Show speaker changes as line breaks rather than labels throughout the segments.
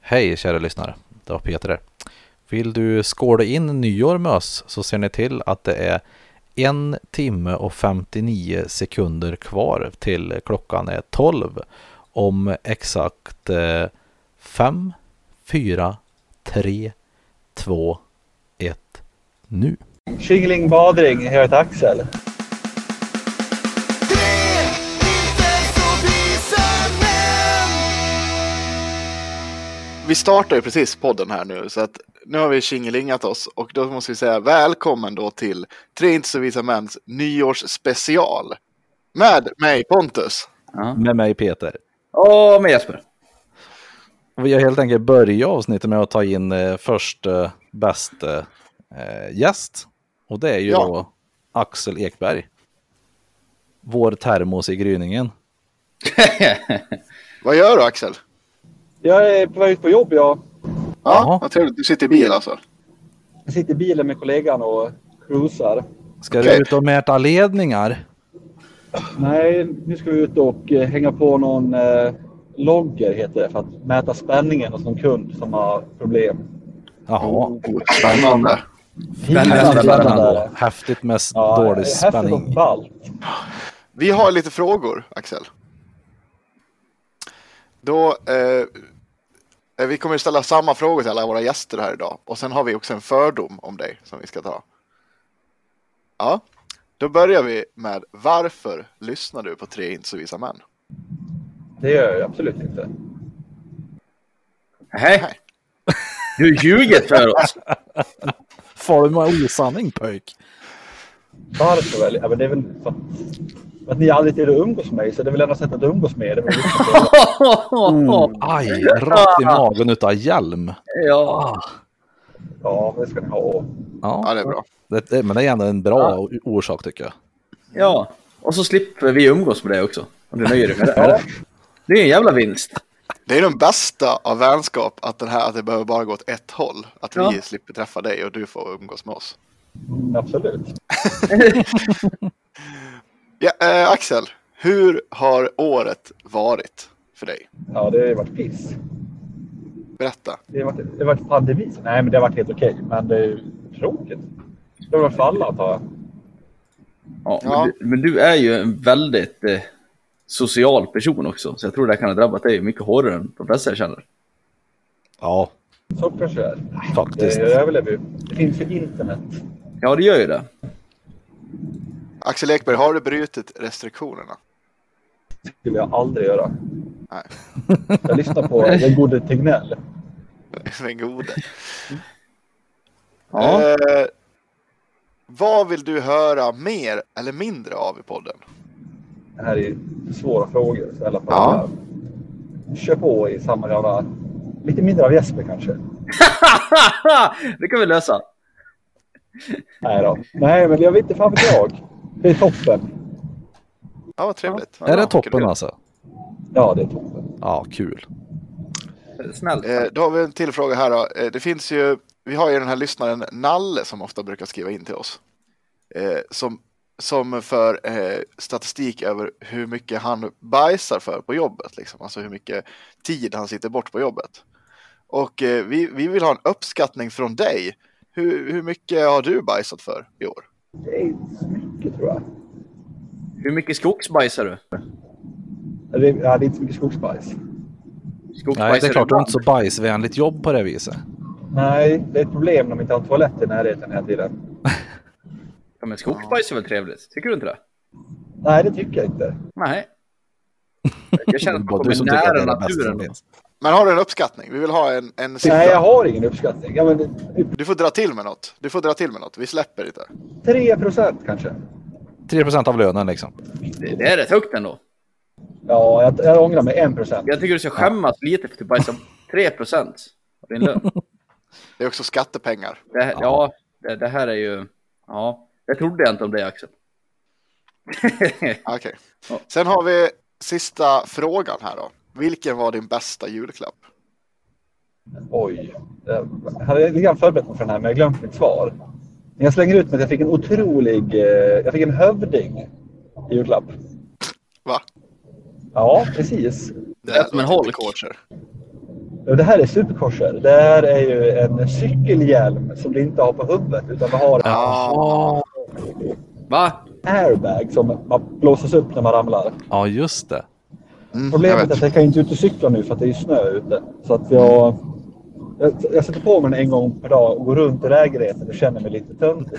Hej kära lyssnare, det var Peter här. Vill du skåla in nyår med oss så ser ni till att det är en timme och 59 sekunder kvar till klockan är 12 om exakt eh, 5, 4, 3, 2, 1, nu.
Tjingeling badring, jag heter Axel.
Vi startar ju precis podden här nu så att nu har vi tjingelingat oss och då måste vi säga välkommen då till Tre inte så visa mäns nyårsspecial. Med mig Pontus.
Ja. Med mig Peter.
Och med Jesper.
Vi har helt enkelt börjat avsnittet med att ta in eh, först eh, bäst eh, gäst. Och det är ju
Ja.
då Axel Ekberg. Vår termos i gryningen.
Vad gör du Axel?
Jag är på väg ut på jobb. Jag
Jaha.
Ja, vad trevligt. Du sitter i bil alltså?
Jag sitter i bilen med kollegan och cruisar.
Ska
Okej.
du ut och mäta ledningar?
Nej, nu ska vi ut och eh, hänga på någon eh, logger heter det för att mäta spänningen hos någon kund som har problem.
Jaha,
Oh, Spännande.
spännande, spännande.
häftigt med s-
Ja,
dålig
häftigt och
spänning.
ballt.
Vi har lite frågor Axel. Då, eh, vi kommer ställa samma frågor till alla våra gäster här idag och sen har vi också en fördom om dig som vi ska ta. Ja, då börjar vi med varför lyssnar du på Tre inte så visa män?
Det gör jag absolut inte.
Nej. Du ljuger för oss.
Far du med osanning pöjk?
Varför väl? Ja, men det är väl för att, för att ni aldrig är tid att umgås med mig så det är väl enda sättet att umgås med er. Det är väl att lyssna på er.
Mm.
Mm. Aj, rakt i magen utav hjälm.
Ja.
Ja, det ska ni ha.
Ja,
Ja,
det är bra.
det, det- men det är ändå en bra o- orsak tycker jag.
ja. Och så slipper vi umgås med det också. Om du nöjer dig med det. Ja. Det är en jävla vinst.
Det är den bästa av vänskap att, den här, att det behöver bara gå åt ett håll. Att vi
Ja.
slipper träffa dig och du får umgås med oss.
Mm, absolut.
Ja, eh, Axel, hur har året varit för dig?
Ja, det har ju varit piss.
Berätta.
Det har varit, det har varit pandemi. så- Nej, men det har varit helt okej. Men det är ju tråkigt. Det har varit för alla antar jag.
Ja,
Ja.
Men, du, men du är ju en väldigt eh, social person också. Så jag tror det här kan ha drabbat dig mycket hårdare än de flesta jag känner.
Ja,
Så kanske det är. Nej,
Faktiskt.
Det överlever ju. Det finns ju internet.
Ja, det gör ju det.
Axel Ekberg, har du brutit restriktionerna?
Det skulle jag aldrig göra.
Nej.
Jag lyssnar på den gode Tegnell.
Den gode.
Ja.
Eh, vad vill du höra mer eller mindre av i podden?
Det här är ju svåra frågor. Så i alla
Ja.
fall Kör på i samma gamla... Lite mindre av Jesper kanske.
det kan vi lösa.
Nej då. Nej, men jag vet inte fan vet jag. Det är toppen.
Ja, vad trevligt.
är det
Ja,
toppen
kul.
alltså?
Ja, det är toppen.
Ja, kul.
Snällt.
Eh, då har vi en till fråga här. Då. Eh, det finns ju, vi har ju den här lyssnaren Nalle som ofta brukar skriva in till oss. Eh, som, som för eh, statistik över hur mycket han bajsar för på jobbet. Liksom. Alltså hur mycket tid han sitter bort på jobbet. Och eh, vi, vi vill ha en uppskattning från dig. Hur, hur mycket har du bajsat för i år?
Det är inte så mycket tror jag.
Hur mycket skogsbajsar du?
Det är, ja, det är inte så mycket skogsbajs.
Skogsbajsar
Nej, det är klart du har
ibland.
inte så bajsvänligt jobb på det viset.
Nej, det är ett problem när man inte har en toalett i närheten hela tiden.
Ja, men skogsbajs är väl trevligt? Tycker du inte det?
Nej, det tycker jag inte.
Nej. Jag känner att
Bara
man
du som
kommer
tycker att det är
nära
det bästa som
naturen.
finns.
Men har du en uppskattning? Vi vill ha en, en
Nej, jag
siffra.
har ingen uppskattning. Ja, men det-
Du får dra till med något. Du får dra till med något. Vi släpper inte.
3 procent kanske.
3% av lönen liksom.
Det, det är rätt högt ändå.
Ja, jag, jag ångrar mig. 1 procent.
Jag tycker du ska skämmas lite för att du bajsar 3 procent av din lön.
Det är också skattepengar.
Det, här- ja, det, det här är ju... Ja, det trodde jag inte om dig Axel.
Okej.
Ja.
Sen har vi sista frågan här då. Vilken var din bästa julklapp?
Oj. Jag hade lite grann förberett mig för den här, men jag glömde mitt svar. Men jag slänger ut med att jag fick en otrolig... eh, Jag fick en hövding i julklapp.
Va?
Ja, precis.
Det
lät som en
låter lite
holk.
kosher.
Det här är superkorser. Det här är ju en cykelhjälm som du inte har på huvudet utan du har en
Ja.
Va?
airbag som man blåses upp när man ramlar.
Ja, just det.
Mm, jag
Problemet är
vet.
att jag kan ju inte ut och cykla nu för att det är ju snö ute. Så att jag, jag, jag sätter på mig den en gång per dag och går runt i lägenheten och känner mig lite töntig.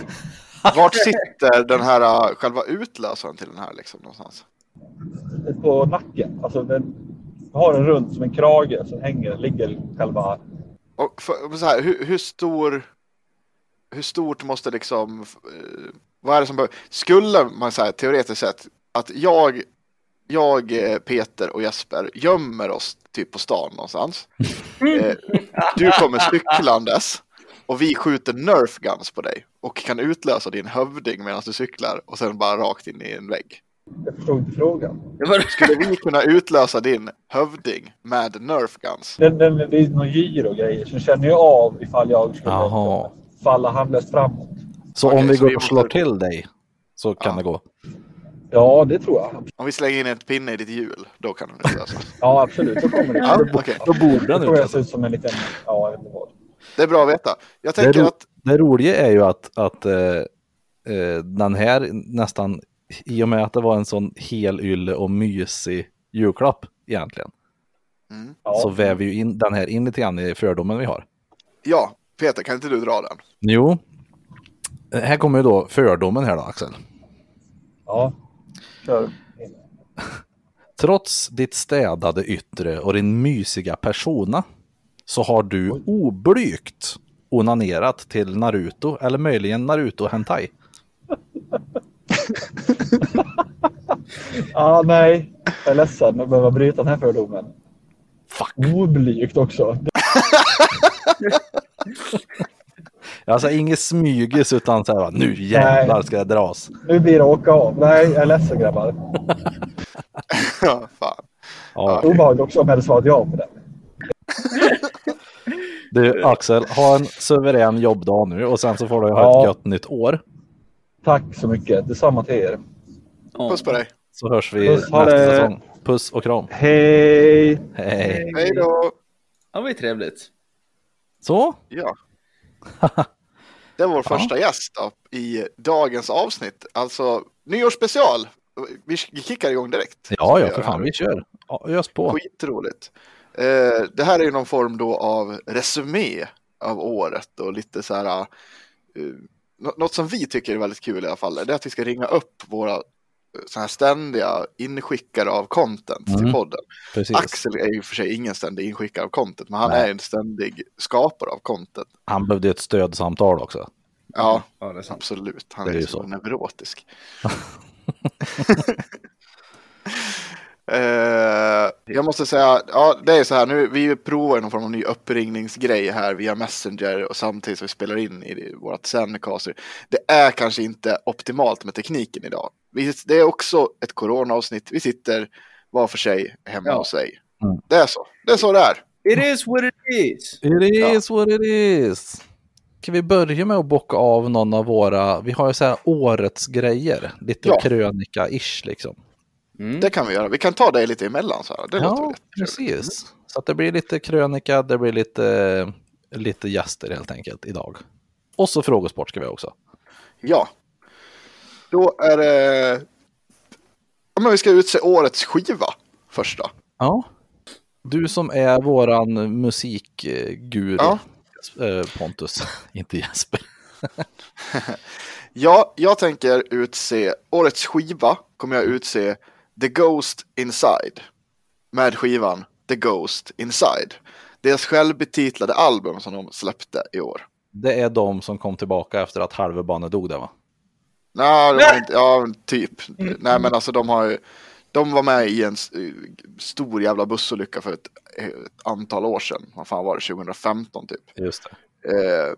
Vart sitter den här äh, själva utlösaren till den här liksom någonstans?
På nacken. Alltså den jag har den runt som en krage som hänger, ligger själva...
Och för, men så här, hur, hur stor? Hur stort måste liksom? f- eh, vad är det som behöver? Skulle man säga teoretiskt sett att jag, jag, eh, Peter och Jesper gömmer oss typ på stan någonstans. Eh, du kommer cyklandes och vi skjuter nerf guns på dig och kan utlösa din hövding medan du cyklar och sen bara rakt in i en vägg.
Jag förstod inte frågan.
Det var...
Skulle vi kunna utlösa din hövding med nerf guns?
Den, den, det är någon gyro grejer som känner jag av ifall jag skulle
Jaha.
falla handlöst framåt.
Så
Okej,
om vi
så vi
går och slår
måste-
till dig så kan
Ja.
det gå.
Ja, det tror jag.
Om vi slänger in ett pinne i ditt hjul, då kan alltså. den utlösas.
Ja, absolut. Så kommer det.
Ja,
Då
okej.
Då borde den
kommer jag se
utlösas.
ut som en liten... Ja, jag vet inte vad.
Det är bra att veta. Jag
Det är
tänker
ro-
att
Det roliga är ju att, att eh, eh, den här nästan, i och med att det var en sån hel ylle och mysig julklapp egentligen,
Mm.
Ja.
så väver ju in den här in lite grann i fördomen vi har.
Ja, Peter, kan inte du dra den?
Jo, Eh, här kommer ju då fördomen här då, Axel.
Ja. Kör.
Trots ditt städade yttre och din mysiga persona så har du oblygt onanerat till Naruto eller möjligen Naruto Hentai.
Ah, nej. Jag är ledsen att behöva bryta den här fördomen.
Fuck!
Oblygt också.
Alltså inget smygis utan så här va, nu jävlar ska det dras.
Nu blir det åka av. Nej, jag är ledsen grabbar.
Ja, fan.
Ja.
Obehagligt också om jag hade svarat ja på den.
Du Axel, ha en suverän jobbdag nu och sen så får du ha
Ja.
ett gött nytt år.
Tack så mycket. Detsamma till er.
Ja.
Puss på dig.
Så hörs vi
Puss, ha
nästa
det.
säsong. Puss och kram.
Hej!
Hej.
Hej då.
Ja, det var ju trevligt.
Så,
Ja. Det var vår första gäst då, i dagens avsnitt. Alltså nyårsspecial. Vi kickar igång direkt.
ja ja för fan vi kör. Ja, Ös på.
Skitroligt. Eh, det här är ju någon form då av resumé av året och lite så här. eh, nå- något som vi tycker är väldigt kul i alla fall. Det är att vi ska ringa upp våra eh, så här ständiga inskickare av content till
Mm.
podden.
Precis.
Axel är ju för sig ingen ständig inskickare av content, men han
Nej.
är en ständig skapare av content.
Han behövde ett stödsamtal också.
Ja,
Ja, det är sant.
absolut. Han
Det
är,
är
ju
ju
så
så.
neurotisk. Eh, jag måste säga, ja, det är så här nu, vi provar någon form av ny uppringningsgrej här via Messenger och samtidigt som vi spelar in i vårt Zencaster. Det är kanske inte optimalt med tekniken idag. Vi, det är också ett coronaavsnitt. Vi sitter var för sig hemma
Ja.
hos sig.
Mm.
Det är så. Det är så det är.
It is what it is.
It is what it is. Kan vi börja med att bocka av någon av våra, vi har ju så här årets grejer, lite
Ja.
krönika-ish liksom.
Mm.
Det kan vi göra. Vi kan ta det lite emellan så här. Det låter väl
Ja,
jättetrevligt.
precis. Så att det blir lite krönika, det blir lite, lite gäster helt enkelt idag. Och så frågesport ska vi ha också.
Ja. Då är det... Ja, men vi ska utse årets skiva först då.
Ja. Du som är våran musikguru,
Ja.
eh, Pontus, inte Jesper.
Ja, jag tänker utse... Årets skiva kommer jag utse The Ghost Inside. Med skivan The Ghost Inside. Deras självbetitlade album som de släppte i år.
Det är de som kom tillbaka efter att halvbanne dog där va?
Nej, de var inte, ja, men typ. Nej, men alltså de har ju... De var med i en s- stor jävla bussolycka för ett, ett antal år sedan. Vad fan var det? 2015 typ.
Just det.
Eh,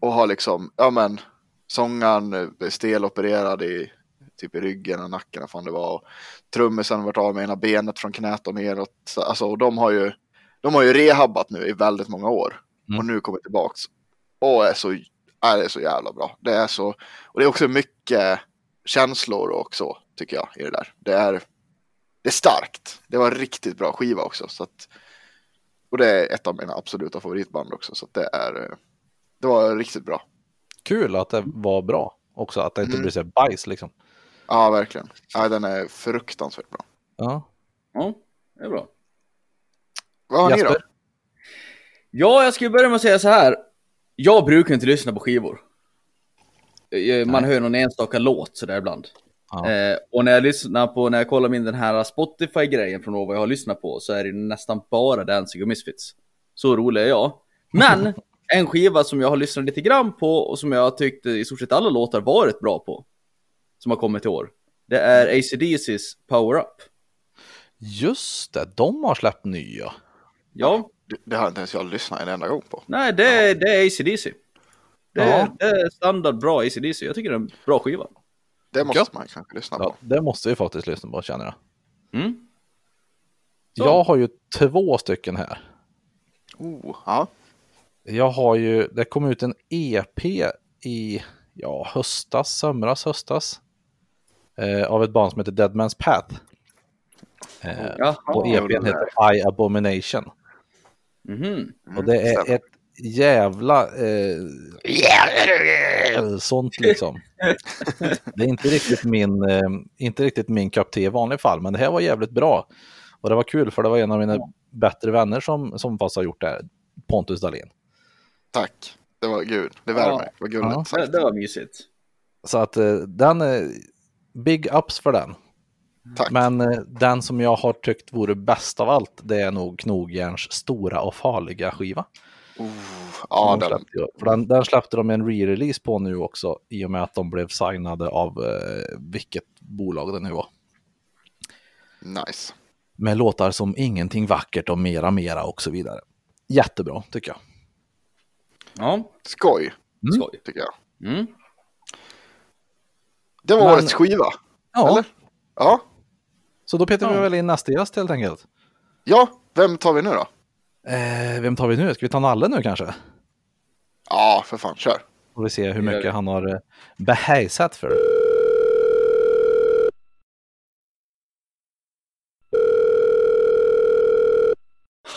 och har liksom, ja men, sångaren eh, blev stelopererad i typ i ryggen och nacken, vad fan det var. Och trummisen varit av med ena benet från knät och neråt. Så, alltså, och de har ju, de har ju rehabbat nu i väldigt många år.
Mm.
Och nu kommer tillbaks. Och är så, är det är så jävla bra. Det är så, och det är också mycket känslor och så, tycker jag, i det där. Det är, det är starkt. Det var en riktigt bra skiva också. Så att, Och det är ett av mina absoluta favoritband också. Så att det, är, eh, det var riktigt bra.
Kul att det var bra också, att det inte
Mm.
blir så här bajs liksom.
Ja, verkligen. Ja, den är fruktansvärt bra.
Ja.
Ja, det är bra.
Vad har ni då?
Jesper?
Ja, jag skulle börja med att säga så här. Jag brukar inte lyssna på skivor. Eh, Man hör någon enstaka låt sådär ibland.
Ja.
Eh, och när jag lyssnar på, när jag kollar in den här Spotify-grejen från vad jag har lyssnat på så är det ju nästan bara Danzig och Misfits. Så rolig är jag. Men en skiva som jag har lyssnat lite grann på och som jag tyckte i stort sett alla låtar varit bra på. Som har kommit i år. Det är ACDC's Power Up.
Just det, de har släppt nya.
Ja,
Det, det har inte ens jag lyssnat en enda gång på.
Nej, det är, det är ACDC. Det, är-
Ja.
det är standard bra ACDC. Jag tycker det är en bra skiva.
Det måste
Gött.
man kanske lyssna
Ja,
på.
det måste vi faktiskt lyssna på känner jag.
Mm. Så.
Jag har ju två stycken här.
Oh, ja.
Jag har ju, det kom ut en EP i ja, höstas, somras, höstas. Eh, av ett band som heter Dead Man's Path. Eh,
Jaha.
och EPn heter I Abomination.
Mhm.
Och det är
stämmer.
ett jävla... Eh, sånt liksom. Det är inte riktigt min, eh, inte riktigt min kopp te i vanliga fall, men det här var jävligt bra. Och det var kul för det var en av mina bättre vänner som, som fast har gjort det här, Pontus Dahlén.
Tack. Det var gud, det värmer.
Ja.
Vad gulligt
Ja.
Det,
sagt.
det var mysigt.
Så att eh, den, eh, big ups för den.
Tack.
Men eh, den som jag har tyckt vore bäst av allt, det är nog Knogjärns stora och farliga skiva.
Oh, ja,
de
den.
släppte, ju- för den, den släppte de en re-release på nu också i och med att de blev signade av eh, vilket bolag det nu var.
Nice.
Med låtar som Ingenting vackert och Mera Mera och så vidare. Jättebra tycker jag.
Ja,
Skoj,
skoj.
tycker jag.
Mm.
Det var
Men-
årets skiva.
Ja,
Eller? Ja.
så då petar vi
Ja.
väl in nästa gäst helt enkelt.
ja, vem tar vi nu då?
Eh, vem tar vi nu? Ska vi ta Nalle nu kanske?
Ja, för fan, kör.
Får vi se hur
Det gör vi.
mycket han har eh, behejsat för.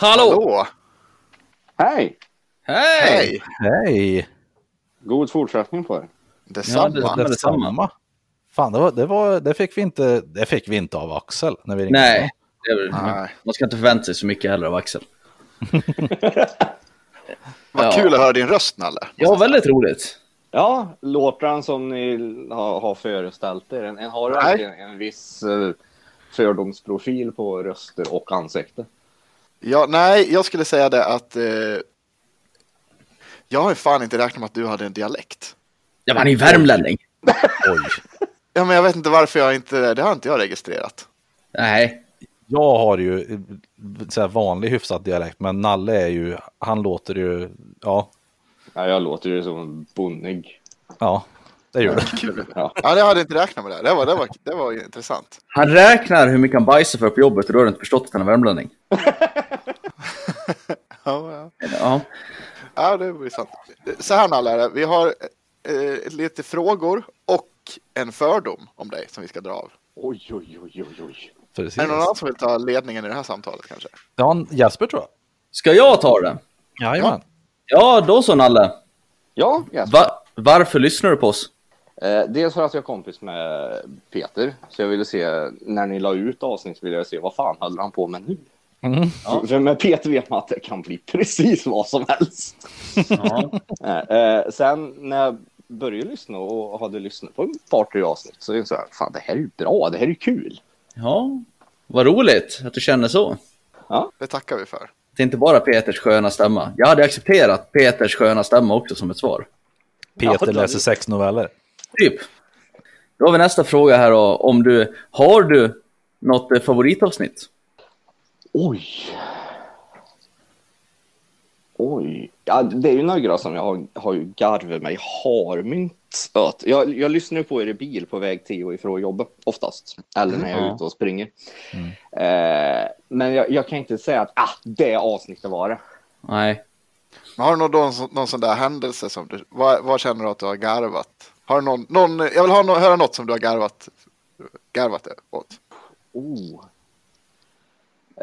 Hallå!
Hallå!
Hej!
Hej!
Hej!
Hej!
God fortsättning på er.
Detsamma.
Ja, det- detsamma.
Fan, det, var, det, var, det, fick vi inte, det fick vi inte av Axel när vi ringde.
Nej, det är väl,
Nej.
man ska inte förvänta sig så mycket heller av Axel.
Vad
Ja.
kul att höra din röst, Nalle.
Ja, väldigt roligt.
Ja, låtaren som ni har, har föreställt er, en, en har
Nej.
verkligen en viss eh, fördomsprofil på röster och ansikte.
Ja, nej, jag skulle säga det att eh, jag har ju fan inte räknat med att du hade en dialekt.
Ja, men han är ju värmlänning.
Oj.
Ja, men jag vet inte varför jag inte, det har inte jag registrerat.
Nej,
Jag har ju eh, så här vanlig hyfsad dialekt, men Nalle är ju, han låter ju, ja,
Ja, jag låter ju som en bonnig.
ja, det gör det.
Ja.
Ja, det hade jag inte räknat med det. Det var, det var, det var ju intressant.
han räknar hur mycket han bajsar för på jobbet och då har du inte förstått att han är värmlänning.
Ja, ja.
Ja,
ja det var ju sant. Så här Nalle, är det. vi har eh, lite frågor och en fördom om dig som vi ska dra av.
Oj, oj, oj, oj, oj.
Precis.
Är det någon annan som vill ta ledningen i det här samtalet kanske?
Ja, Jesper tror jag.
ska jag ta den?
Jajamän.
Ja, då så Nalle.
Ja, yes.
Va- varför lyssnar du på oss?
eh, dels för att jag är kompis med Peter, så jag ville se, när ni la ut avsnitt ville jag se vad fan höll han på med nu?
Mm.
För- För med Peter vet man att det kan bli precis vad som helst.
Ja.
Nej, Eh, sen när jag började lyssna och hade lyssnat på ett par tre avsnitt så insåg jag fan det här är ju bra, det här är ju kul.
Ja, vad roligt att du känner så.
Det tackar vi för.
Det är inte bara Peters sköna stämma. Jag hade accepterat Peters sköna stämma också som ett svar.
Peter
Ja, det-
läser sex noveller.
Typ. Då har vi nästa fråga här då. Om du, har du något eh, favoritavsnitt?
Oj. Oj. Ja, det är ju några som jag har, har ju garvat mig harmynt åt. Jag, jag lyssnar ju på er i bil på väg till och ifrån jobbet oftast. Eller när jag är
Ja. Mm.
ute och springer. Eh, men jag, jag kan inte säga att ah, det avsnittet var det.
Nej.
Men har du någon, någon, sån- någon sån där händelse som du, vad, vad känner du att du har garvat? Har du någon, någon jag vill ha, nå- höra något som du har garvat, garvat åt.
Oh.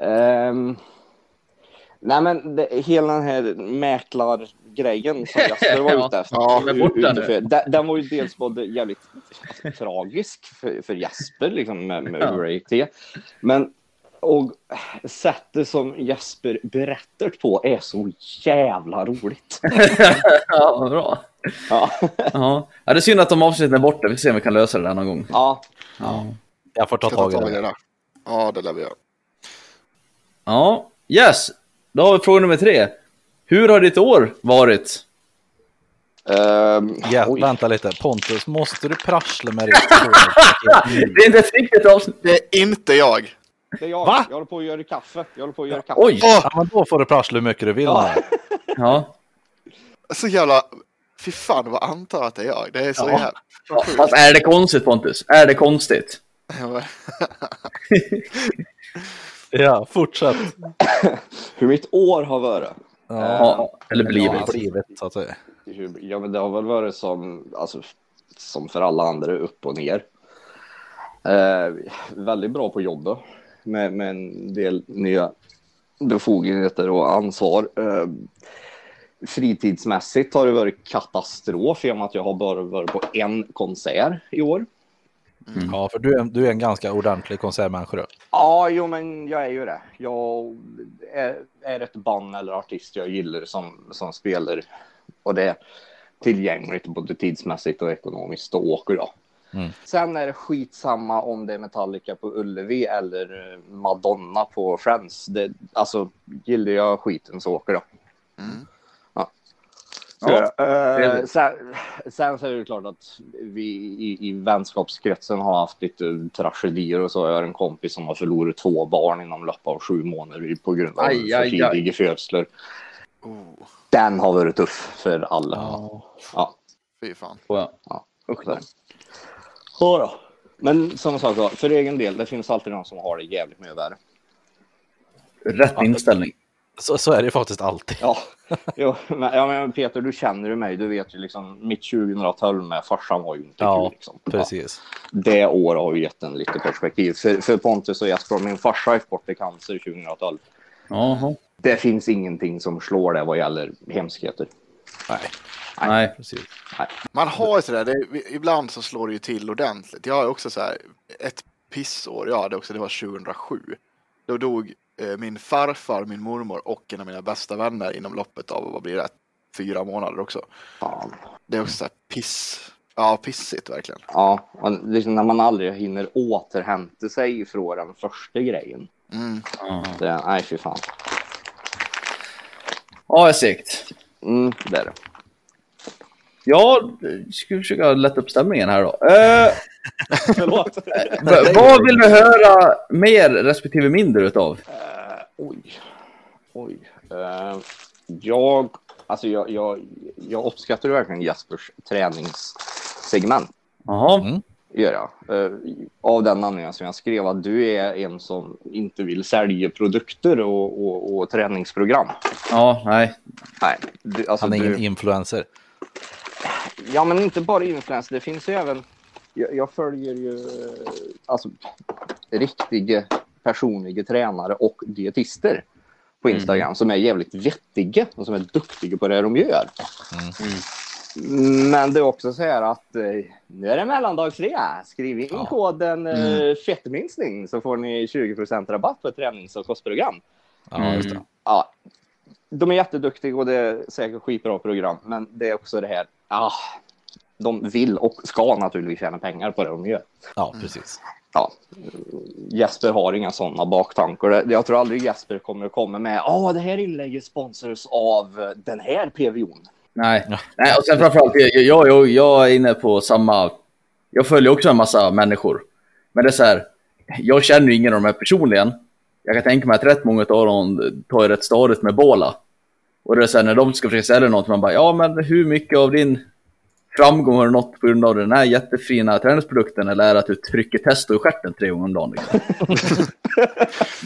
Ehm, Nej, men det, hela den här mäklargrejen som Jasper var ute efter.
Ja,
var ju
bort den nu.
ute för- den, den var ju dels både jävligt tragisk för, för Jasper, liksom med, med
Ja.
hur det gick till. Men och sättet som Jasper berättar på är så jävla roligt.
Ja, vad bra.
Ja,
Ja. ja, det är synd att de avsnitten är borta. Vi får se om vi kan lösa det där någon gång.
ja.
Ja.
Mm. Jag får ta
Ska ta
tag i
tag i
det.
det där. Ja, det lär vi göra.
Ja, yes. Då har vi fråga nummer tre. Hur har ditt år varit?
Ehm,
Ja,
oj.
vänta lite. Pontus, måste du prassla med ditt frågepaket nu?
Det är inte ett riktigt avsnitt.
Det är inte jag.
Det är jag.
Va?
Jag håller på att göra kaffe. Jag håller på att göra kaffe.
Oj!
Åh,
Ja, men då får du prassla hur mycket du vill.
Ja.
med.
Ja.
så jävla... Fy fan vad antar att det är jag. Det är så
Ja.
jävla...
Ja, Fast är det konstigt Pontus? Är det konstigt?
Ja, fortsätt.
Hur mitt år har varit. Eh,
Ja, eller
Ja,
blivit.
alltså, blivit så att säga.
hur, ja, men det har väl varit som, alltså, som för alla andra, upp och ner. Eh, väldigt bra på jobbet med, med en del nya befogenheter och ansvar. Eh, fritidsmässigt har det varit katastrof i och med att jag har bara varit på en konsert i år.
Ja, för du är, du är en ganska ordentlig konsertmänniska. du.
Ja, jo, men jag är ju det. Jag är, är ett band eller artist jag gillar som, som spelar och det är tillgängligt både tidsmässigt och ekonomiskt och åker då.
Mm.
Sen är det skitsamma om det är Metallica på Ullevi eller eh, Madonna på Friends. Det, alltså, gillar jag skiten så åker jag.
Mm.
Ja, eh,
trevligt.
sen, sen så är det ju klart att vi i, i vänskapskretsen har haft lite tragedier och så. Jag har en kompis som har förlorat två barn inom loppet av sju månader på grund av
Aj,
för
aj, aj.
tidiga födslar.
Oh,
Den har varit tuff för alla. Ja,
fy fan.
Ja.
usch där. då. Men som sagt var, för egen del, det finns alltid någon som har det jävligt mycket värre.
Rätt inställning.
Så, så är det ju faktiskt alltid.
Ja, jo, men, ja, men Peter, du känner ju mig. Du vet ju liksom mitt 2012 med farsan var ju inte
Ja,
kul. Liksom.
Precis.
det året har ju gett en lite perspektiv. För, för Pontus och Jesper, min farsa gick bort i cancer 2012.
Jaha.
Det finns ingenting som slår det vad gäller hemskheter.
Nej.
precis.
Man har ju sådär, det, är- ibland så slår det ju till ordentligt. Jag har ju också så här ett pissår, jag hade också, det var 2007. Då dog eh, min farfar, min mormor och en av mina bästa vänner inom loppet av, vad blir det, fyra månader också.
Fan.
Det är också så här piss, ja pissigt verkligen.
Ja, man- liksom när man aldrig hinner återhämta sig från den första grejen.
Mm.
Ja,
Det, nej, fy fan.
ja sikt.
Mm, det är det.
Ja, ska vi försöka lätta upp stämningen här då. Eh,
Förlåt.
v- vad vill du höra mer respektive mindre utav?
Eh, oj. Oj. Eh, jag, alltså jag, jag, jag uppskattar verkligen Jespers träningssegment.
Jaha.
Mm.
gör jag. Eh, Av den anledningen som jag skrev att du är en som inte vill sälja produkter och, och, och träningsprogram.
Ja, nej.
Nej, du, alltså
Han är ingen
du,
influencer.
ja men inte bara influencer, det finns ju även, jag, jag följer ju eh, alltså riktiga personliga tränare och dietister
Mm.
på Instagram som är jävligt vettiga och som är duktiga på det de gör.
Mm.
Men det är också så här att eh, nu är det mellandagsrea. Skriv in
Ja. Mm.
koden eh, fettminskning så får ni 20 rabatt på ett tränings och kostprogram.
Ja, just det.
Ja, de är jätteduktiga och det är säkert skitbra program, men det är också det här. Ah, de vill och ska naturligtvis tjäna pengar på det de gör.
Ja, precis.
Ja, Jesper har inga sådana baktankar. Det- Jag tror aldrig Jesper kommer att komma med. Ja, det här inlägget sponsras av eh, den här PVO'n.
Nej.
Ja.
nej. Och sen framförallt, jag, jag, jag, jag är inne på samma... Jag följer också en massa människor. Men det är så här, jag känner ju ingen av de här personligen. Jag kan tänka mig att rätt många av dem tar ju rätt stadigt med båla. Och det är så här, när de ska försöka sälja något, man bara, ja men hur mycket av din framgång har du nått på grund av den här jättefina träningsprodukten eller är det att du trycker testo i stjärten tre gånger om dagen? Liksom?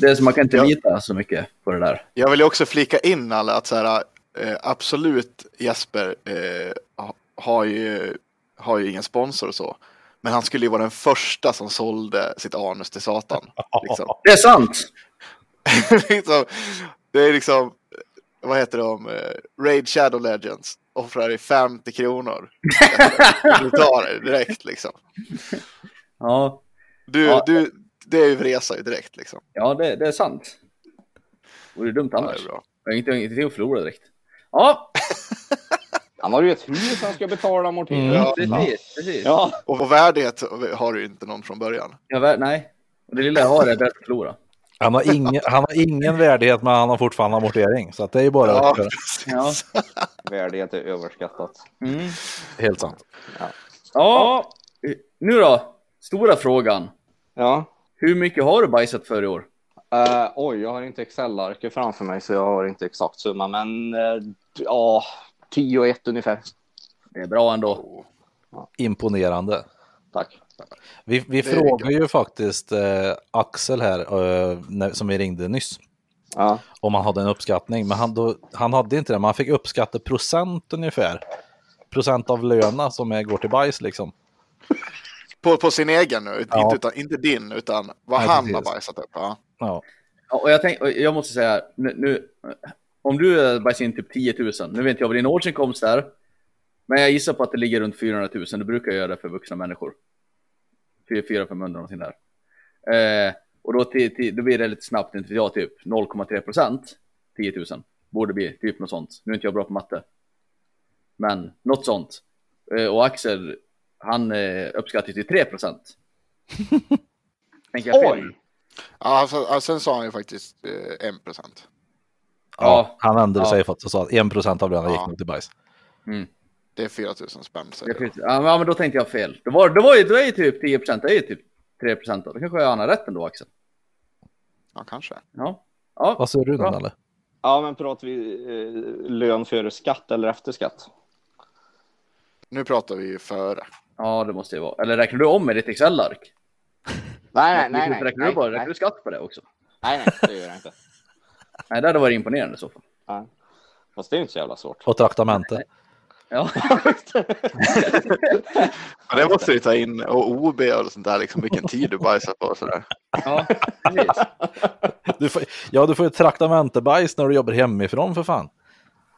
det är så man kan inte
Ja.
lita så mycket på det där.
Jag vill ju också flika in alla att så här, eh, absolut Jesper eh, ha- har, ju, har ju ingen sponsor och så. Men han skulle ju vara den första som sålde sitt anus till Satan. Liksom.
Det är sant!
liksom, det är liksom, vad heter de, eh, Raid Shadow Legends offrar dig 50 kronor. du tar det direkt liksom.
Ja,
Du,
Ja.
du, det är ju resa ju direkt liksom.
ja det, det är sant. Vore dumt
Ja, det
annars.
är bra.
Jag har ingenting- ingenting att förlora direkt. Ja,
Han har ju ett hus han ska betala amortering.
Mm.
Ja.
precis. precis.
Ja.
Och, och värdighet har du ju inte någon från början.
Jag vä- nej, och det lilla jag har är värt att förlora.
Han har, ingen, han har ingen värdighet men han har fortfarande amortering. Så att det är ju bara
Ja,
att köra.
precis.
Ja.
Värdighet är överskattat.
Mm.
helt sant.
Ja, nu då. Stora frågan.
Ja.
Hur mycket har du bajsat för i år?
Eh, oj, jag har inte Excel-arker framför mig så jag har inte exakt summa, men eh, ja, 10 och 1 ungefär.
Det är bra ändå.
Imponerande.
Tack.
Vi, vi
Det är
frågar ju faktiskt eh, Axel här, eh, när, som vi ringde nyss,
Ja.
om han hade en uppskattning. Men han, då, han hade inte det, men han fick uppskatta procent ungefär. Procent av lönen som är, går till bajs liksom.
På, på sin egen nu,
Ja.
inte, utan, inte din, utan vad
Nej,
han har
precis.
bajsat upp. Ja.
Ja.
Ja, och jag, tänk, och jag måste säga, nu, nu, om du eh, bajsar in typ 10 000, nu vet inte jag vad din årsinkomst är, men jag gissar på att det ligger runt 400 000, det brukar jag göra för vuxna människor. 400-500 någonting där. Eh, och då, till, till, då blir det lite snabbt, inte vet jag, typ 0,3 procent, 10 000, borde bli typ något sånt. Nu är inte jag bra på matte, men något sånt. Eh, och Axel, han eh, uppskattar till 3 procent. Tänker jag fel?
Oj!
Ja, alltså, alltså, sen sa han ju faktiskt eh, 1 procent.
Ja,
Ja.
han ändrade
Ja.
sig faktiskt och sa att 1% av lönen
Ja.
gick nog till bajs.
Det är 4 000 spänn. säger
Jag
jag.
tyckte, ja, men- ja, men då tänkte jag fel. Det var, det var ju, då är ju typ 10 procent, det är ju typ 3 procent. Då kanske jag har rätt ändå Axel.
Ja, kanske.
Ja. ja.
Vad säger du
Ja.
Nalle?
ja, men pratar vi eh, lön före skatt eller efter skatt?
Nu pratar vi ju före.
Ja, det måste ju vara. Eller räknar du om med ditt Excel-ark?
Nej, nej, nej. nej,
räknar
nej,
du bara, räknar
nej,
du skatt på det också?
nej, nej, det gör jag inte.
Nej, det hade varit imponerande i så fall.
Ja. Fast det är ju inte så jävla svårt.
Och traktamente.
Ja,
Ja, det måste du ta in. Och OB och sånt där, liksom, vilken tid du bajsar på och sådär.
ja precis.
Du får, ja, du får ju traktamentabajs när du jobbar hemifrån för fan.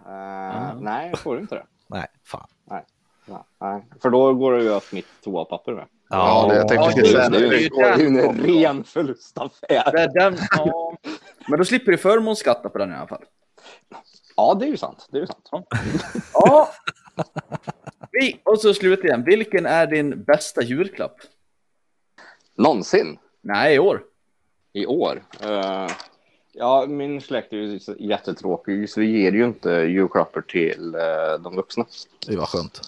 Eh,
Mm.
Nej, jag får inte det.
Nej, fan.
Ja, nej. För då går det ju åt mitt toapapper med.
Ja, det- jag tänkte
Ja,
precis säga
det är ju-
det.
Det är ju en ren förlustaffär.
Det är den, ja. Men då slipper du förmånsskatta på den i alla fall.
Ja, det är ju sant. Det är ju sant.
Ja. Vi- Och så slutligen, vilken är din bästa julklapp?
Någonsin.
Nej, i år.
i år. Eh, ja, min släkt är ju så jättetråkig så vi ger ju inte julklappar till eh, de vuxna.
Det var skönt.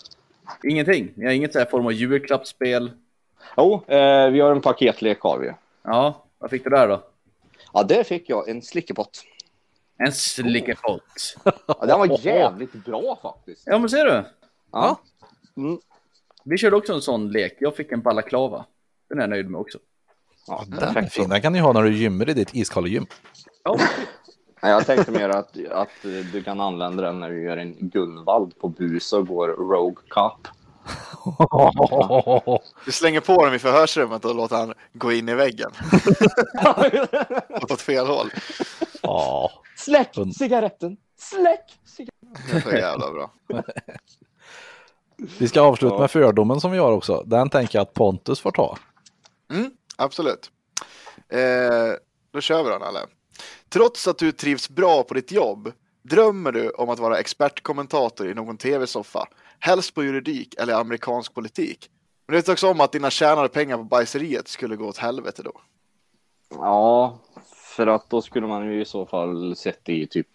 Ingenting. Ni har inget så här form av julklappsspel?
Jo, eh, vi har en paketlek har vi.
Ja, vad fick du där då?
Ja, där fick jag en slickepott.
En slickepott.
Ja, den var jävligt bra faktiskt.
Ja men ser du?
Ja. Mm.
Vi körde också en sån lek. Jag fick en balaklava. Den är jag nöjd med också.
ja
Den, är
perfekt.
fin. den kan du ha när du gymmar i ditt iskalla gym.
Ja,
Nej, jag tänkte mer att, att eh, du kan använda den när du gör en Gunvald på bus och går Rogue Cup.
Du slänger på dem i förhörsrummet och låter han gå in i väggen. Åt åt fel håll.
Ja,
Släck
Und-
cigaretten! Släck! cigaretten.
Det är så jävla bra.
vi ska avsluta
Ja.
med fördomen som vi har också. Den tänker jag att Pontus får ta.
Mm, Absolut. Eh, då kör vi då, Nalle. Trots att du trivs bra på ditt jobb drömmer du om att vara expertkommentator i någon tv-soffa. Helst på juridik eller amerikansk politik. Men du vet också om att dina tjänade pengar på bajseriet skulle gå åt helvete då.
Ja, för att då skulle man ju i så fall sett i typ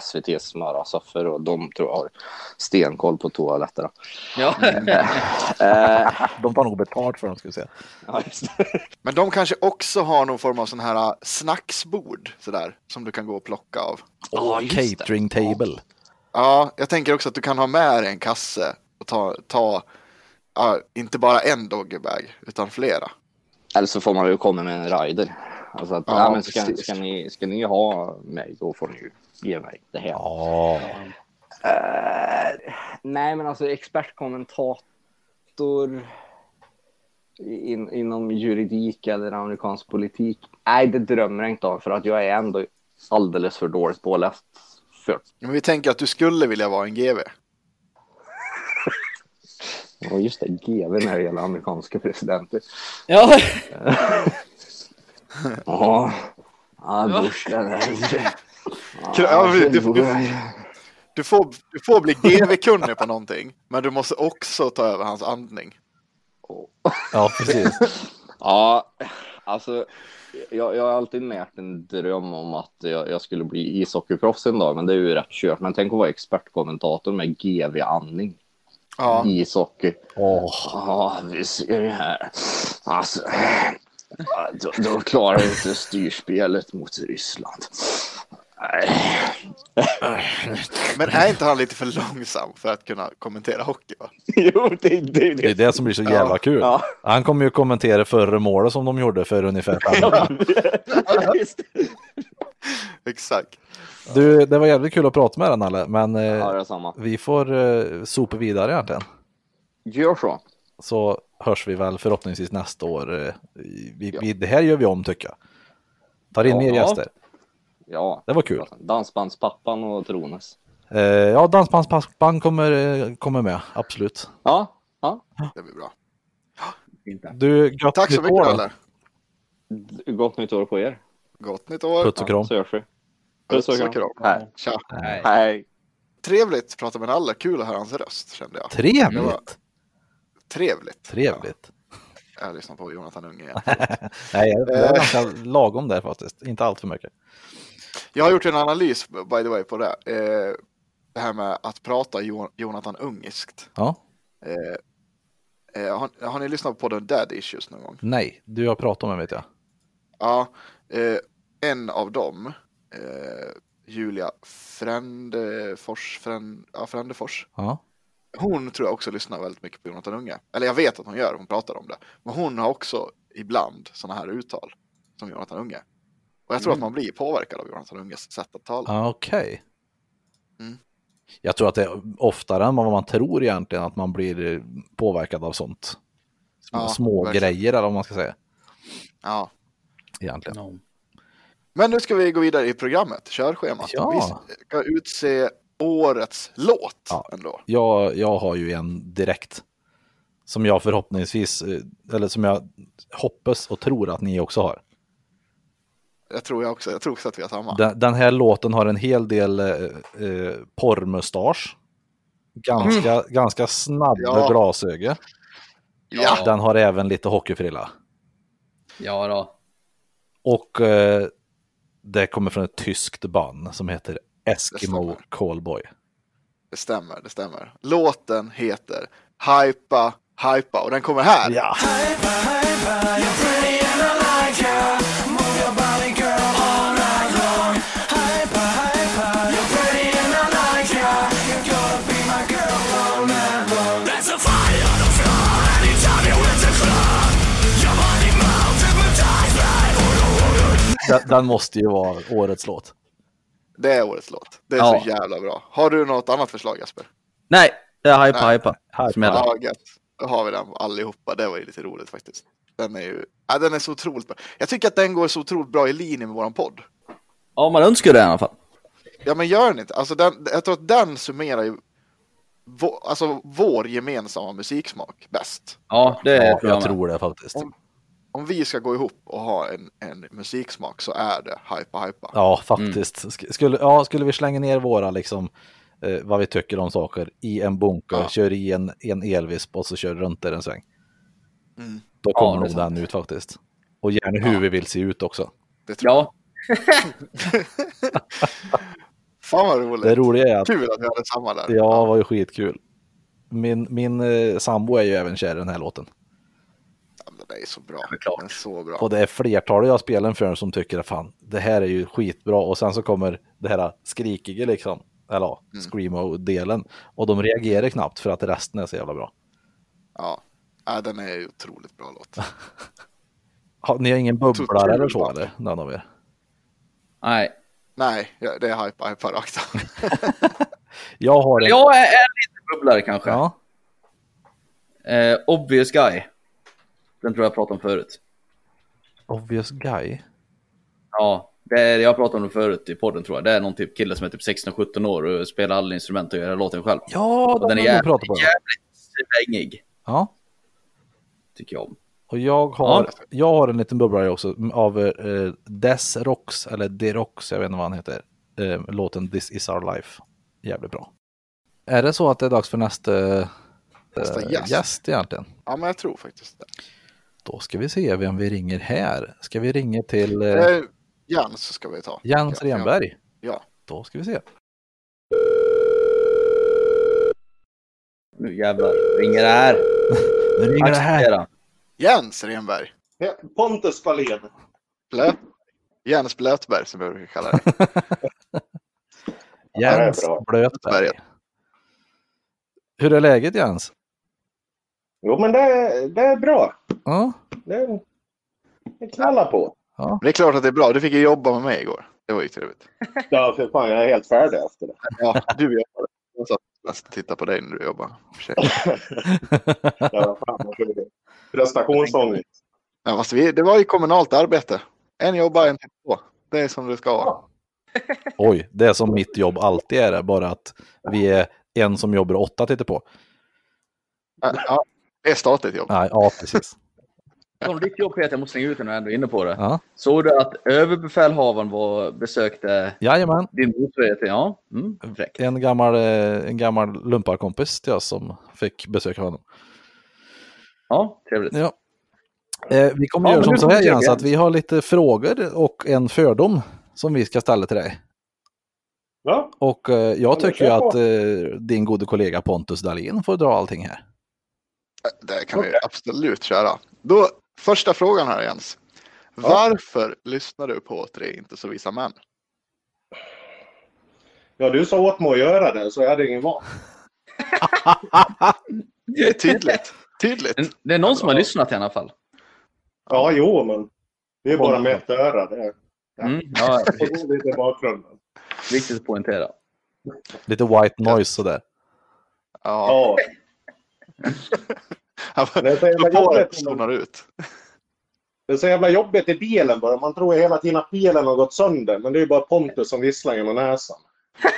SVT smörasoffor och de tror jag har stenkoll på toaletterna.
ja.
Eh,
Mm. De tar nog betalt för dem ska vi se.
ja, just det.
Men de kanske också har någon form av sån här eh, snacksbord sådär, som du kan gå och plocka av.
Ja, just det.
catering table.
Ja, jag tänker också att du kan ha med dig en kasse och ta, ta ja, inte bara en doggebag, utan flera.
Eller så får man ju komma med en rider. Alltså att,
Ja,
ja, men ska,
precis.
ska, ni, ska ni ha mig, då får ni ju ge mig det här.
Ja,
Eh, nej, men alltså expertkommentator in, inom juridik eller amerikansk politik. Nej, det drömmer jag inte om för att jag är ändå alldeles för dåligt påläst Förlåt.
Men vi tänker att du skulle vilja vara en GV.
Ja, just det. GV när det gäller amerikanska presidenter.
Ja,
Ja. Ja, Bush den här.
Kra- ja, du- du-
Kjell-
Du får, du får bli GV-kunnig på någonting, men du måste också ta över hans andning.
Ja, precis.
Ja, alltså. Jag, jag har alltid närt en dröm om att jag, jag skulle bli ishockeyproffs en dag, men det är ju rätt kört. Men tänk att vara expertkommentator med GV-andning.
Ja,
Ishockey.
Åh,
Ja, vi ser ju här. Alltså, ja, då, då klarar vi inte styrspelet mot Ryssland. Nej.
men är inte han lite för långsam för att kunna kommentera hockey? Va?
Jo, det är det. är
det är
det.
det som blir så jävla kul.
Ja,
Han kommer ju kommentera förra målet som de gjorde för ungefär fem år
ja, visst.
Exakt.
Du, det var jävligt kul att prata med dig Nalle, men eh,
ja, det är samma.
vi får eh, sopa vidare egentligen.
Gör så.
Så hörs vi väl förhoppningsvis nästa år. eh, Vi,
Ja.
vi, det här gör vi om tycker jag. Tar in
Ja.
mer gäster.
Ja,
Det var kul.
dansbandspappan och Trones.
Eh, ja, dansbandsband kommer, eh, kommer med, absolut.
Ja, ja.
Det blir bra.
inte.
Du, gött
Tack så
nytt
mycket,
år då.
Nalle.
Gott nytt år på er.
Gott nytt år.
Puss och kram.
Så hörs vi.
Puss och kram.
Här.
Tja.
Nej.
Hej.
Trevligt att prata med Nalle. Kul att höra hans röst, kände jag. Det var-
Trevligt!
Trevligt.
Trevligt.
Ja, jag lyssnar på Jonathan Unge. igen.
Nej, det var
Eh.
ganska lagom där faktiskt. Inte allt för mycket.
Jag har gjort en analys, by the way, på det. Eh, det här med att prata Jo- Jonathan Ungiskt.
Ja.
Eh, eh, har, har ni lyssnat på den Dad Issues någon gång?
Nej, du har pratat med vet jag.
Ja, eh, en av dem, eh, Julia Frändefors, Fränd, ja, Frändefors,
Ja.
hon tror jag också lyssnar väldigt mycket på Jonathan Unge. Eller jag vet att hon gör, hon pratar om det. Men hon har också ibland sådana här uttal som Jonathan Unge. Och jag tror att
Mm.
man blir påverkad av Jonathan Unges sätt att tala.
Ah, Okej.
Mm.
Jag tror att det är oftare än vad man tror egentligen att man blir eh, påverkad av sånt. Små,
Ja,
små
verkligen.
grejer eller vad man ska säga.
Ja.
Egentligen.
No.
Men nu ska vi gå vidare i programmet, körschemat.
Ja.
Vi ska utse årets låt
Ja.
ändå.
Jag, jag har ju en direkt. Som jag förhoppningsvis, eh, eller som jag hoppas och tror att ni också har.
Jag tror jag också, jag tror också att vi har samma.
Den, den här låten har en hel del eh, eh, porrmustasch.
Mm.
Ganska, ganska snabba
Ja.
glasögon.
Ja.
Den har även lite hockeyfrilla.
Ja då.
Och eh, det kommer från ett tyskt band som heter Eskimo
Det
Callboy.
Det stämmer, det stämmer. Låten heter Hypa, Hypa och den kommer här.
Ja, den, den måste ju vara årets låt.
Det är årets låt. Det är
Ja.
så jävla bra. Har du något annat förslag Jesper?
Nej, det är hypa,
Nej.
hypa. Som gäller.
Ja, gött. Då har vi den allihopa. Det var ju lite roligt faktiskt. Den är ju, ja, den är så otroligt bra. Jag tycker att den går så otroligt bra i linje med våran podd.
Ja, man önskar det i alla fall.
Ja men gör den inte. Alltså den, jag tror att den summerar ju vå, alltså vår gemensamma musiksmak bäst.
Ja, det
Ja,
tror jag,
jag
med.
tror det faktiskt.
Om- Om vi ska gå ihop och ha en, en musiksmak så är det Hypa Hypa.
Ja, faktiskt.
Mm.
Sk- Skulle, ja, skulle vi slänga ner våra, liksom, eh, vad vi tycker om saker i en bunker,
Ja.
kör i en, en elvisp och så kör runt där en sväng.
Mm.
Då
Ja,
kommer
det
nog
är
den ut faktiskt. Och gärna hur vi vill se ut också.
Det tror jag.
Ja,
Fan vad roligt.
Det roliga är att
Kul att vi hade samma där.
Ja, det var ju skitkul. Min, min eh, sambo är ju även kär i den här låten.
Ja, men Det är så bra.
men klart.
Den är så bra.
Och det är flertalet jag spelar den för som tycker att fan, det här är ju skitbra. Och sen så kommer det här skrikiga liksom, eller ja,
Mm.
screamo-delen. Och de reagerar knappt för att resten är så jävla bra.
Ja. ja, den är ju otroligt bra låt.
Ha, ni har ingen
Total
bubblare eller så
bra.
eller? Någon av er?
nej.
Nej, ja, det är Hypa Hypa rakt av.
Jag har en...
Jag är, är lite bubblare kanske.
Ja,
Eh, obvious guy. Den tror jag pratade om förut.
obvious guy.
Ja, Det är, jag pratade om det förut i podden tror jag. Det är någon typ kille som är typ 16-17 år och spelar alla instrument och gör hela låten själv.
Ja,
Och
de
den är
har vi pratat på.
jävligt, jävligt svängig,
Ja.
tycker jag om.
Och jag har, jag har en liten bubblare också av eh, Des Rox, eller Derox, jag vet inte vad han heter. Eh, låten This is our life. Jävligt bra. Är det så att det är dags för nästa, eh,
Nästa gäst.
gäst egentligen?
Ja, men jag tror faktiskt det.
Då ska vi se vem vi ringer här. Ska vi ringa till eh,
Eh, Jens ska vi ta.
Jens
ja, ja.
Renberg?
Ja.
Då ska vi se.
Nu jävlar ringer det här.
Nu ringer det här.
Acceptera.
Jens Renberg.
Ja, Pontus Wallén.
Blöt... Jens Blötberg som jag brukar kalla det.
Jens
Ja, det är bra.
Blötberg.
Blötberg.
Hur är läget Jens?
Jo, men det, det är bra.
Ja,
Det, det knallar på.
Men det är klart att det är bra. Du fick ju jobba med mig igår. Det var ju trevligt.
Ja, för fan, jag är helt färdig efter det.
Ja, du jobbade. Jag satt nästan och tittade på dig när du jobbade. Ursäkta.
Ja, fan, vad kul. Prestationsångest.
Ja, fast vi, det var ju kommunalt arbete. En jobbar, en tittar på. Det är som det ska vara.
Oj, det är som mitt jobb alltid är, det, bara att vi är en som jobbar och åtta tittar på.
Ja, ja, det är statligt jobb.
Nej, ja, precis.
Tom, ditt jobb Peter, jag måste slänga ut den när jag ändå är inne på det.
Ja.
Såg du att överbefälhavaren var, besökte
Jajamän,
din motsvarighet? Ja, mm, fräckt.
en gammal, eh, en gammal lumparkompis till oss som fick besöka honom.
Ja, trevligt.
Ja. Eh, vi kommer
Ja,
göra
men
som
nu
så
får
här
vi
Jens,
checka.
att vi har lite frågor och en fördom som vi ska ställa till dig.
Ja,
Och eh, jag
men
tycker ju
kör på.
att eh, din gode kollega Pontus Dahlin får dra allting här.
Det kan vi absolut köra. Då, första frågan här Jens. Varför lyssnar du på Tre inte så visa män?
ja, du sa åt mig att göra det, så jag hade ingen val.
Det är tydligt. Tydligt.
Det- Det är någon som har lyssnat i alla fall.
Ja, jo, men det är bara med ett öra. Det är
Mm, ja, ja,
det
precis.
är lite i bakgrunden.
viktigt att poängtera.
Lite white noise sådär.
Ja,
Ja,
han
men det är så jävla
Håret
jobbigt. när man-
zonar ut.
Det är så jävla jobbigt i bilen bara. Man tror hela tiden att bilen har gått sönder, men det är ju bara Pontus som visslar genom näsan.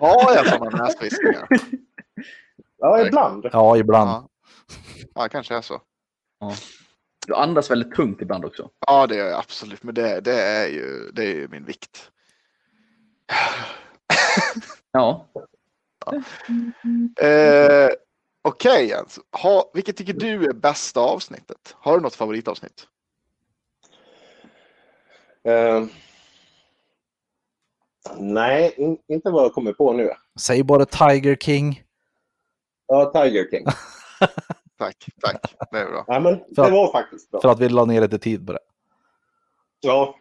Har jag sådana näsvisningar?
Ja, ibland.
Ja, ibland.
Ja. ja, kanske är så.
Du andas väldigt tungt ibland också.
Ja, det gör jag absolut. Men det, det, är, ju, det är ju min vikt.
Ja,
Eh, Okej Jens, ha, vilket tycker du är bästa avsnittet? Har du något favoritavsnitt?
Eh, nej, in, inte vad jag kommer på nu.
Säg bara Tiger King.
Ja, Tiger King.
Tack, tack. Det är bra.
Nej, men
För
det
att-
var faktiskt
För
bra.
att vi la ner lite tid på det.
Ja,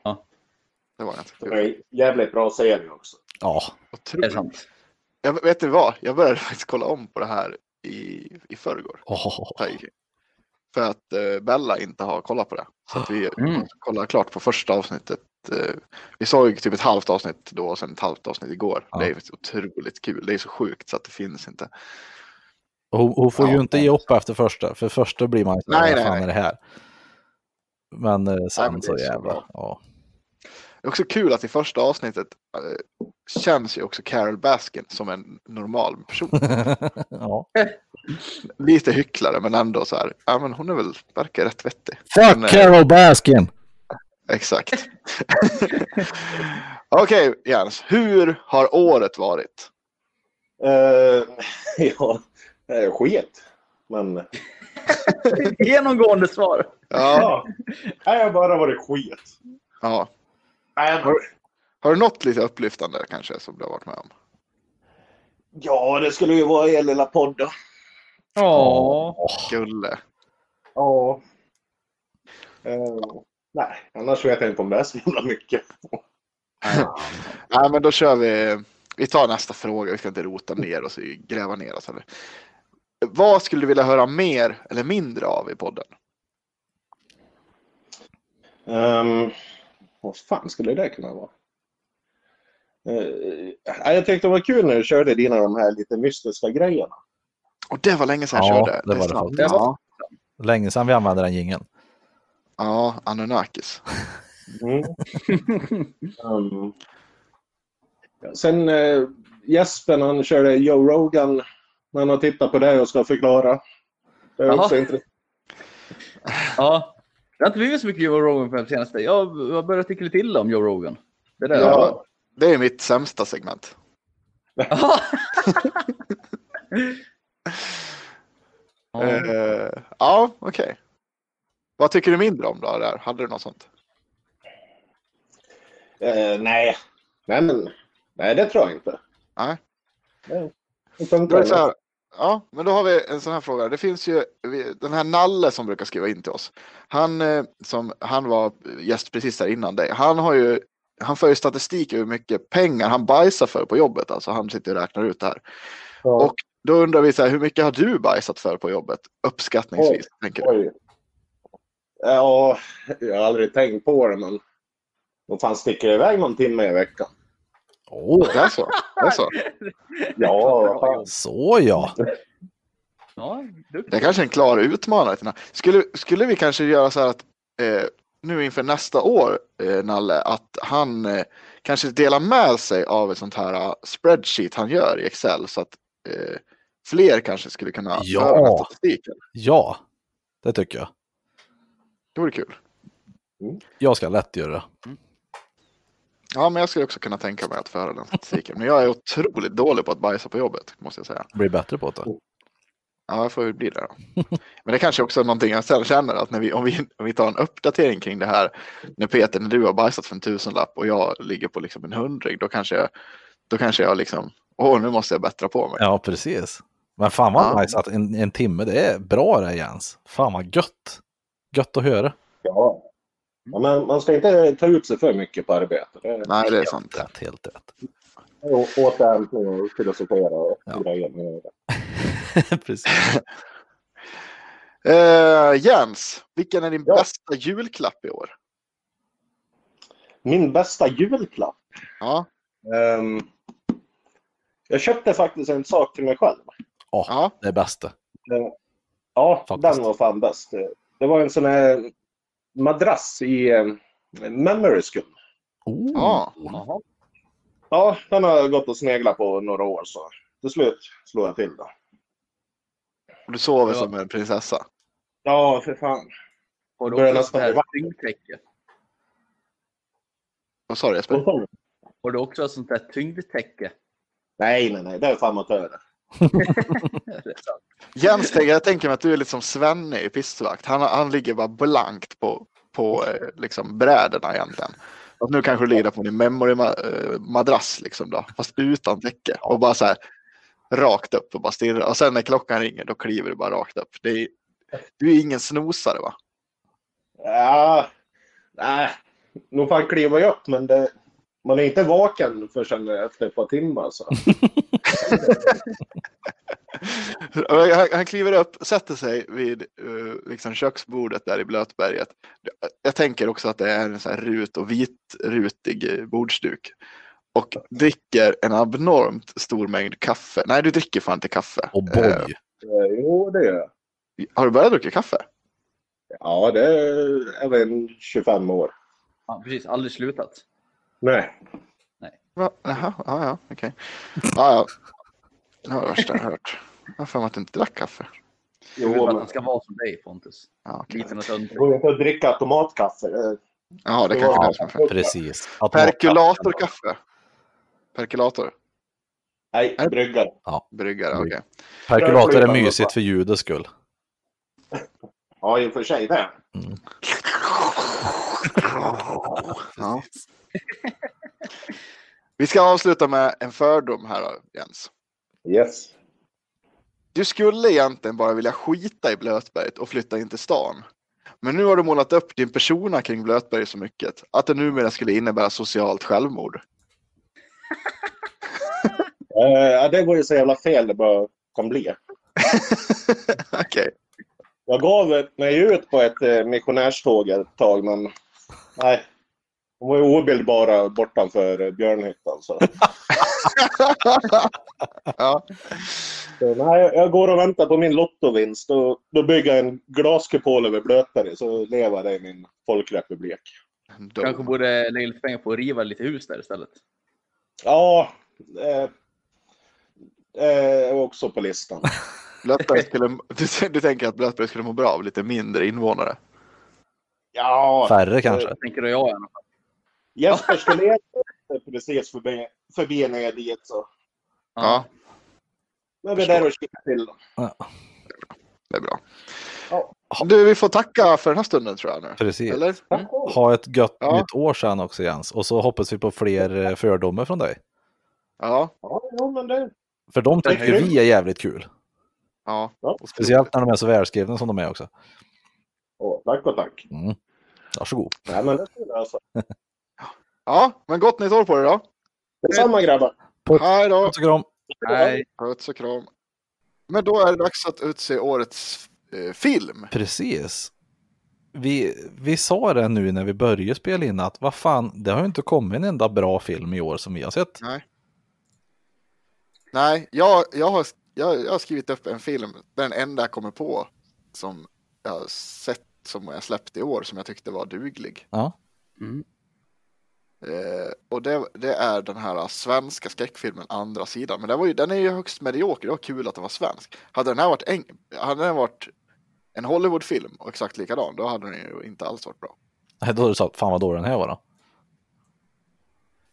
Det var ganska
det
kul.
var en jävligt bra serie också.
Ja,
det är
Otroligt.
sant.
Jag, vet du vad? Jag började faktiskt kolla om på det här i, i förrgår.
åh.
Tiger King. För att eh, Bella inte har kollat på det. Så att vi
Mm.
kollade klart på första avsnittet. Eh, vi såg typ ett halvt avsnitt då och sen ett halvt avsnitt igår.
Ja.
Det är faktiskt otroligt kul. Det är så sjukt så att det finns inte.
Och Hon, hon får ju
Ja,
inte ge upp efter första, för första blir man ju så här,
Nej,
vad
nej,
fan
nej.
är det här? Men eh, sen
men det
så
är så
jävlar.
bra.
Ja.
Det är också kul att i första avsnittet eh, känns ju också Carol Baskin som en normal person.
ja.
Lite hycklare men ändå så här. Ja men hon är väl, verkar rätt vettig. Men, eh,
Fuck Carol Baskin!
Exakt. Okej Jens, hur har året varit?
Eh, ja, det är skit. Men
Genomgående svar.
Ja.
ja, det har bara varit skit.
ja.
Nej, men-
Har du något lite upplyftande kanske som du har varit med om?
Ja, det skulle ju vara er lilla podd då.
Ja.
Gulle.
Ja. Eh, nej, annars vet jag inte om det är så jävla mycket.
Nej men då kör vi. Vi tar nästa fråga. Vi ska inte rota ner oss i gräva ner oss. Eller. Vad skulle du vilja höra mer eller mindre av i podden?
Ehm, vad fan skulle det kunna vara? Eh, ja, jag tyckte det var kul när du körde dina de här lite mystiska grejerna.
Och det var länge sedan jag
Ja,
körde.
det var det
är sant.
faktiskt. Länge sedan vi använde den jingeln.
Ja, Anunnakis.
Mm. um, sen eh, Jesper han körde Joe Rogan när han har tittat på det och ska förklara. Det är
Jaha.
också intressant.
Ja. Det har inte blivit så mycket Joe Rogan på det senaste. Jag har börjat tycka lite illa om Joe Rogan. Det där.
Ja. Det är mitt sämsta segment.
Ja.
Eh, ja, okej. Vad tycker du mindre om då? Där? Hade du något sånt?
Eh, nej. Nej, men, nej, det tror jag inte.
Nej.
Nej. Det
Då
funkar
är det så
inte.
här, ja, men då har vi en sån här fråga. Det finns ju vi- den här Nalle som brukar skriva in till oss. Han, eh, som, han var gäst precis där innan dig. Han, har ju, han för ju statistik över hur mycket pengar han bajsar för på jobbet. Alltså han sitter och räknar ut det här.
Ja.
Och då undrar vi så här, hur mycket har du bajsat för på jobbet? Uppskattningsvis, tänker du.
Oj. Ja, jag har aldrig tänkt på det, men de fan sticker jag iväg någon timme i veckan.
Åh,
Det är så? Det, är så.
Ja, vad fan.
så ja.
Ja, duktig.
det är kanske är en klar utmanare till den här. skulle, skulle vi kanske göra så här att eh, nu inför nästa år, eh, Nalle, att han eh, kanske delar med sig av ett sånt här eh, spreadsheet han gör i Excel så att eh, fler kanske skulle kunna
Ja.
föra den här statistiken.
Ja, det tycker jag.
Det vore kul. Mm.
Jag ska lätt göra det.
Ja, men jag skulle också kunna tänka mig att föra den statistiken. Men jag är otroligt dålig på att bajsa på jobbet, måste jag säga.
Blir bättre på det.
Oh, Ja, jag får väl bli det då. Men det kanske också är någonting jag sen känner att när vi, om, vi, om vi tar en uppdatering kring det här. När Peter, när du har bajsat för en tusenlapp och jag ligger på liksom en hundring, då kanske jag, då kanske jag liksom, åh nu måste jag bättra på mig.
Ja, precis. Men fan vad
Ja.
nice att en, en timme, det är bra det Jens. Fan vad gött. Gött att höra.
Ja. Ja, men man ska inte ta ut sig för mycket på arbete. Det är
Nej, det är sant.
Rätt, helt rätt.
å- återhämtning och eh, filosofera och
Ja.
grejer. med det.
precis.
Eh, Jens, vilken är din
Ja.
bästa julklapp i år?
Min bästa julklapp?
Ja,
Ehm, jag köpte faktiskt en sak till mig själv. Eh,
ja,
Det är bästa.
Ja,
Faktiskt.
den var fan bäst. Det var en sån här madrass i eh, memory skum.
Oh.
ja.
Jaha.
Ja, den har jag gått och sneglat på några år så till slut slår jag till då.
Och Du sover
Ja.
som en prinsessa.
Ja, för fan.
Har du
Börjar
också
nästan
sånt här
bli
tyngdtäcke?
Vad sa du Jesper?
Har du också sånt där tyngdtäcke?
Nej, nej, nej, det är fan amatörer.
Jens, tänker- jag tänker mig att du är lite som Svenne i Pistvakt. Han, han ligger bara blankt på, på eh, liksom, bräderna egentligen. Och nu kanske du ligger där på din memory-madrass, liksom då, fast utan täcke. Och bara så här rakt upp och bara stirrar. Och sen när klockan ringer, då kliver du bara rakt upp. Det är, du är ingen snosare va?
Ja, nej, nog fan kliver jag upp men det, man är inte vaken förrän efter ett par timmar. Så.
Han, han kliver upp, sätter sig vid eh, liksom köksbordet där i Blötberget. Jag tänker också att det är en sån här rut och vit rutig eh, bordsduk. Och dricker en abnormt stor mängd kaffe. Nej, du dricker fan inte kaffe.
Och
Eh,
boy.
Eh, Jo, det gör jag.
har du börjat dricka kaffe?
Ja, det är även 25 år.
Ja, precis, aldrig slutat.
Nej.
Va? Jaha, ja, ja, okej. Ja, ja. Det var det värsta jag hört. Jag har för mig att du inte drack kaffe.
Jag vill
Jo,
bara att
men
han ska vara som dig Pontus.
Ja, okej.
Liten och sönder.
det går inte att dricka automatkaffe. Det-
Jaha, det kanske
Ja,
är det som är fel.
Precis. Att man-
Perkulatorkaffe. Perkulator.
Nej, bryggare.
Bryggare, okej.
Perkulator är mysigt för ljudets skull.
Ja, i och för sig det.
Ja. Vi ska avsluta med en fördom här då, Jens.
Yes.
Du skulle egentligen bara vilja skita i Blötberget och flytta in till stan. Men nu har du målat upp din persona kring Blötberget så mycket att det numera skulle innebära socialt självmord.
Eh, ja, det var ju så jävla fel det bara kan bli.
Okej,
Jag gav ett- mig ut på ett eh, missionärståg ett tag, men nej. De var ju obildbara bortanför eh, Björnhyttan. Så.
Ja.
Så, nej, jag går och väntar på min lottovinst. Då, då bygger jag en glaskupol över Blötberget så lever det i min folkrepublik.
Kanske borde lägga lite pengar på att riva lite hus där istället.
Ja, eh, eh, också på listan.
Blötberg skulle, du, du tänker att Blötberg skulle må bra av lite mindre invånare?
Ja,
Färre kanske.
Tänker då jag i alla fall.
Jesper Skelén är precis förbi, förbi när jag är dit. Så.
Ja,
Men vi är där och kikar till. dem.
det är bra.
Ja.
Du, vi får tacka för den här stunden tror jag nu.
Precis.
Eller?
Mm.
Ha ett gött
Ja.
nytt år sen också Jens. Och så hoppas vi på fler eh, fördomar från dig.
Ja.
Ja, ja, men det,
För de
Tack.
tycker vi är jävligt kul.
ja.
Ja.
Och så-
Speciellt när de är så välskrivna som de är också. Mm.
åh, tack och tack.
Varsågod.
Nej, men det alltså. ska vi lösa.
Ja, men gott nytt år på dig då.
Detsamma grabbar.
Hej då.
Tycker om.
Nej,
Puss och kram. Men då är det dags att utse årets eh, film.
Precis. Vi, vi sa det nu när vi började spela in att vad fan, det har ju inte kommit en enda bra film i år som vi har sett.
Nej, jag, jag, har, jag, jag har skrivit upp en film. Det är Den enda jag kommer på som jag har sett som jag släppt i år som jag tyckte var duglig.
Ja.
Mm.
Eh, och det, det är den här svenska skräckfilmen Andra sidan. Men den, var ju, den är ju högst medioker. Det var kul att den var svensk. Hade den här varit, eng, hade den varit en Hollywoodfilm och exakt likadan, då hade den ju inte alls varit bra.
Nej, Då har du sagt, fan vad dålig den här var då.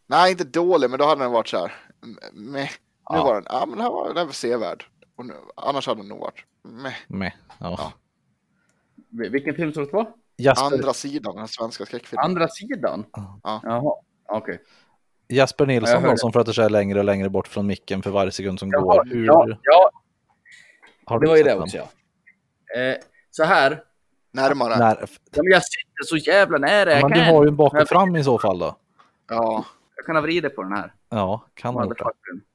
Nej, inte dålig, men då hade den varit så här. m- Meh. Nu
Ja.
var den, ja men den här var, den här var sevärd. Och nu, annars hade den nog varit, meh.
Meh. Ja.
Ja.
vilken film tror du att det var?
Jasper,
Andra sidan, den här svenska skräckfilmen.
Andra sidan?
Ja.
Jaha, okej.
Jasper
Ja, jag
Nilsson,
hörde.
någon som flyttar sig längre och längre bort från micken för varje sekund som
Jag
går.
har-
Hur
Ja, ja,
har
det var ju
sett
det
den?
också ja. Eh, så här,
Närmare.
När,
ja, men jag sitter så jävla nära jag
men
kan.
du har ju en bak
Men-
och fram i så fall då.
Ja.
Jag kan ha vridit på den här.
Ja, kan ha gjort det.
Motherfucker.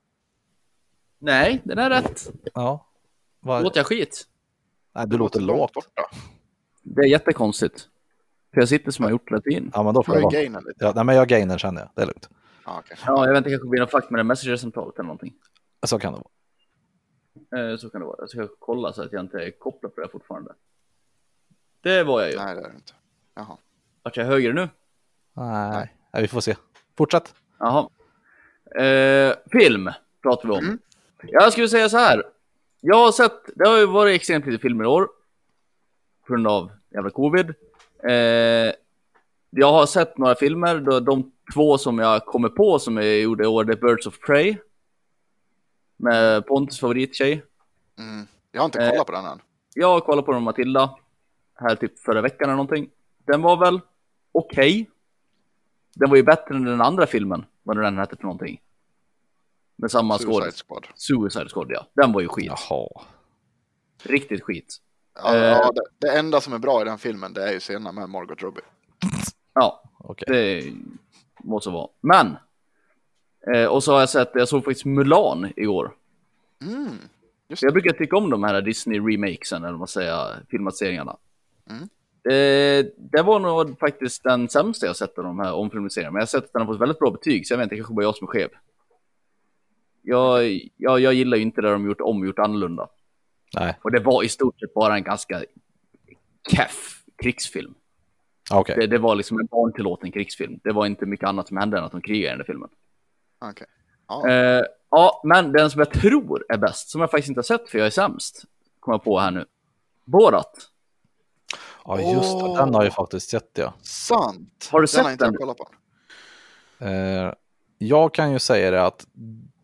Nej, den är rätt.
Ja. Var...
Låter jag skit?
Nej, du låter
långt
lågt.
borta.
Det är jättekonstigt. För jag sitter som jag gjort latin.
Ja, men då får det
Får jag
vara.
gaina lite?
Ja, nej, men jag gainar känner jag. Det är lugnt.
Ja, okej.
Ja, jag vet inte, kanske blir någon fuck med det messenger-samtalet eller någonting.
Så kan det vara.
Eh, så kan det vara. Jag ska kolla så att jag inte är kopplad på det här fortfarande. Det var jag ju.
Nej, det är det inte. Jaha.
Vart jag högre nu?
Nej, nej vi får se. Fortsätt.
Jaha. Eh, film pratar vi om.
Mm.
Jag skulle säga så här. Jag har sett, det har ju varit extremt lite filmer i år. På grund av jävla covid. Eh, jag har sett några filmer. då De två som jag kommer på som jag gjorde i år, det är Birds of Prey. Med Pontus favorittjej. Eh,
Mm. Jag har inte kollat på den än.
Jag kollade på den med Matilda. Här typ förra veckan eller någonting. Den var väl okej. Den var ju bättre än den andra filmen. Vad nu den hette för någonting. Med samma
Suicide
skådis.
Squad.
Suicide Squad ja. Den var ju skit.
Jaha.
Riktigt skit.
Ja,
Eh.
ja, det, det enda som är bra i den filmen det är ju scenen med Margot Robbie.
Ja,
Okej.
det måste vara. Men. Eh, och så har jag sett, jag såg faktiskt Mulan igår.
Mm.
Så Jag brukar tycka om de här Disney-remakesen, eller vad man säger, filmatiseringarna.
Mm.
Eh, det var nog faktiskt den sämsta jag sett av de här omfilmatiseringarna, men jag har sett att den har fått väldigt bra betyg, så jag vet inte, det kanske bara jag som är skev. Jag, jag, jag gillar ju inte det de gjort om och gjort annorlunda.
Nej,
Och det var i stort sett bara en ganska keff krigsfilm.
okej.
Det, det var liksom en barntillåten krigsfilm. Det var inte mycket annat som hände än att de krigade i den där filmen.
Okej. Ja.
Eh, ja, men den som jag tror är bäst, som jag faktiskt inte har sett för jag är sämst, kommer jag på här nu. Borat.
Ja, just det. Den har jag faktiskt sett, ja.
Sant!
Har du
den?
sett
Har inte
den?
jag kollat på.
Eh, jag kan ju säga det att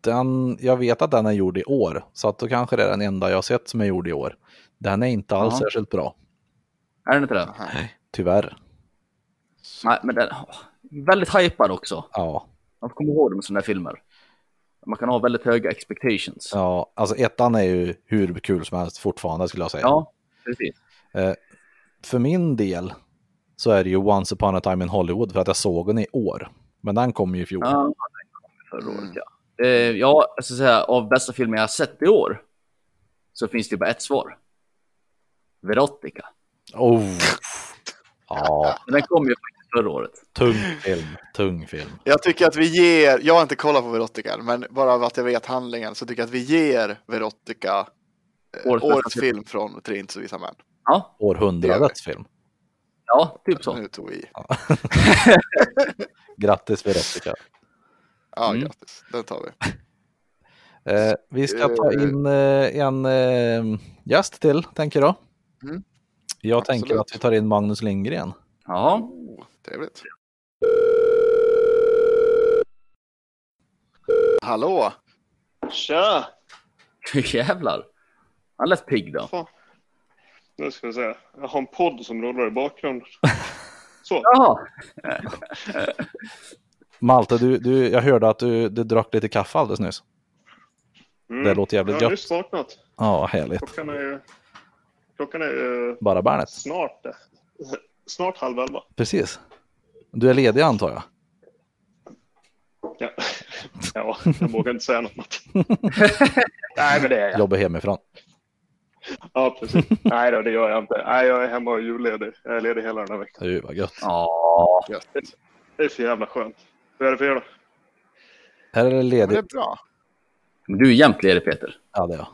den, jag vet att den är gjord i år, så att då kanske det är den enda jag har sett som är gjord i år. Den är inte alls
Ja.
särskilt bra,
Är den inte det?
Nähä.
tyvärr.
Nej, men den åh, väldigt hypad också.
Ja,
Man får komma ihåg det med sådana här filmer. Man kan ha väldigt höga expectations. Ja,
ja, alltså ettan är ju hur kul som helst fortfarande skulle jag säga. Eh,
precis.
För min del så är det ju Once upon a time in Hollywood för att jag såg den i år. Men den kom ju i fjol.
Ja, den kom förra året, ja. Eh, ja, jag ska säga av bästa filmer jag har sett i år så finns det bara ett svar. Verotica.
Oh. Ja,
Men Den kom ju faktiskt förra året.
Tung film. Tung film.
Jag tycker att vi ger, jag har inte kollat på Verotica än, men bara av att jag vet handlingen så tycker jag att vi ger Verotica eh,
Årets
årets,
bästa
film från Tre inte så visa män.
Ja,
Århundradets film.
ja typ så.
Nu tog vi i.
Grattis Veronica.
Ja,
Mm.
grattis. Den tar vi.
Eh, vi ska ta in eh, en eh, gäst till, tänker jag.
Mm.
Jag
Absolut.
tänker att vi tar in Magnus Lindgren.
Ja.
Oh, trevligt. Hallå!
Tja!
Jävlar. Han lät pigg då.
Fan. Nu ska vi se. Jag har en podd som rullar i bakgrunden. Så.
Jaha.
Malte, du, du, jag hörde att du, du drack lite kaffe alldeles nyss.
Mm.
Det låter jävligt
jag har
gött.
nyss vaknat.
Ja, härligt.
Klockan är ju... Klockan är ju
Bara barnet.
snart det. Snart halv elva.
Precis. Du är ledig antar jag?
Ja. ja, jag vågar inte säga något annat. Nej, men det är jag.
Jobbar hemifrån.
Ja, precis. Nej då, det gör jag inte. Nej, jag är hemma och är julledig. Jag är ledig hela den här veckan.
Du, vad gött.
Ja.
Gött.
Det är för jävla skönt. Hur är det för er då?
Här är det
Men det är
ledigt.
bra.
Men du är jämt ledig Peter.
Ja, det är jag.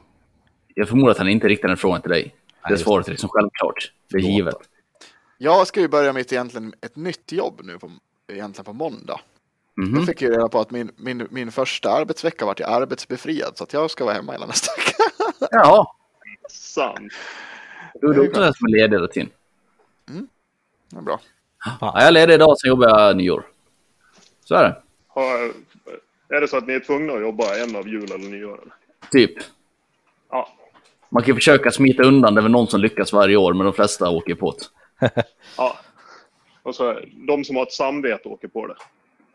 Jag förmodar att han inte riktar den frågan till dig. Det
just det.
svaret är liksom självklart. Det är
Förlåt.
givet.
Jag ska ju börja mitt egentligen ett nytt jobb nu på, egentligen på måndag.
Mhm.
Jag fick ju reda på att min, min, min första arbetsvecka vart jag arbetsbefriad så att jag ska vara hemma hela nästa vecka.
Jaha.
Sant.
Du är också den som är ledig hela tiden.
Mm. Det är bra.
Ja, jag är ledig idag, sen jobbar jag nyår. Så är det.
Har, är det så att ni är tvungna att jobba en av jul eller nyåren?
Typ.
Ja,
Man kan ju försöka smita undan, det är väl någon som lyckas varje år, men de flesta åker ju på det.
Ja. Och så de som har ett samvete åker på det.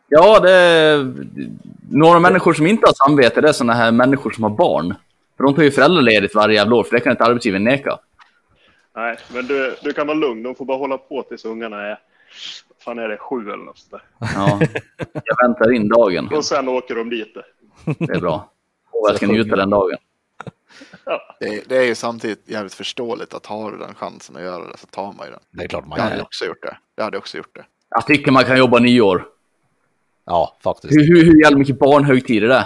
Ja, det är... Några människor som inte har samvete, det är sådana här människor som har barn. För de tar ju föräldraledigt varje jävla år, för det kan inte arbetsgivaren neka.
Nej, men du, du kan vara lugn. De får bara hålla på tills ungarna är... vad fan är det? Sju eller något sånt där.
Ja. Jag väntar in dagen,
Och sen åker de dit.
det är bra. Och jag ska njuta den dagen.
Det, är- det är ju samtidigt jävligt förståeligt att har du den chansen att göra det så tar man ju den.
Det är klart man
Jag
kan.
hade ju också gjort det. Jag hade också gjort det.
Jag tycker man kan jobba nyår.
Ja, faktiskt.
Hur, hur, hur jävla mycket barnhögtider det är.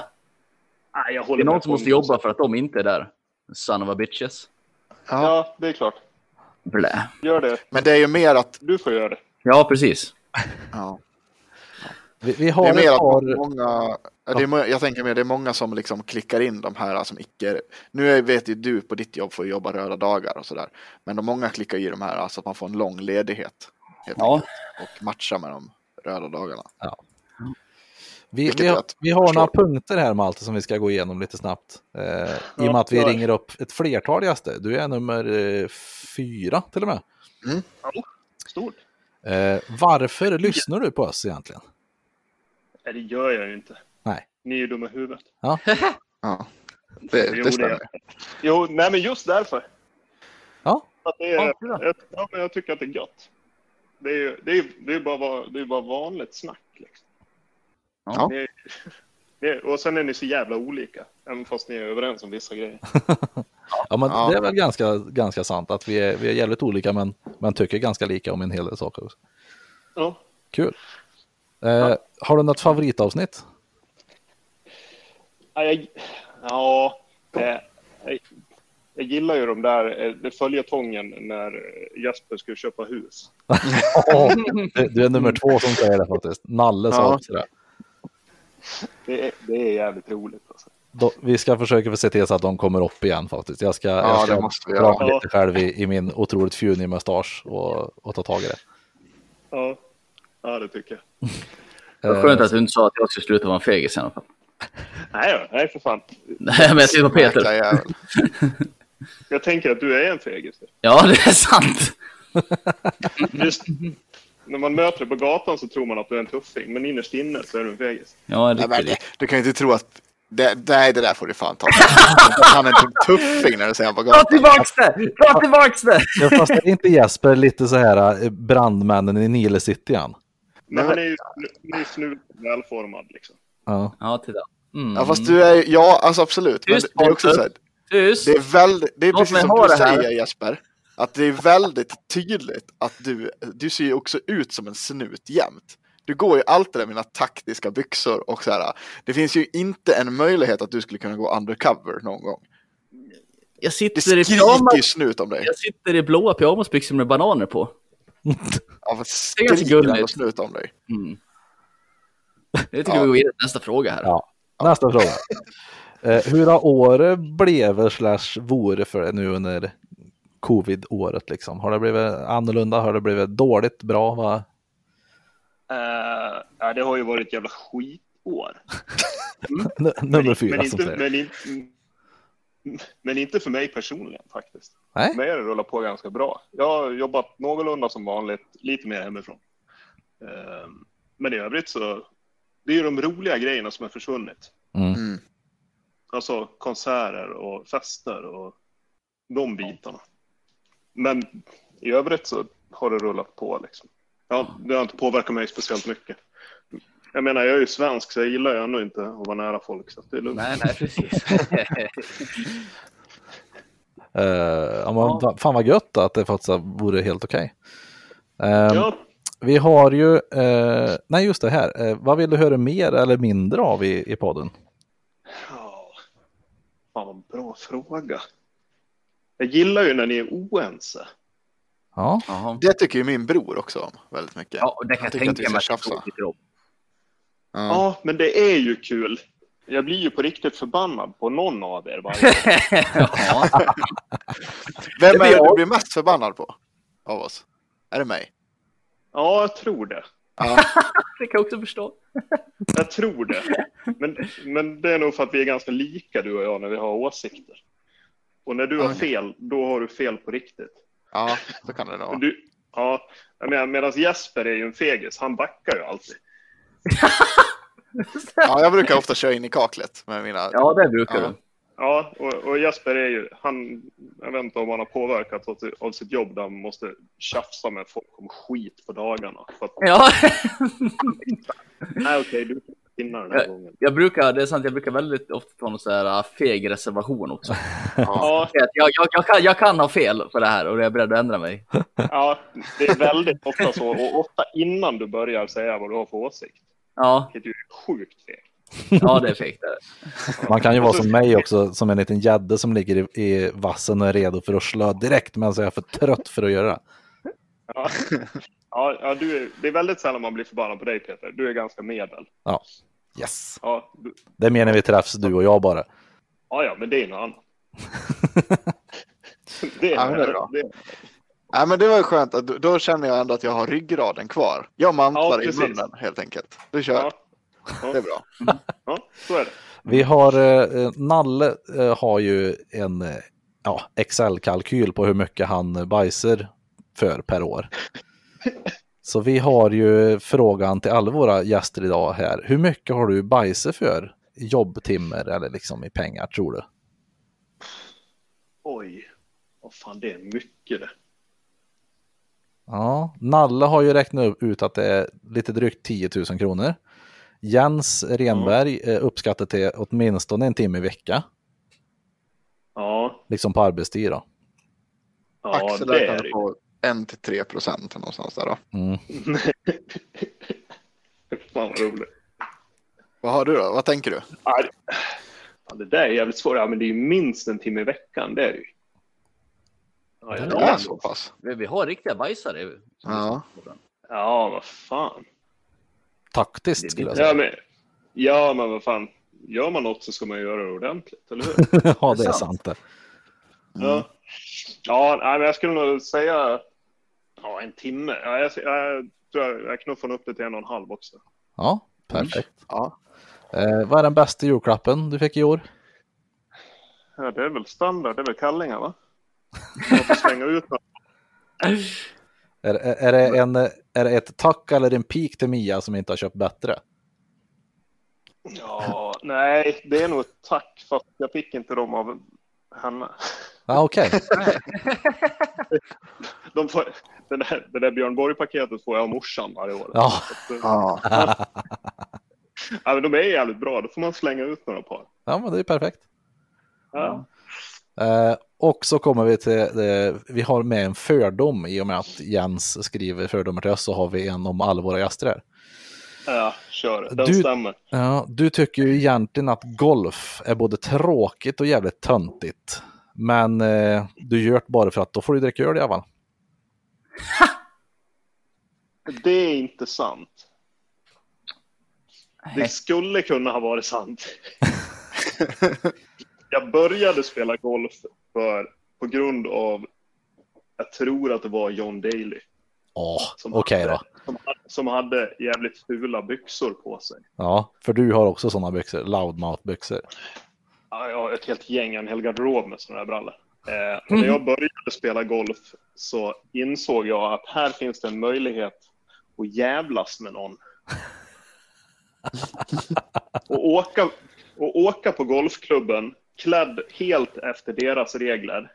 Nej, jag
Det
håller
är någon
med
som
om
måste jobba för att de inte är där. Son of a bitches.
Ja, det är klart.
Blä.
Gör det.
Men det är ju mer att...
Du får göra det.
Ja, precis.
Ja.
Vi, vi
Det
har
är
ett
mer att
par...
många... ja, Det är, må- jag tänker mer, det är många som liksom klickar in de här som icke... Nu är- vet ju du på ditt jobb får jobba röda dagar och sådär. Men de många klickar i de här, alltså att man får en lång ledighet. Helt
Ja.
enkelt, och matchar med de röda dagarna.
Vi,
vilket
vi,
jag
har- vi har
förstår.
några punkter här Malte som vi ska gå igenom lite snabbt. Eh, I och med att vi
klar.
ringer upp ett flertal gäster. Du är nummer eh, fyra till och med.
Mm.
Stort.
Eh, varför lyssnar du på oss egentligen?
Nej, det gör jag ju inte.
Nej.
Ni är ju dumma i huvudet.
Ja. Det,
Jo,
det
det-
stämmer.
Jo, nej men just därför.
Ja.
Att det
Ja,
är,
det är
jag, ja, men jag tycker att det är gött. Det är ju det är, ju- det är ju bara, va- det är bara vanligt snack. Liksom.
Ja.
Det är, det är, och sen är ni så jävla olika. Även fast ni är överens om vissa grejer.
Ja, men
Ja.
Det är väl ganska, ganska sant att vi är, vi är jävligt olika men, men tycker ganska lika om en hel del saker. också.
Ja.
Kul. Eh, Har du något favoritavsnitt?
Ja, jag, ja eh, jag, jag gillar ju de där eh, det följetongen när eh, Jesper skulle köpa hus.
Du, du är nummer två som säger det faktiskt. Nalle sa
Ja.
också det.
Det är, det är jävligt roligt. Alltså.
Då, vi ska försöka få se till så att de kommer upp igen faktiskt. Jag ska,
Ja,
jag ska
det måste vi
prata
göra.
lite själv i, i min otroligt fjunig mustasch och, och ta tag i det.
Ja. ja, det tycker jag.
Vad skönt att du inte sa att jag skulle sluta vara en fegis i alla fall.
Nej, då, nej för fan.
Nej, men jag tittar på Peter.
Jäkla jävel.
Jag tänker att du är en fegis.
Ja, det är sant.
Just, när man möter dig på gatan så tror man att du är en tuffing, men innerst inne så är du en fegis.
Ja, en
Nej, men
riktig.
det- Du kan ju inte tro att... Det, nej, det där får du fan ta. Han är en tuffing när du säger han på
Ta
gatan.
tillbaks det! Ta tillbaks det!
Ja, fast är inte Jesper lite så här eh, brandmännen i Nile City han?
Men han är ju han är ju snut välformad liksom.
Ja.
Ja, titta. Mm.
Ja, fast du är Ja, alltså absolut. Men
Tyst,
det är också
Pontus.
så här,
Tyst!
Det är väldigt... Det är
Låt
precis
mig
som
ha
du
det här.
säger, Jesper. Att det är väldigt tydligt att du, du ser ju också ut som en snut jämt. Du går ju alltid där med mina taktiska byxor och så här. Det finns ju inte en möjlighet att du skulle kunna gå undercover någon gång.
Jag
Det
sitter, i
skriker ju
pyjamas,
snut om dig.
jag sitter i blåa pyjamasbyxor med bananer på.
Ja, vad
är ganska
skriker ändå
gulligt.
snut om dig.
Mm. Jag tycker
Ja.
vi går vidare till nästa fråga här.
Ja. Nästa fråga. Eh, hur har året blivit slash vore för det nu under covid-året liksom? Har det blivit annorlunda? Har det blivit dåligt? Bra? Va?
Eh, ja, det har ju varit ett jävla skitår.
N- nummer
Mm. Men-
fyra
men
som
inte,
säger.
men, inte, men inte för mig personligen faktiskt.
Nej.
Mig har det rullat på ganska bra. Jag har jobbat någorlunda som vanligt, lite mer hemifrån. Ehm, Men i övrigt så, det är ju de roliga grejerna som har försvunnit.
Mm.
Mm.
Alltså konserter och fester och de bitarna. Men i övrigt så har det rullat på liksom. Ja, det har inte påverkat mig speciellt mycket. Jag menar, jag är ju svensk så jag gillar ju ändå inte att vara nära folk så att det är lugnt.
Nej, nej, precis.
Eh, om man, Fan vad gött att det faktiskt vore helt okej. Ehm,
Ja,
Vi har ju, eh, nej just det här, eh, vad vill du höra mer eller mindre av i, i podden?
Ja, fan vad bra fråga. Jag gillar ju när ni är oense.
Ja,
Jaha.
Det tycker ju min bror också om väldigt mycket.
Ja, och det kan
Jag
jag
tycker att vi
tänka
ska
mig att
tjafsa.
folk tycker om.
Ja.
Ja, men det är ju kul. Jag blir ju på riktigt förbannad på någon av er varje gång.
ja.
Vem
men
är det
jag-
du blir mest förbannad på av oss? Är det mig?
Ja, jag tror det.
Ja.
Det kan jag också förstå.
Jag tror det. Men, men det är nog för att vi är ganska lika du och jag när vi har åsikter. Och när du har
Ja.
fel, då har du fel på riktigt.
ja, så kan det nog
Men
vara.
Du, ja, jag menar, medan Jesper är ju en fegis, han backar ju alltid.
Ja, jag brukar ofta köra in i kaklet med mina...
Ja, det brukar
Ja.
du.
Ja, och, och Jesper är ju, han, jag vet inte om han har påverkat av, av sitt jobb där han måste tjafsa med folk om skit på dagarna. För att,
Ja,
nej okej, du kan finna den här gången.
Eh, jag brukar, det är sant, jag brukar väldigt ofta ta någon så här äh, feg reservation också.
Ja,
Jag, jag, jag, kan, jag kan ha fel på det här och jag är beredd att ändra mig.
ja, det är väldigt ofta så, och ofta innan du börjar säga vad du har för åsikt.
Ja,
Vilket ju är sjukt fegt.
ja det är fegt. det är det.
man kan ju vara som
Alltså,
mig också, som en liten gädde som ligger i, i vassen och är redo för att slå direkt, men så är jag för trött för att göra det.
Ja, ja, ja du är, det är väldigt sällan man blir förbannad på dig Peter, du är ganska medel.
Yes!
Ja, du,
Det är mer när vi träffas du och jag bara.
ja, ja men det är något annat. Det
Ja, men det är bra.
det-
Nej, men det var ju skönt. Att, då- då känner jag ändå att jag har ryggraden kvar. Jag
Ja,
mantlar i
precis.
munnen helt enkelt. Du kör.
ja,
Det är bra.
ja, så är det.
Vi har, eh, Nalle eh, har ju en eh, ja, Excel-kalkyl på hur mycket han bajser för per år. Så vi har ju frågan till alla våra gäster idag här. Hur mycket har du bajsat för i jobbtimmar eller liksom i pengar tror du?
Oj, vad fan det är mycket det.
Ja, Nalle har ju räknat upp- ut att det är lite drygt 10 000 kronor. Jens Renberg eh, uppskattar till åtminstone en timme i vecka,
Ja,
liksom på arbetstid då.
ja
Axel
det är
räknade
det.
på 1-3 procent någonstans där då.
Mm.
Fan vad roligt.
Vad har du då? Vad tänker du?
Ja, det- Fan, det där är jävligt svårt. Ja, men det är ju minst en timme i veckan, det är det ju. Ja,
Det
jag-
är så pass.
Men vi har riktiga bajsare.
Ja.
ja vad fan.
Taktiskt skulle jag säga.
Ja men, ja, men vad fan. Gör man något så ska man göra det ordentligt, eller hur?
Ja, det är
sant.
sant det.
Ja, ja nej, men jag skulle nog säga ja, en timme. Ja, jag, jag, tror jag, jag knuffar nog upp det till en och en halv också.
Ja, perfekt.
Mm. Ja.
Eh, vad är den bästa julklappen du fick i år?
Ja, det är väl standard, det är väl kallingar va? Man får slänga ut dem.
Är, är, är, det en, är det ett tack eller en pik till Mia som inte har köpt bättre?
Ja, nej, det är nog ett tack för att jag fick inte dem av henne.
Ja, okej.
De får, det, där, det där Björn Borg-paketet får jag av morsan varje år.
Ja.
Så att, eh,
ja.
ja, men de är jävligt bra, då får man slänga ut några par.
Ja, men det är ju perfekt.
Ja.
Eh, Och så kommer vi till, eh, vi har med en fördom i och med att Jens skriver fördomar till oss så har vi en om alla våra gäster här.
Ja, kör. Den
Du-
stämmer.
Ja, du tycker ju egentligen att golf är både tråkigt och jävligt töntigt. Men eh, du gör det bara för att då får du dricka öl i alla fall.
Det är inte sant. Det skulle kunna ha varit sant. jag började spela golf för, på grund av, jag tror att det var John Daly.
Ja,
Som
okej
hade-
då.
Som, hade- som hade jävligt fula byxor på sig.
Ja, för du har också sådana byxor, loudmouth-byxor.
Ja, Jag har ett helt gäng, en hel garderob med sådana här brallor. Eh, och när
Mm.
jag började spela golf så insåg jag att här finns det en möjlighet att jävlas med någon. och, åka, och åka på golfklubben klädd helt efter deras regler.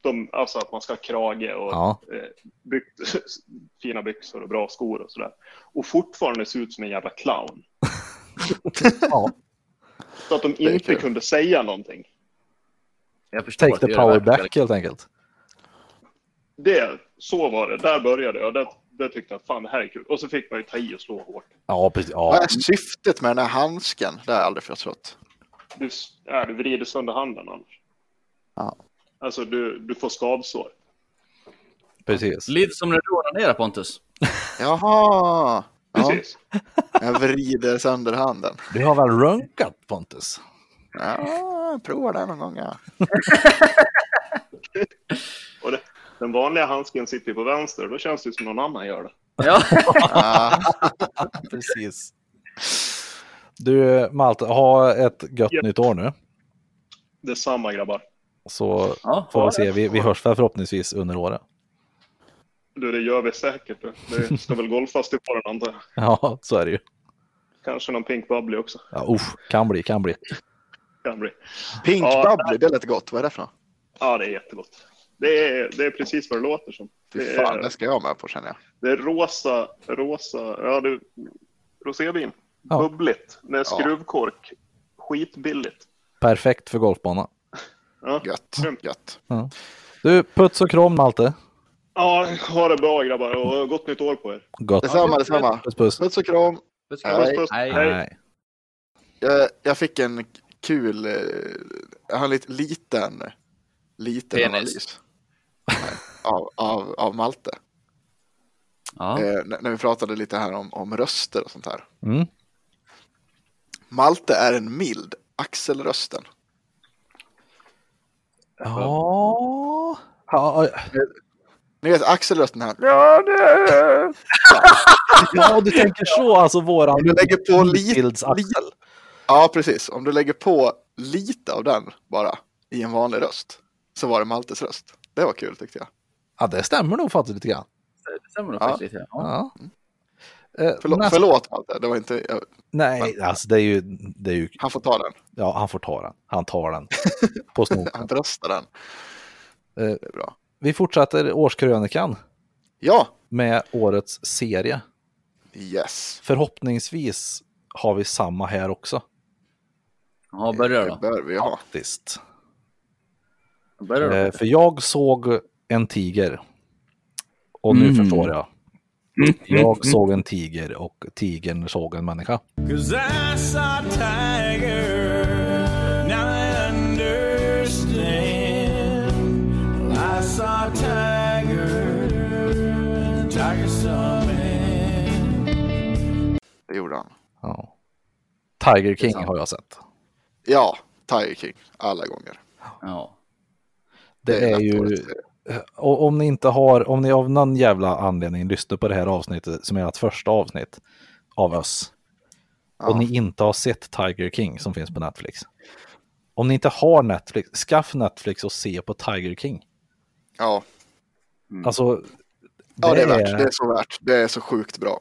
De, alltså att man ska ha krage och
Ja,
eh, byx- fina byxor och bra skor och sådär. Och fortfarande se ut som en jävla clown.
Ja.
Så att de
är
inte
kul.
kunde säga någonting.
Jag förstår
take
det
the
gör det
power
verkligen.
back helt enkelt.
Det, så var det. Där började jag. Det, det tyckte jag fan det här är kul. Och så fick man ju ta i och slå hårt.
Ja, precis.
Vad
Ja.
är syftet med den här handsken? Det har jag aldrig förstått.
Du, s- ja, du vrider sönder handen annars.
Ja.
Alltså du, du får skavsår.
Precis.
Liv som när du onanerar Pontus.
Jaha! Ja,
Precis.
jag vrider sönder handen.
Du har väl runkat Pontus?
Ja, prova det någon gång. Ja.
Och det, den vanliga handsken sitter ju på vänster. Då känns det ju som någon annan gör det.
Ja.
Ja,
Precis. Du Malte, ha ett gött
Ja.
nytt år nu.
Det är samma grabbar.
Så
ja.
får vi se, vi, vi hörs väl förhoppningsvis under året.
Du, det gör vi säkert. du. Det ska väl golfas till våren antar jag.
Ja, så är det ju.
Kanske någon pink bubbly också.
Ja, usch, kan bli, kan bli.
Kan bli.
Pink
Ja.
bubbly, det lät gott. Vad är det för något?
Ja, det är jättegott. Det är, det är precis vad det låter som.
Fy
Det
fan,
är-
det ska jag med på känner jag.
Det är rosa, rosa, ja det rosévin.
Ja.
Bubbligt. Det är skruvkork. Skitbilligt.
Perfekt för golfbana.
Ja.
Gött, gött.
Du, puts och kram Malte.
ja, ha det bra grabbar och gott nytt år på er.
Gott.
Detsamma, detsamma.
Puss puss.
Puss och kram.
Puss,
Nej.
puss.
Nej.
Nej.
Jag, jag fick en kul, eh, jag har en lite liten, liten
Penis.
analys. Nej, Av, av, av Malte.
Ja.
Eh, n- när vi pratade lite här om, om röster och sånt här.
Mm.
Malte är en mild axelrösten.
Ja. Ja,
Ni vet axelrösten här.
ja, du tänker så alltså våran.
Om du lägger på lite,
Axel.
lite. Ja, precis. Om du lägger på lite av den bara i en vanlig röst så var det Maltes röst. Det var kul tyckte jag.
Ja, det stämmer nog faktiskt lite grann.
Det stämmer nog
Ja.
faktiskt lite. Ja.
Ja. Eh,
Förlåt,
nästa-
förlåt Malte, det var inte, jag,
Nej, alltså det är ju, det är ju,
han får ta den.
ja han får ta den. Han tar den. På
Han
snoken.
bröstar den.
Eh.
Det är bra.
Vi fortsätter årskrönikan
Ja,
med årets serie.
yes.
Förhoppningsvis har vi samma här också.
Ja, börja
Det
då.
bör vi ha.
Faktiskt.
Börja
Eh,
då.
för jag såg en tiger. Och nu
Mm.
förstår jag. Jag såg en tiger och tigern såg en människa.
Cause I saw Tiger. Now I understand. Well, I saw Tiger. And Tiger saw man.
Det gjorde han.
Ja. Tiger King har jag sett.
Ja, Tiger King. Alla gånger.
Ja.
Det, är
lätt
ju...
årets serie.
Och om ni inte har, om ni av någon jävla anledning lyssnar på det här avsnittet som är ert första avsnitt av oss
Ja.
och ni inte har sett Tiger King som finns på Netflix. Om ni inte har Netflix, skaff Netflix och se på Tiger King.
Ja.
Alltså, det,
Mm. ja, det är värt. Det
det.
är så värt. Det är så sjukt bra.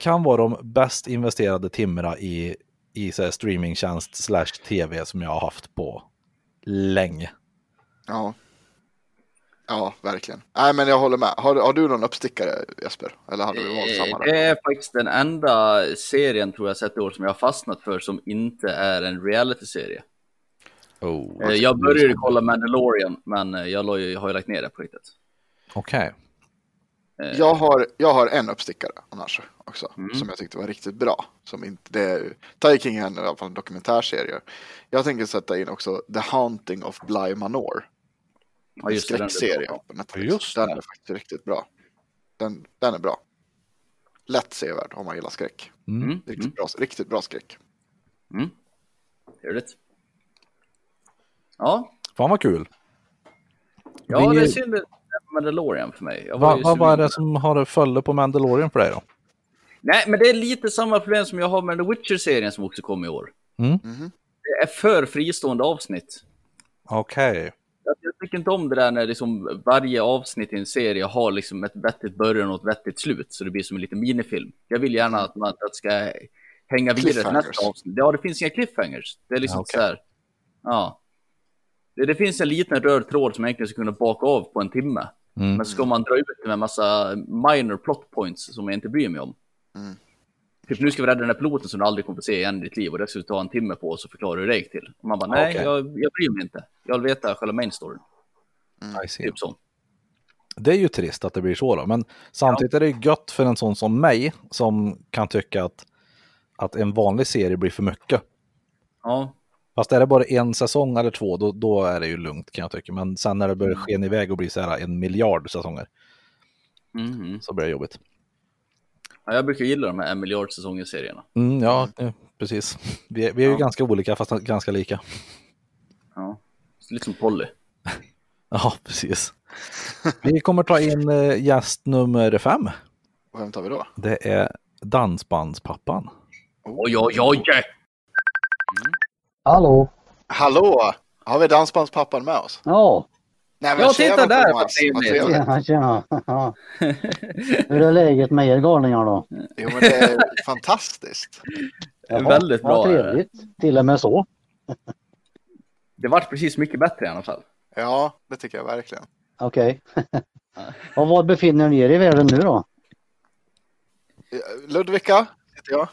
kan vara de bäst investerade timmarna i, i så här streamingtjänst slash tv som jag har haft på länge.
Ja. Ja, verkligen. Nej, men jag håller med. Har, har du någon uppstickare Jesper? Eller hade vi valt samma?
Eh, Det
där?
är faktiskt den enda serien tror jag sett i år som jag har fastnat för som inte är en realityserie.
Oh,
Eh, Jag började kolla Mandalorian, men eh, jag la ju- har ju lagt ner det projektet.
Okej.
Eh,
Jag har, jag har en uppstickare annars också,
Mm.
som jag tyckte var riktigt bra. Som inte, det är, Tiger King är en, i alla fall en dokumentärserie. Jag tänker sätta in också The Haunting of Bly Manor.
ja,
en
just det, den är
skräckserie
bra.
på Netflix.
Just
den
det.
är faktiskt riktigt bra. Den, den är bra. Lätt sevärd om man gillar skräck.
Mm.
Mm,
Riktigt,
mm,
bra, riktigt bra skräck.
trevligt. Ja,
Fan vad kul.
ja
Vi-
det är synd att det är Mandalorian för mig. Jag var
Va,
ju
vad var
sugen.
det som har följt på Mandalorian för dig då?
Nej, men det är lite samma problem som jag har med The Witcher-serien som också kom i år.
Mm.
Mhm.
Det är för fristående avsnitt.
Okej.
Jag- Jag tycker inte om det där när liksom varje avsnitt i en serie har liksom ett vettigt början och ett vettigt slut, så det blir som en liten minifilm. Jag vill gärna att man att det ska hänga vidare till
Cliffhangers.
nästa avsnitt. Ja, det finns inga cliffhangers. Det är liksom
Ja, okej.
så här. Ja. Det, det finns en liten röd tråd som egentligen skulle kunna baka av på en timme.
Mm.
Men ska man dra ut det med massa minor plot points som jag inte bryr mig om.
Mm.
Typ nu ska vi rädda den här piloten som du aldrig kommer få se igen i ditt liv och det ska du ta en timme på oss och förklara hur det gick till. Och man bara nej,
Okej.
jag, jag bryr mig inte. Jag vill veta själva main storyn.
I see.
Typ så.
Det är ju trist att det blir så då, men samtidigt är det ju gött för en sån som mig som kan tycka att, att en vanlig serie blir för mycket.
Ja,
Fast är det bara en säsong eller två, då, då är det ju lugnt kan jag tycka. Men sen när det börjar
Mm.
skena iväg och bli så här en miljard säsonger
Mhm.
så blir det jobbigt.
ja jag brukar gilla de här en miljard säsonger-serierna.
Mm, ja, eh, precis. Vi är, vi är ju
Ja.
ganska olika fast ganska lika.
Ja. Så Lite som Polly.
Ja, precis. Vi kommer ta in eh, gäst nummer fem.
Och vem tar vi då?
Det är dansbandspappan.
Oh.
Oj, oj, oj!
Hallå?
Hallå! Har vi dansbandspappan med oss?
Ja,
Nej,
Ja,
tjena,
titta där,
Thomas.
vad trevligt.
Vad trevligt.
tjena, tjena. Hur är läget med er galningar då?
Jo, men det är fantastiskt.
Jaha,
väldigt bra. eh.
Vad trevligt. Till och med så.
Det vart precis mycket bättre i alla fall.
Ja, det tycker jag verkligen.
Okej. och var befinner ni er i världen nu då?
Ludvika heter jag.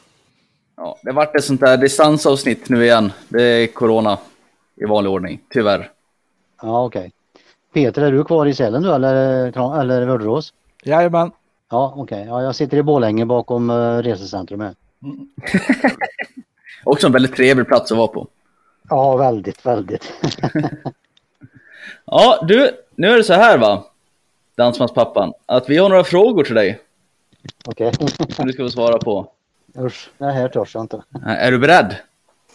Ja, det vart ett sånt där distansavsnitt nu igen. Det är corona i vanlig ordning, tyvärr.
Ja, okej. Peter, är du kvar i Sälen du eller, Kra- eller Vörderås?
Jajamän.
Ja, okej. Ja, jag sitter i Borlänge bakom uh, resecentrum här.
Också en väldigt trevlig plats att vara på.
Ja, väldigt, väldigt.
Ja, du, nu är det så här va, dansmanspappan, att vi har några frågor till dig
Okej.
som du ska få svara på.
Usch, det här törs jag inte.
Är du beredd?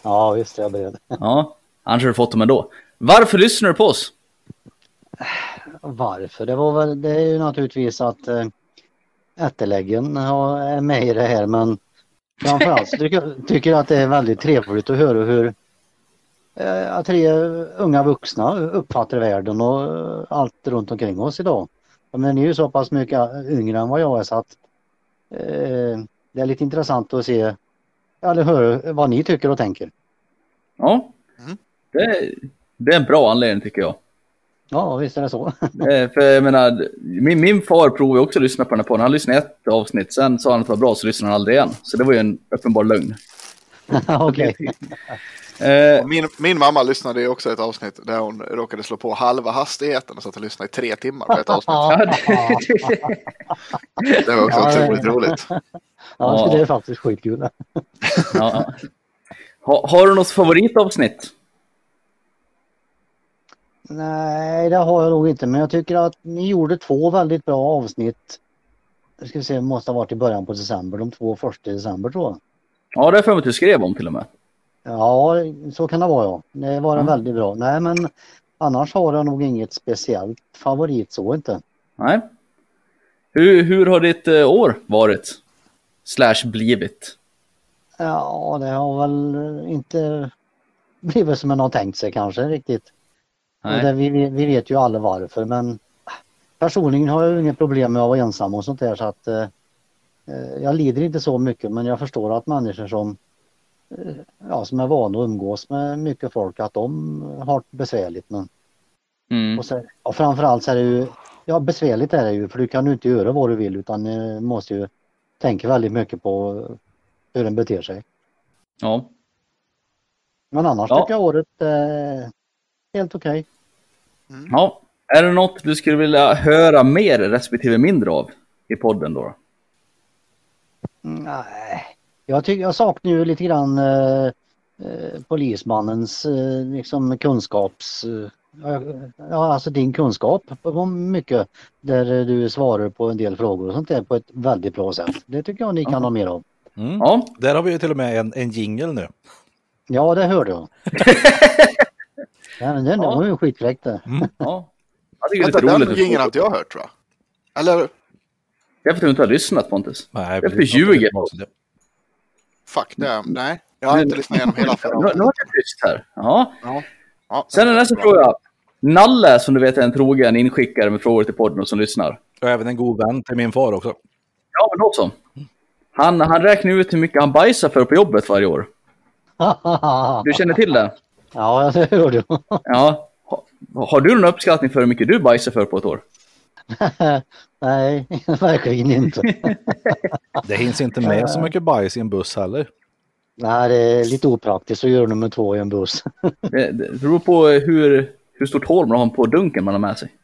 Ja, visst jag är beredd.
Ja, annars har du fått dem ändå. Varför lyssnar du på oss?
Varför? Det, var väl, det är ju naturligtvis att eh, ätteläggen har- är med i det här men framförallt så tycker, tycker jag att det är väldigt trevligt att höra hur eh, att tre unga vuxna uppfattar världen och eh, allt runt omkring oss idag. Jag menar, ni är ju så pass mycket eh, yngre än vad jag är så att eh, det är lite intressant att se eller höra vad ni tycker och tänker.
Ja,
Mm.
det, är- det är en bra anledning tycker jag.
Ja, visst är det så.
Eh, För jag menar, min, min far provade också att lyssna på den här podden. Han lyssnade ett avsnitt, sen sa han att det var bra, så lyssnade han aldrig igen. Så det var ju en uppenbar lögn.
Okej.
Eh,
Och Min, min mamma lyssnade ju också ett avsnitt där hon råkade slå på halva hastigheten och satt och lyssnade i tre timmar på ett avsnitt.
Ja,
Det var också
Ja, det-
otroligt roligt.
ja, det är faktiskt skitkul.
ja. ha, har du något favoritavsnitt?
Nej, det har jag nog inte, men jag tycker att ni gjorde två väldigt bra avsnitt. Nu ska vi se, måste ha varit i början på december, de två första i december tror jag.
Ja, det har jag för mig att du skrev om till och med.
Ja, så kan det vara ja. Det var en
Mm.
väldigt bra. Nej, men annars har jag nog inget speciellt favorit så inte.
Nej. Hur, hur har ditt eh, år varit? Slash blivit?
Ja, det har väl inte blivit som man har tänkt sig kanske riktigt. Och
Nej.
Det, vi, vi- vi vet ju alla varför, men personligen har jag ju inget problem med att vara ensam och sånt där så att eh, eh, jag lider inte så mycket men jag förstår att människor som, eh, ja, som är vana att umgås med mycket folk att de har det besvärligt. Men,
Mm.
och, så, och framförallt så är det ju, ja besvärligt är det ju för du kan ju inte göra vad du vill utan eh, måste ju tänka väldigt mycket på hur den beter sig.
Ja.
Men annars
Ja.
tycker jag året eh, helt okej.
Ja. Är det något du skulle vilja höra mer respektive mindre av i podden då?
Mm.
Nej. Jag, tycker, jag saknar ju lite grann eh, eh, polismannens eh, liksom kunskaps... Eh, ja, alltså din kunskap på- på mycket. Där eh, du svarar på en del frågor och sånt där på ett väldigt bra sätt. Det tycker jag ni kan ha mer av.
Mm.
Ja,
Där har vi ju till och med en, en jingle nu.
Ja, det hörde jag. ja, men den, den var ju skitfräck det.
Mm.
ja. Jag tycker det
Vänta,
är lite
den
roligt.
jingeln har
att-
inte jag hört tror jag. Eller
Det är för att du inte har lyssnat Pontus.
Nej,
Efter
precis.
ljuger.
fuck, det, nej. Jag har inte lyssnat igenom hela förra
Nu, nu har jag tyst här. Ja.
Ja,
Sen är nästa fråga. Nalle som du vet är en trogen inskickare med frågor till podden och som lyssnar.
Och även en god vän till min far också.
Ja, men också. Han, han räknar ut hur mycket han bajsar för på jobbet varje år. Du känner till det?
ja, det hörde jag.
Ja. Ha- Har du någon uppskattning för hur mycket du bajsar för på ett år?
Nej, verkligen inte.
Det hinns inte med så mycket bajs i en buss heller.
Nej, det är lite opraktiskt att göra nummer två i en buss.
Det, Eh, det beror på hur, hur stort hål man har på dunken man har med sig.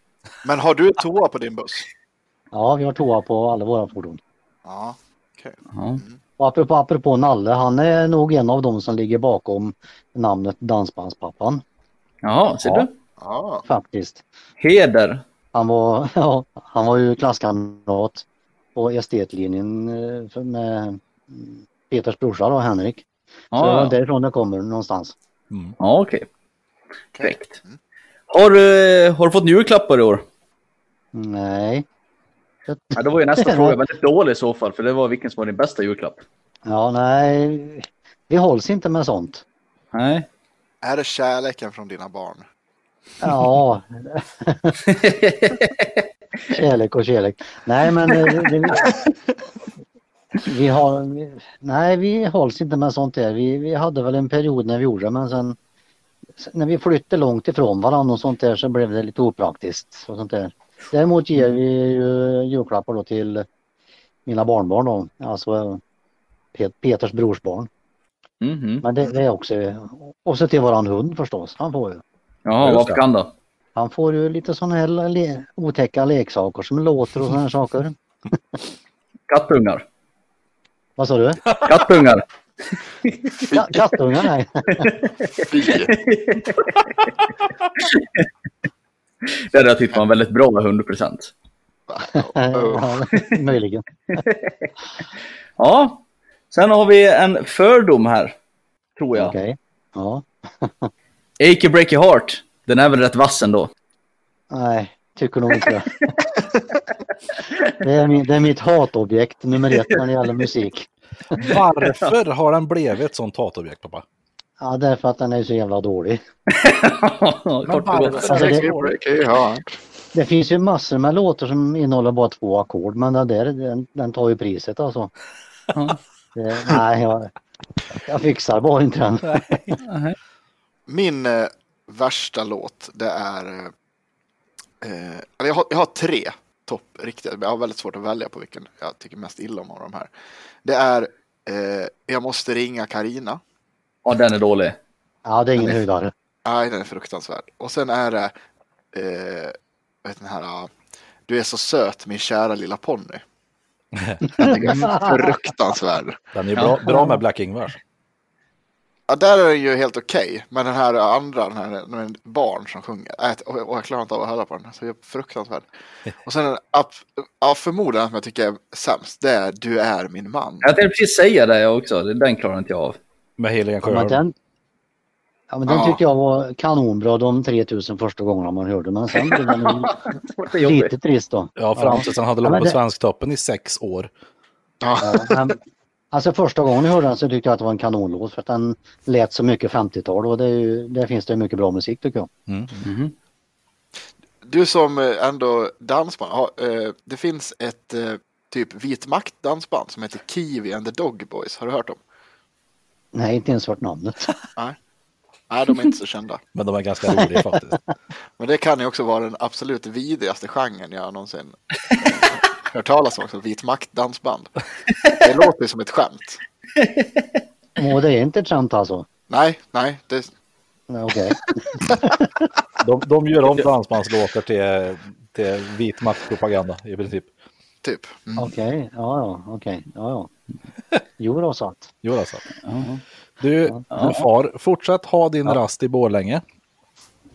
Men har du ett toa på din buss?
Ja, vi har toa på alla våra fordon.
Ja.
Ja.
Och apropå, apropå Nalle, han är nog en av dem som ligger bakom namnet Dansbandspappan,
Jaha, ser
Ja.
du?
ja.
faktiskt.
Heder.
Han var, ja, han var ju klasskamrat på estetlinjen eh, för- med Peters brorsa då, Henrik. Så det var
Ja, ja.
därifrån det kommer någonstans.
Mm.
ja okej. Perfekt. Har, du- har du fått julklappar i år?
Nej.
Ja, det var ju nästa fråga väldigt dålig i så fall, för det var vilken som var din bästa julklapp.
Ja, nej. Vi hålls inte med sånt.
Nej.
Är det kärleken från dina barn?
Ja. kärlek och kärlek. Nej, men eh, det, det, vi har... vi- Nej, vi hålls inte med sånt där. Vi, vi hade väl en period när vi gjorde det, men sen sen när vi flyttade långt ifrån varandra och sånt där så blev det lite opraktiskt. Och sånt där. Däremot ger vi ju julklappar då till mina barnbarn då, alltså eh, Pet- Peters brors barn.
Mhm.
Men det, det är också... Och så till våran hund förstås, han får ju.
Ja,
Just
vad fick
det.
han då?
Han får ju lite sådana här le- otäcka leksaker som låter och sådana här saker.
Kattungar.
Vad sa du?
Kattungar.
Ka- kattungar? Nej.
Fy.
Det hade jag tyckt var en väldigt bra hundpresent.
Ja, Möjligen.
Ja. Sen har vi en fördom här. Tror jag.
Okej. Ja.
Achy Break Your Heart. Den är väl rätt vass ändå?
Nej, tycker nog inte det. Det är, min, det är mitt hatobjekt nummer ett när det gäller musik.
Varför har den blivit ett sånt hatobjekt pappa?
Ja, därför att den är så jävla dålig.
Kort och gott.
Alltså, det,
Ja.
det finns ju massor med låtar som innehåller bara två ackord, men den där den, den tar ju priset alltså.
Ja.
Det, nej, jag, jag fixar bara inte den.
Min eh, värsta låt, det är... Eh, eh, eller jag, har, jag har tre topp riktigt, men jag har väldigt svårt att välja på vilken jag tycker mest illa om av de här. Det är eh, Jag måste ringa Karina.
Ja, den är dålig.
Ja, det är ingen höjdare.
Nej, den är fruktansvärd. Och sen är det... Eh, vad heter den här? ah, Du är så söt min kära lilla ponny. Den tycker jag är fruktansvärd.
Den är ju bra, bra med Black Ingvars.
Ja, där är den ju helt okej. Men den här andra, den här när det är en barn som sjunger. Äh, och och jag klarar inte av att höra på den. Så jag är fruktansvärd. Och sen den ab- ja, förmodligen som jag tycker är sämst. Det är Du är min man.
Jag tänkte precis säga det jag också. Den klarar inte jag av.
Med Helen
Ja, men
Sjöholm.
den, ja, men den
Ja.
tyckte jag var kanonbra de 3000 första gångerna man hörde men sen blev den ju
Det är jobbigt.
lite trist då.
Ja, fram tills han hade
Ja,
låg
men
på
det-
Svensktoppen i sex år.
Ja, men, alltså första gången jag hörde den så tyckte jag att det var en kanonlåt för att den lät så mycket 50-tal och det är ju, där finns det ju mycket bra musik tycker jag.
Mm.
Mhm.
Du som eh, ändå dansband. Har, eh, det finns ett eh, typ vit makt dansband som heter Kiwi and the Dog Boys. Har du hört dem?
Nej, inte ens hört namnet.
Nej, de är inte så kända.
Men de är ganska roliga faktiskt.
Men det kan ju också vara den absolut vidrigaste genren jag någonsin hört talas om. Också, vit makt dansband. Det låter ju som ett skämt.
Och det är inte ett skämt alltså.
Nej, nej, det,
Nej, Okej.
De, de gör om dansbandslåtar till, till vit maktpropaganda i princip.
Typ. Mm.
Okej, ja, ja, okej, ja, ja. Jo då, så att.
Jo, alltså.
Ja,
Du, far, fortsätt ha din rast i Borlänge.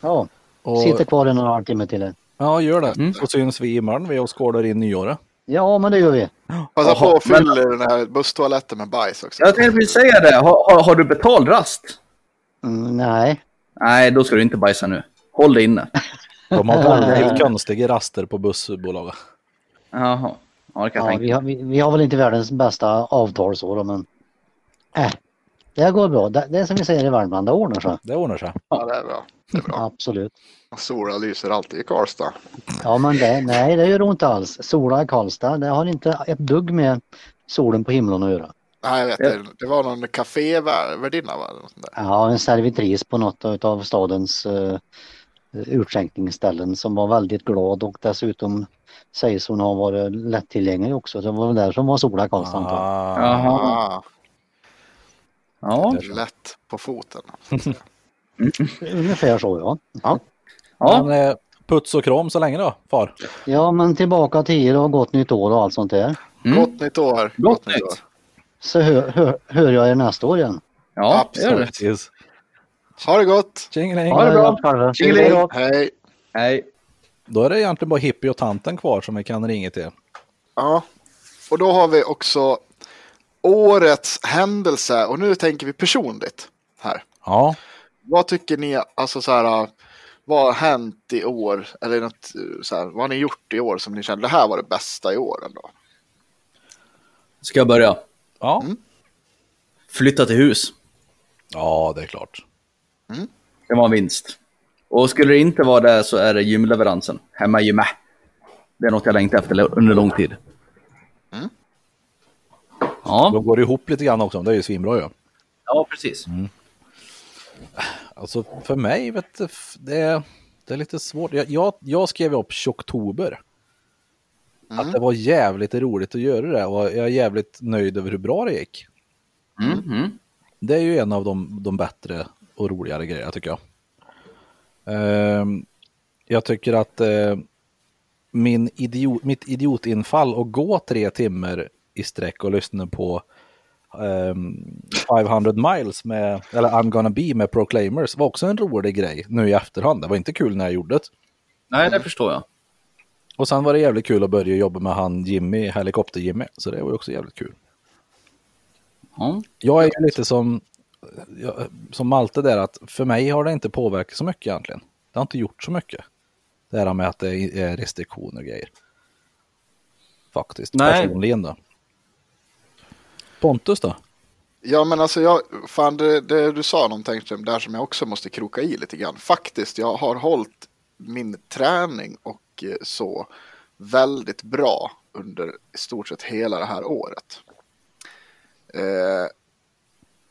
ja.
Och,
sitter kvar i några halvtimme till. här.
Ja, gör det. Så syns vi imorgon. Vi och skålar in nyåret.
Ja, men det gör vi.
Passa på
Jaha,
att fylla den här busstoaletten med bajs också.
Jag tänkte precis säga det. Har, har, har du betald rast?
Mm, nej,
Nej, då ska du inte bajsa nu. Håll det inne.
De har väldigt konstiga raster på bussbolaget.
Jaha. Ja, det kan jag
ja,
tänka
vi, har, vi, vi har väl inte världens bästa avtal så då, men. Äh, det går bra. Det, det är som vi säger i Värmland, det ordnar sig.
Det ordnar sig.
Ja, det är bra. Det är bra.
Absolut.
Solen lyser alltid i Karlstad.
Ja, men det, nej, det gör ont alls. Sola i Karlstad, det har inte ett dugg med solen på himlen att göra.
Nej, jag vet det. Det var någon kafévärdinna va? Eller något sånt där.
Ja, en servitris på något av stadens uh, utskänkningsställen som var väldigt glad och dessutom sägs hon ha varit lättillgänglig också. Det var väl där som var Sola i Karlstad. antar jag.
Ah,
Jaha.
Ah,
Ja.
lätt på foten.
Mm. Ungefär så ja.
ja.
Men, eh, puts och kram så länge då, far.
Ja men tillbaka till er och gott nytt år och allt sånt där.
Mm.
Gott nytt år!
Gott nytt.
Så hör, hör, hör jag er nästa år igen.
Ja, det gör det.
Absolut. Ha det gott!
Tjingeling.
Ha det
bra.
gott själva.
Tjingeling.
Hej!
Nej.
Då är det egentligen bara hippie och tanten kvar som vi kan ringa till.
Ja, och då har vi också årets händelse och nu tänker vi personligt här.
Ja,
Vad tycker ni, alltså så här, vad har hänt i år? Eller något, så här, vad har ni gjort i år som ni kände, det här var det bästa i år ändå?
Ska jag börja?
ja.
Flytta till hus. Mm.
ja det är klart.
Det var en vinst. Och skulle det inte vara det så är det gymleveransen. Hemma i gymmet. Det är något jag längtat efter under lång tid. Ja.
De går ihop lite grann också, det är ju svinbra ju. Mm.
ja, precis.
Alltså för mig, vet du, f- det, är, det är lite svårt. Jag, jag, jag skrev upp Tjocktober.
Mm.
Att det var jävligt roligt att göra det och jag är jävligt nöjd över hur bra det gick.
Mm, mm.
Det är ju en av de, de bättre och roligare grejerna tycker jag. Ehm, jag tycker att eh, min idiot, mitt idiotinfall att gå tre timmar i sträck och lyssna på ehm, 500 miles med, eller I'm gonna be med Proclaimers var också en rolig grej nu i efterhand. Det var inte kul när jag gjorde det.
Nej, det förstår jag.
Och sen var det jävligt kul att börja jobba med han Jimmy, helikopter-Jimmy, så det var ju också jävligt kul.
Ja.
Jag är ju lite som, jag- som Malte där, att för mig har det inte påverkat så mycket egentligen. Det har inte gjort så mycket. Det här med att det är restriktioner och grejer. Faktiskt,
Nej.
personligen då. Pontus då?
Ja men alltså jag, fan det, det du sa någonting som- där som jag också måste kroka i lite grann. Faktiskt, jag har hållit min träning och eh, så väldigt bra under i stort sett hela det här året. Eh,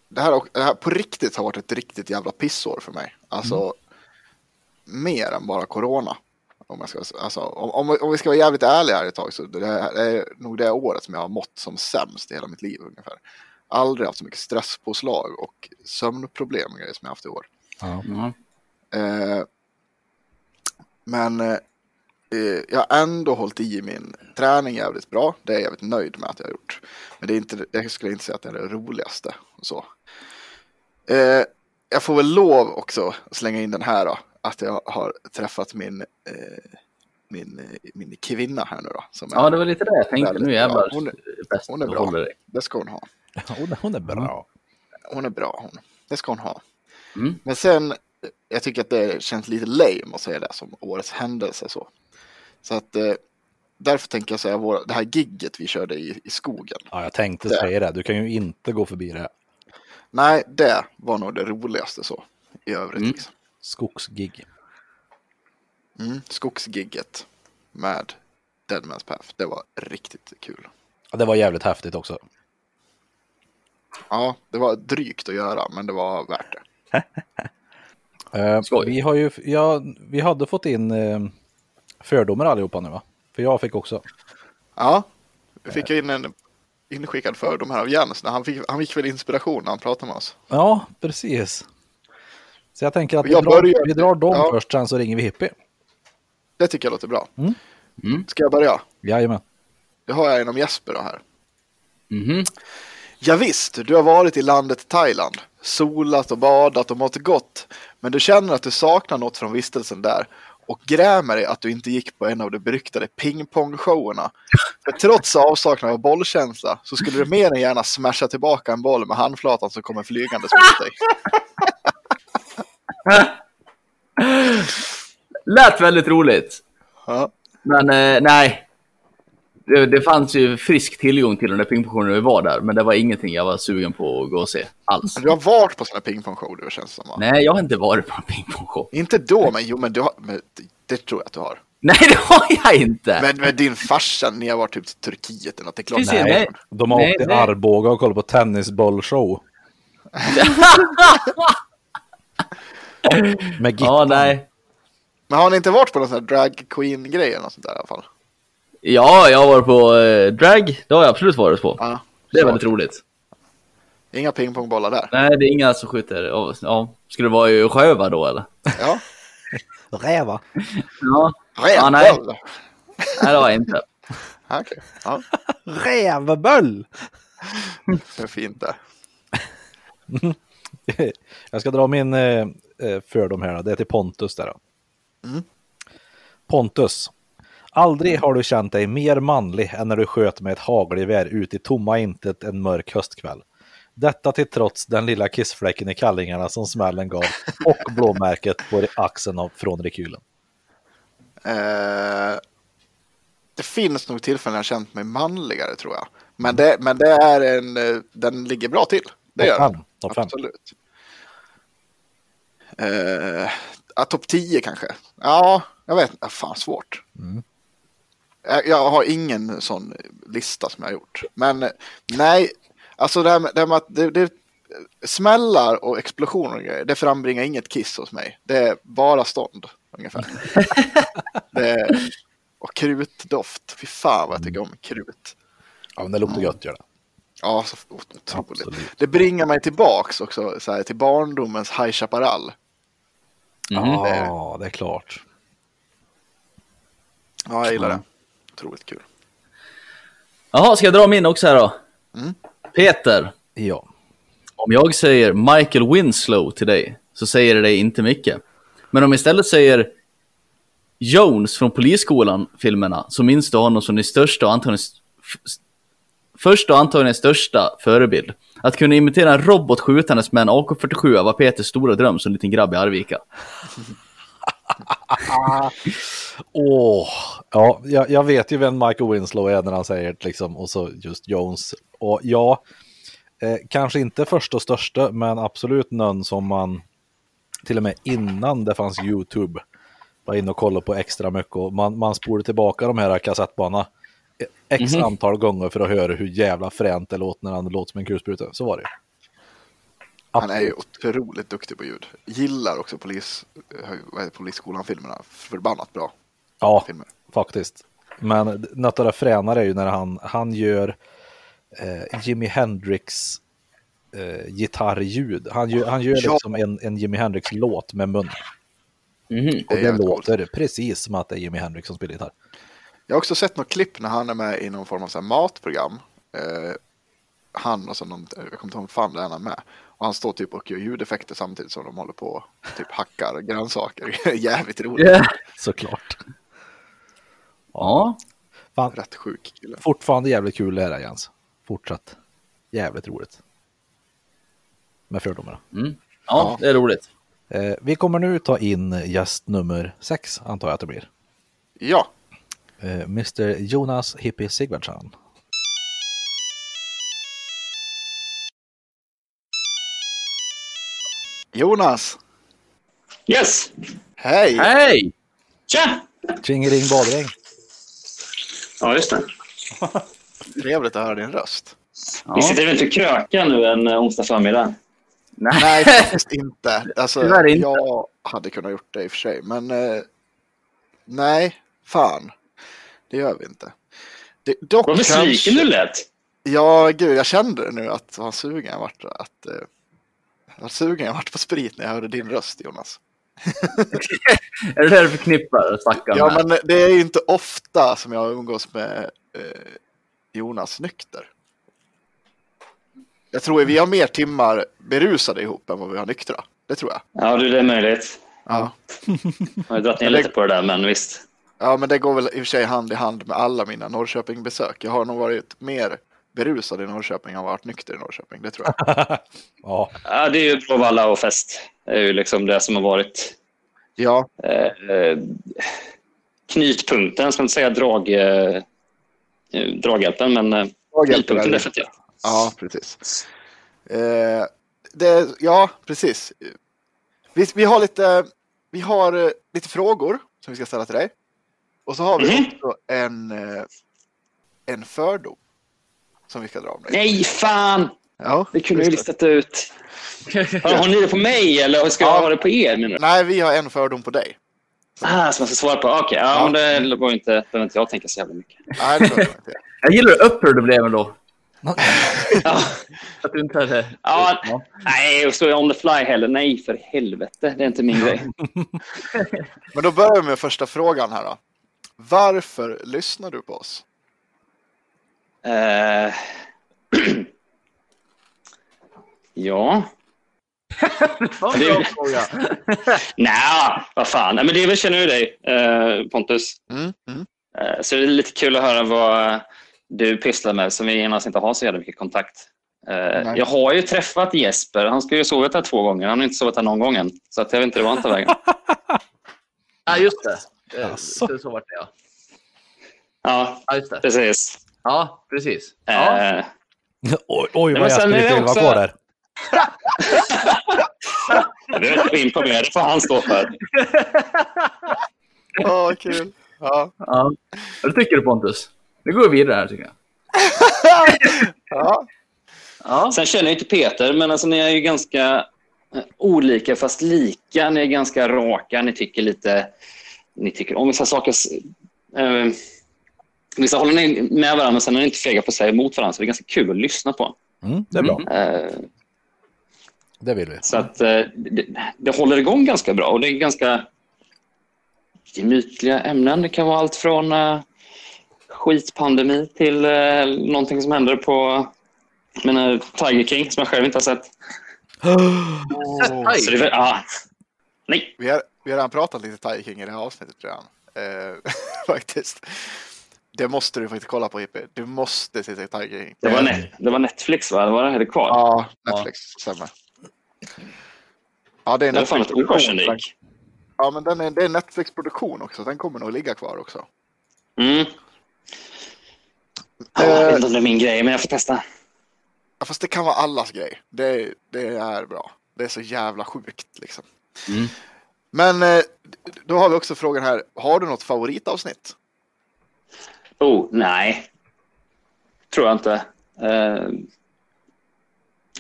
det, här, det här på riktigt har varit ett riktigt jävla pissår för mig. Alltså mer än bara corona. Om, jag ska, alltså, om, om, om vi ska vara jävligt ärliga här ett tag så det, här, det är nog det året som jag har mått som sämst i hela mitt liv ungefär aldrig haft så mycket stresspåslag och sömnproblem och grejer som jag haft i år.
Ja.
Eh, men eh, eh, jag har ändå hållit i min träning jävligt bra. Det är jag jävligt nöjd med att jag har gjort. Men det är inte, jag skulle inte säga att det är det roligaste. Och så. Eh, jag får väl lov också att slänga in den här då. Att jag har träffat min, eh, min, eh, min kvinna här nu då. Som
ja,
är,
det var lite det jag tänkte.
Väldigt
Nu
bra.
jävlar.
Hon är-
bäst
hon är
du
bra.
håller dig.
det ska hon ha.
Hon, hon är bra.
Hon är bra hon. Det ska hon ha.
Mm.
Men sen, eh, jag tycker att det känns lite lame att säga det som årets händelse. Så, så att eh, därför tänker jag säga vår, det här gigget vi körde i, i skogen.
Ja, jag tänkte
Det.
säga det. Du kan ju inte gå förbi det.
Nej, det var nog det roligaste så i övrigt.
Mm.
Liksom.
Skogsgig.
Mm, skogsgigget med Deadman's Path. Det var riktigt kul.
Ja, det var jävligt häftigt också.
Ja, det var drygt att göra, men det var värt det.
Eh,
Skoj.
vi, har ju, ja, vi hade fått in eh, fördomar allihopa nu va? För jag fick också.
Ja, vi fick in en inskickad fördom här av Jens. när Han fick, han fick väl inspiration när han pratade med oss.
Ja, precis. Så jag tänker att vi
Jag
drar,
börjar-
vi drar dem
Ja.
först, sen så ringer vi Hippie.
Det tycker jag låter bra.
Mm.
Mm.
Ska jag börja?
Jajamän.
Det har jag en om Jesper då här.
Mhm.
Ja, visst, du har varit i landet Thailand, solat och badat och mått gott, men du känner att du saknar något från vistelsen där och grämer dig att du inte gick på en av de beryktade pingpongshowerna. För trots avsaknad av bollkänsla så skulle du mer än gärna smasha tillbaka en boll med handflatan som kommer flygandes mot dig.
Lät väldigt roligt.
Ja.
Men eh, nej. Det, det fanns ju frisk tillgång till den där pingpongshowen när vi var där, men det var ingenting jag var sugen på att gå och se alls.
Du har varit på sådana pingpongshower du känns som va?
Nej, jag har inte varit på en pingpongshow.
Inte då, men jo, men du har, men det- det tror jag att du har.
Nej, det har jag inte!
Men med din farsa, ni har varit typ till Turkiet eller något, det är klart.
Precis, nej.
De har
Nej,
åkt till
nej.
Arboga och kollat på tennisbollshow. Med Gittan.
Ja, nej.
Men har ni inte varit på någon sån här drag queen grej eller något sånt där i alla fall?
Ja, jag har varit på eh, drag. Det har jag absolut varit på.
Ja.
det är
så.
väldigt roligt.
Inga pingpongbollar där.
Nej, det är inga som skjuter. Ja, ja. Skulle det vara i Sjöva då eller?
Ja.
Räva.
Ja, Ja, nej.
Rävboll!
nej, det har jag inte.
Ja, Okej. Ja,
Rävböll!
det är fint där.
Jag ska dra min eh, eh, fördom här. då. Det är till Pontus där. Då. Pontus. Aldrig har du känt dig mer manlig än när du sköt med ett hagelgevär ut i tomma intet en mörk höstkväll. Detta till trots den lilla kissfläcken i kallingarna som smällen gav och blåmärket på axeln av, från rekylen.
Eh, det finns nog tillfällen jag har känt mig manligare tror jag. Men det, men det är en, eh, den ligger bra till. Det gör
Topp
den.
fem, topp fem.
Absolut. Eh, ja, Topp 10 kanske. Ja, jag vet inte. Fan svårt.
Mm.
Jag, jag har ingen sån lista som jag har gjort. Men eh, nej, alltså det här med, det här med att det, det smällar och explosioner och grejer, det frambringar inget kiss hos mig. Det är bara stånd ungefär. det, och krutdoft. Fy fan vad jag tycker om krut.
Ja, men det luktar gött gör det.
Ja, så otroligt.
Absolut.
Det bringar mig tillbaks också så här, till barndomens High Chaparral.
Ja, det är klart.
Ja, jag gillar det. Otroligt kul.
Jaha, ska jag dra min också här då?
Mm.
Peter,
Ja.
om jag säger Michael Winslow till dig så säger det dig inte mycket. Men om jag istället säger Jones från Polisskolan-filmerna så minns du honom som din största och antagligen st- f- första och antagligen största förebild. Att kunna imitera en robot skjutandes med en AK47 var Peters stora dröm som liten grabb i Arvika.
Åh, ja, jag, jag vet ju vem Michael Winslow är när han säger det, liksom, och så just Jones. Och ja, eh, kanske inte första och största, men absolut någon som man till och med innan det fanns YouTube var inne och kollade på extra mycket. Och man, man spolade tillbaka de här kassettbanorna x antal gånger för att höra hur jävla fränt det låter när han låter som en kulspruta. Så var det ju.
Han är ju otroligt duktig på ljud. Gillar också polis, eh, vad heter, Polisskolan-filmerna. Förbannat bra
Ja,
filmer.
faktiskt. Men något av det fränare är ju när han, han gör eh, Jimi Hendrix eh, gitarrljud. Han gör, han gör
Ja.
liksom en, en Jimi Hendrix-låt med mun. Och
är
det
jävligt
låter precis som att det är Jimi Hendrix som spelar gitarr.
Jag har också sett något klipp när han är med i någon form av så här matprogram. Eh, han och så någon, jag kommer inte ihåg vad fan det är han är med. Och han står typ och gör ljudeffekter samtidigt som de håller på och typ hackar grönsaker. Jävligt roligt.
Såklart.
Ja,
Fan,
Rätt sjuk kille.
fortfarande jävligt kul det här Jens. Fortsatt. Jävligt roligt. Med fördomarna.
Mm. ja, det är roligt.
Eh, vi kommer nu ta in gäst nummer sex, antar jag att det blir.
Ja,
Eh, Mr Jonas Hippie Sigvardsson.
Jonas.
Yes!
Hej!
Hej!
Tja!
Tjingeling badring.
Ja, just det.
Trevligt att höra din röst.
Vi sitter väl inte och krökar nu en eh, onsdag förmiddag?
Nej, faktiskt inte. Alltså,
Tyvärr inte.
Jag hade kunnat gjort det i och för sig, men eh, nej, fan. Det gör vi inte. Det, dock
Vad
kanske-
besviken du lät!
Ja, gud, jag kände det nu att vad sugen jag vart att eh, Vad sugen jag vart på sprit när jag hörde din röst, Jonas.
Är det där du förknippar stackaren?
Ja,
här?
men det är ju inte ofta som jag umgås med eh, Jonas nykter. Jag tror vi har mer timmar berusade ihop än vad vi har nyktra. Det tror jag.
Ja, du, det är möjligt.
Ja.
Jag har dragit ner
Men det-
lite på det där, men visst.
ja, men det går väl i och för sig hand i hand med alla mina Norrköpingbesök. Jag har nog varit mer berusad i Norrköping än jag har varit nykter i Norrköping. Det tror jag.
Ja,
Ja, det är ju Bråvalla och fest. Det är ju liksom det som har varit
Ja,
eh, eh, knytpunkten. Jag ska inte säga drag, eh, eh, draghjälpen, men eh,
draghjälpen
knytpunkten
är-
definitivt.
Ja, precis. Eh, det, ja, precis. Vi, vi har, lite, vi har eh, lite frågor som vi ska ställa till dig. Och så har vi
Mhm.
också en, eh, en fördom som vi ska dra om dig.
Nej, fan!
Ja,
Det kunde jag ju
just
listat ut. Har, har ni det på mig eller ska
Ja.
jag ha det på er? Menar du?
Nej, vi har en fördom på dig.
Ah, som jag ska svara på? Okej, ja,
Ja.
men det var ju inte... behöver inte jag tänka så jävla mycket.
Nej, det tror jag inte.
Jag gillar hur upprörd du blev ändå.
Ja.
Att du inte hade...
Ja, nej, och så on the fly heller. Nej, för helvete. Det är inte min grej.
Men då börjar vi med första frågan här då. Varför lyssnar du på oss?
Eh, ja.
Fan, bra fråga.
Nja, vad fan. Nej, men det är väl känner du dig, eh, Pontus.
Mm, mm.
Eh, så det är lite kul att höra vad du pysslar med som vi annars inte har så jävla mycket kontakt. Eh, jag har ju träffat Jesper. Han ska ju ha sovit här två gånger. Han har inte sovit här någon gång än. Så att jag vet inte hur han tar vägen.
Ja, just det. Eh,
Jaså.
Så, så vart det, ja.
Ja,
Ja, just det.
precis.
Ja, precis. Ja.
Eh,
oj, oj
men
vad
sen är
Jesper
det
lite illa
också-
går där.
jag behöver inte gå in på mer. Det får han stå för.
Ja, kul. Ja.
ja. Vad tycker du Pontus? Nu går vi vidare här tycker jag.
Ja.
Ja.
Sen känner jag inte Peter, men alltså, ni är ju ganska eh, olika fast lika. Ni är ganska raka. Ni tycker lite... Ni tycker om vissa saker. s- Eh, vissa håller ni med varandra, men sen är ni inte fega på att säga emot varandra. Så det är ganska kul att lyssna på.
Mm, det är bra.
Eh,
Det vill vi.
så att, eh, det, det håller igång ganska bra. Och det är ganska gemytliga ämnen. Det kan vara allt från eh, skitpandemi till eh, någonting som händer på... Jag menar, Tiger King, som jag själv inte har sett. Så det är väl, ah. Nej.
Vi har, vi har redan pratat lite Tiger King i det här avsnittet redan. Eh, faktiskt. Det måste du faktiskt kolla på Hippie. Du måste se Tiger King.
Det var, net, det var Netflix, va? Det var det här kvar.
Ja, Netflix. Stämmer. Ja, det är
det var fan ett år sedan det
Netflix-produktion.
gick.
Ja, men den är, det är en Netflix-produktion också. Den kommer nog ligga kvar också. Eh,
Mm. Ja, jag vet inte om det är min grej, men jag får testa.
Ja, fast det kan vara allas grej. Det, det är bra. Det är så jävla sjukt liksom.
Mm.
Men eh, då har vi också frågan här. Har du något favoritavsnitt?
Oh, nej. Tror jag inte. Eh,
Har du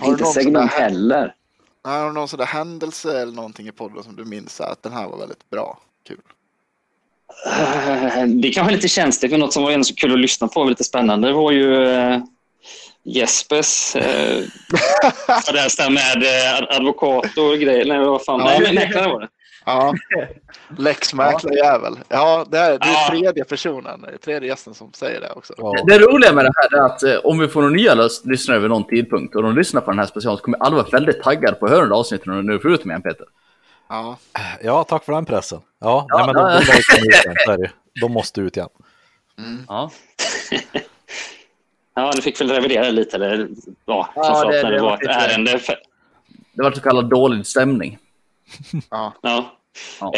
inte
någon sån
segment
här-
heller.
Har du någon sån där händelse eller någonting i podden som du minns så här, att den här var väldigt bra? Kul.
Eh, Det kanske är lite känsligt, men något som var ändå så kul att lyssna på och lite spännande Det var ju eh, Jespers. Eh, det här stämmer med eh, ad- advokat och grejer. Nej, vad fan.
Ja.
Nej, men mäklare var det.
Ja. Läxmäklarjävel. Ja, det är, det är
Ja.
tredje personen, tredje gästen som säger det också.
Ja.
Det roliga med det här är att eh, om vi får några nya lys- lyssnare vid någon tidpunkt och de lyssnar på den här specialen så kommer alla vara väldigt taggade på att höra det här avsnittet när du nu får ut mig igen Peter.
Ja.
Ja, tack för den pressen. Ja,
Ja,
nej, men de,
ja.
de, lär ju komma ut igen, så är det ju. de måste ut igen.
Mm. Ja,
Ja, du fick väl revidera lite. Eller, ja,
Ja,
framförallt
det-
när
det
det, var
var
ett
lite-
ärende. För,
det var så kallad dålig stämning.
ja.
Ja.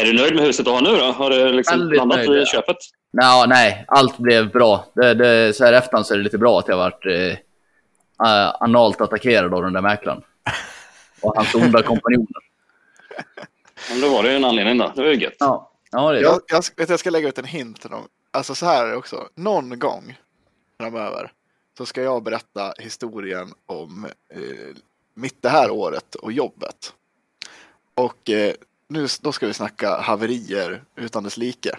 Är du nöjd med huset du har nu? Då? Har du liksom
Väldigt
landat
nöjd,
i
ja.
köpet?
Nå, nej, allt blev bra. Det, det, så här i efterhand så är det lite bra att jag varit eh, eh, analt attackerad av den där mäklaren. Och hans onda kompanjoner.
Men då var det ju en anledning. Då. Det var ju gött.
Ja, ja det är
Jag, jag, sk- vet, du, jag ska lägga ut en hint till dem. Alltså så här är det också. Någon gång framöver så ska jag berätta historien om eh, mitt det här året och jobbet. Och eh, nu, s- då ska vi snacka haverier utan dess like.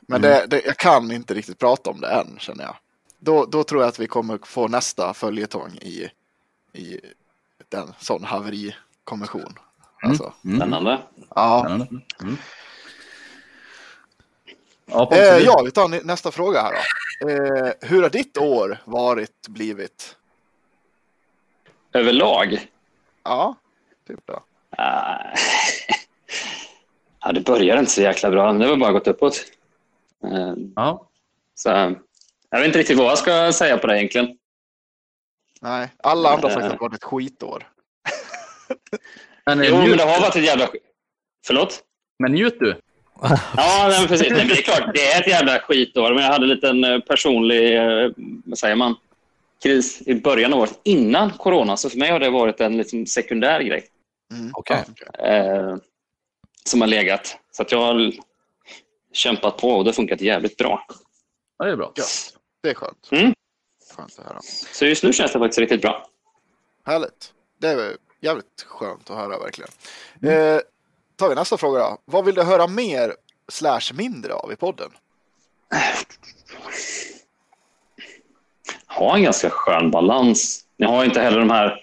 Men
Mm.
det, det, jag kan inte riktigt prata om det än känner jag. Då, då tror jag att vi kommer få nästa följetong i, i den sån haveri konvention.
Mm.
Alltså.
Spännande.
Ja.
Ja,
Eh,
Pontus, du-
ja, vi tar nä- nästa fråga här då. Eh, hur har ditt år varit, blivit?
Överlag?
Ja, typ då.
Ah. ja, det började inte så jäkla bra. Det har bara gått uppåt. Eh,
Ja.
Så, eh, jag vet inte riktigt vad jag ska säga på det egentligen.
Nej, alla andra har sagt
Eh.
att det har varit ett skitår.
Men, eh,
Jo, men
njut,
det har varit ett jävla... sk- Förlåt?
men njut du.
Ja, nej, men precis. Nej, men det är klart, det är ett jävla skitår. Men jag hade en liten eh, personlig, eh, vad säger man, kris i början av året innan corona. Så för mig har det varit en liksom, sekundär grej
Mm.
Okej.
eh, som har legat. Så att jag har kämpat på och det har funkat jävligt bra.
Ja, det är bra.
Ja, det är skönt.
Mm.
Skönt det här då.
Så just nu känns det faktiskt riktigt bra.
Härligt. Det är jävligt skönt att höra verkligen. Eh, tar vi nästa fråga då. Vad vill du höra mer slash mindre av i podden?
Har en ganska skön balans. Ni har inte heller de här...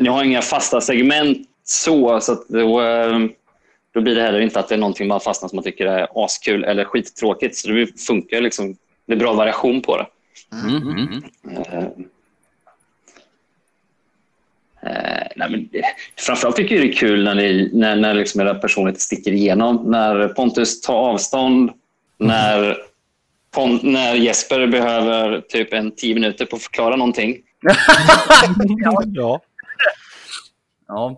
Ni har inga fasta segment så, så att då, eh, då blir det heller inte att det är någonting man fastnar som man tycker är askul eller skittråkigt. Så det funkar liksom. Det är bra variation på det.
Mm, mm, mm.
Eh, eh, nej, men det, framförallt tycker jag det är kul när, ni, när, när liksom era personligheter sticker igenom. När Pontus tar avstånd, när, Pon, när Jesper behöver typ en tio minuter på att förklara någonting.
Ja.
Ja.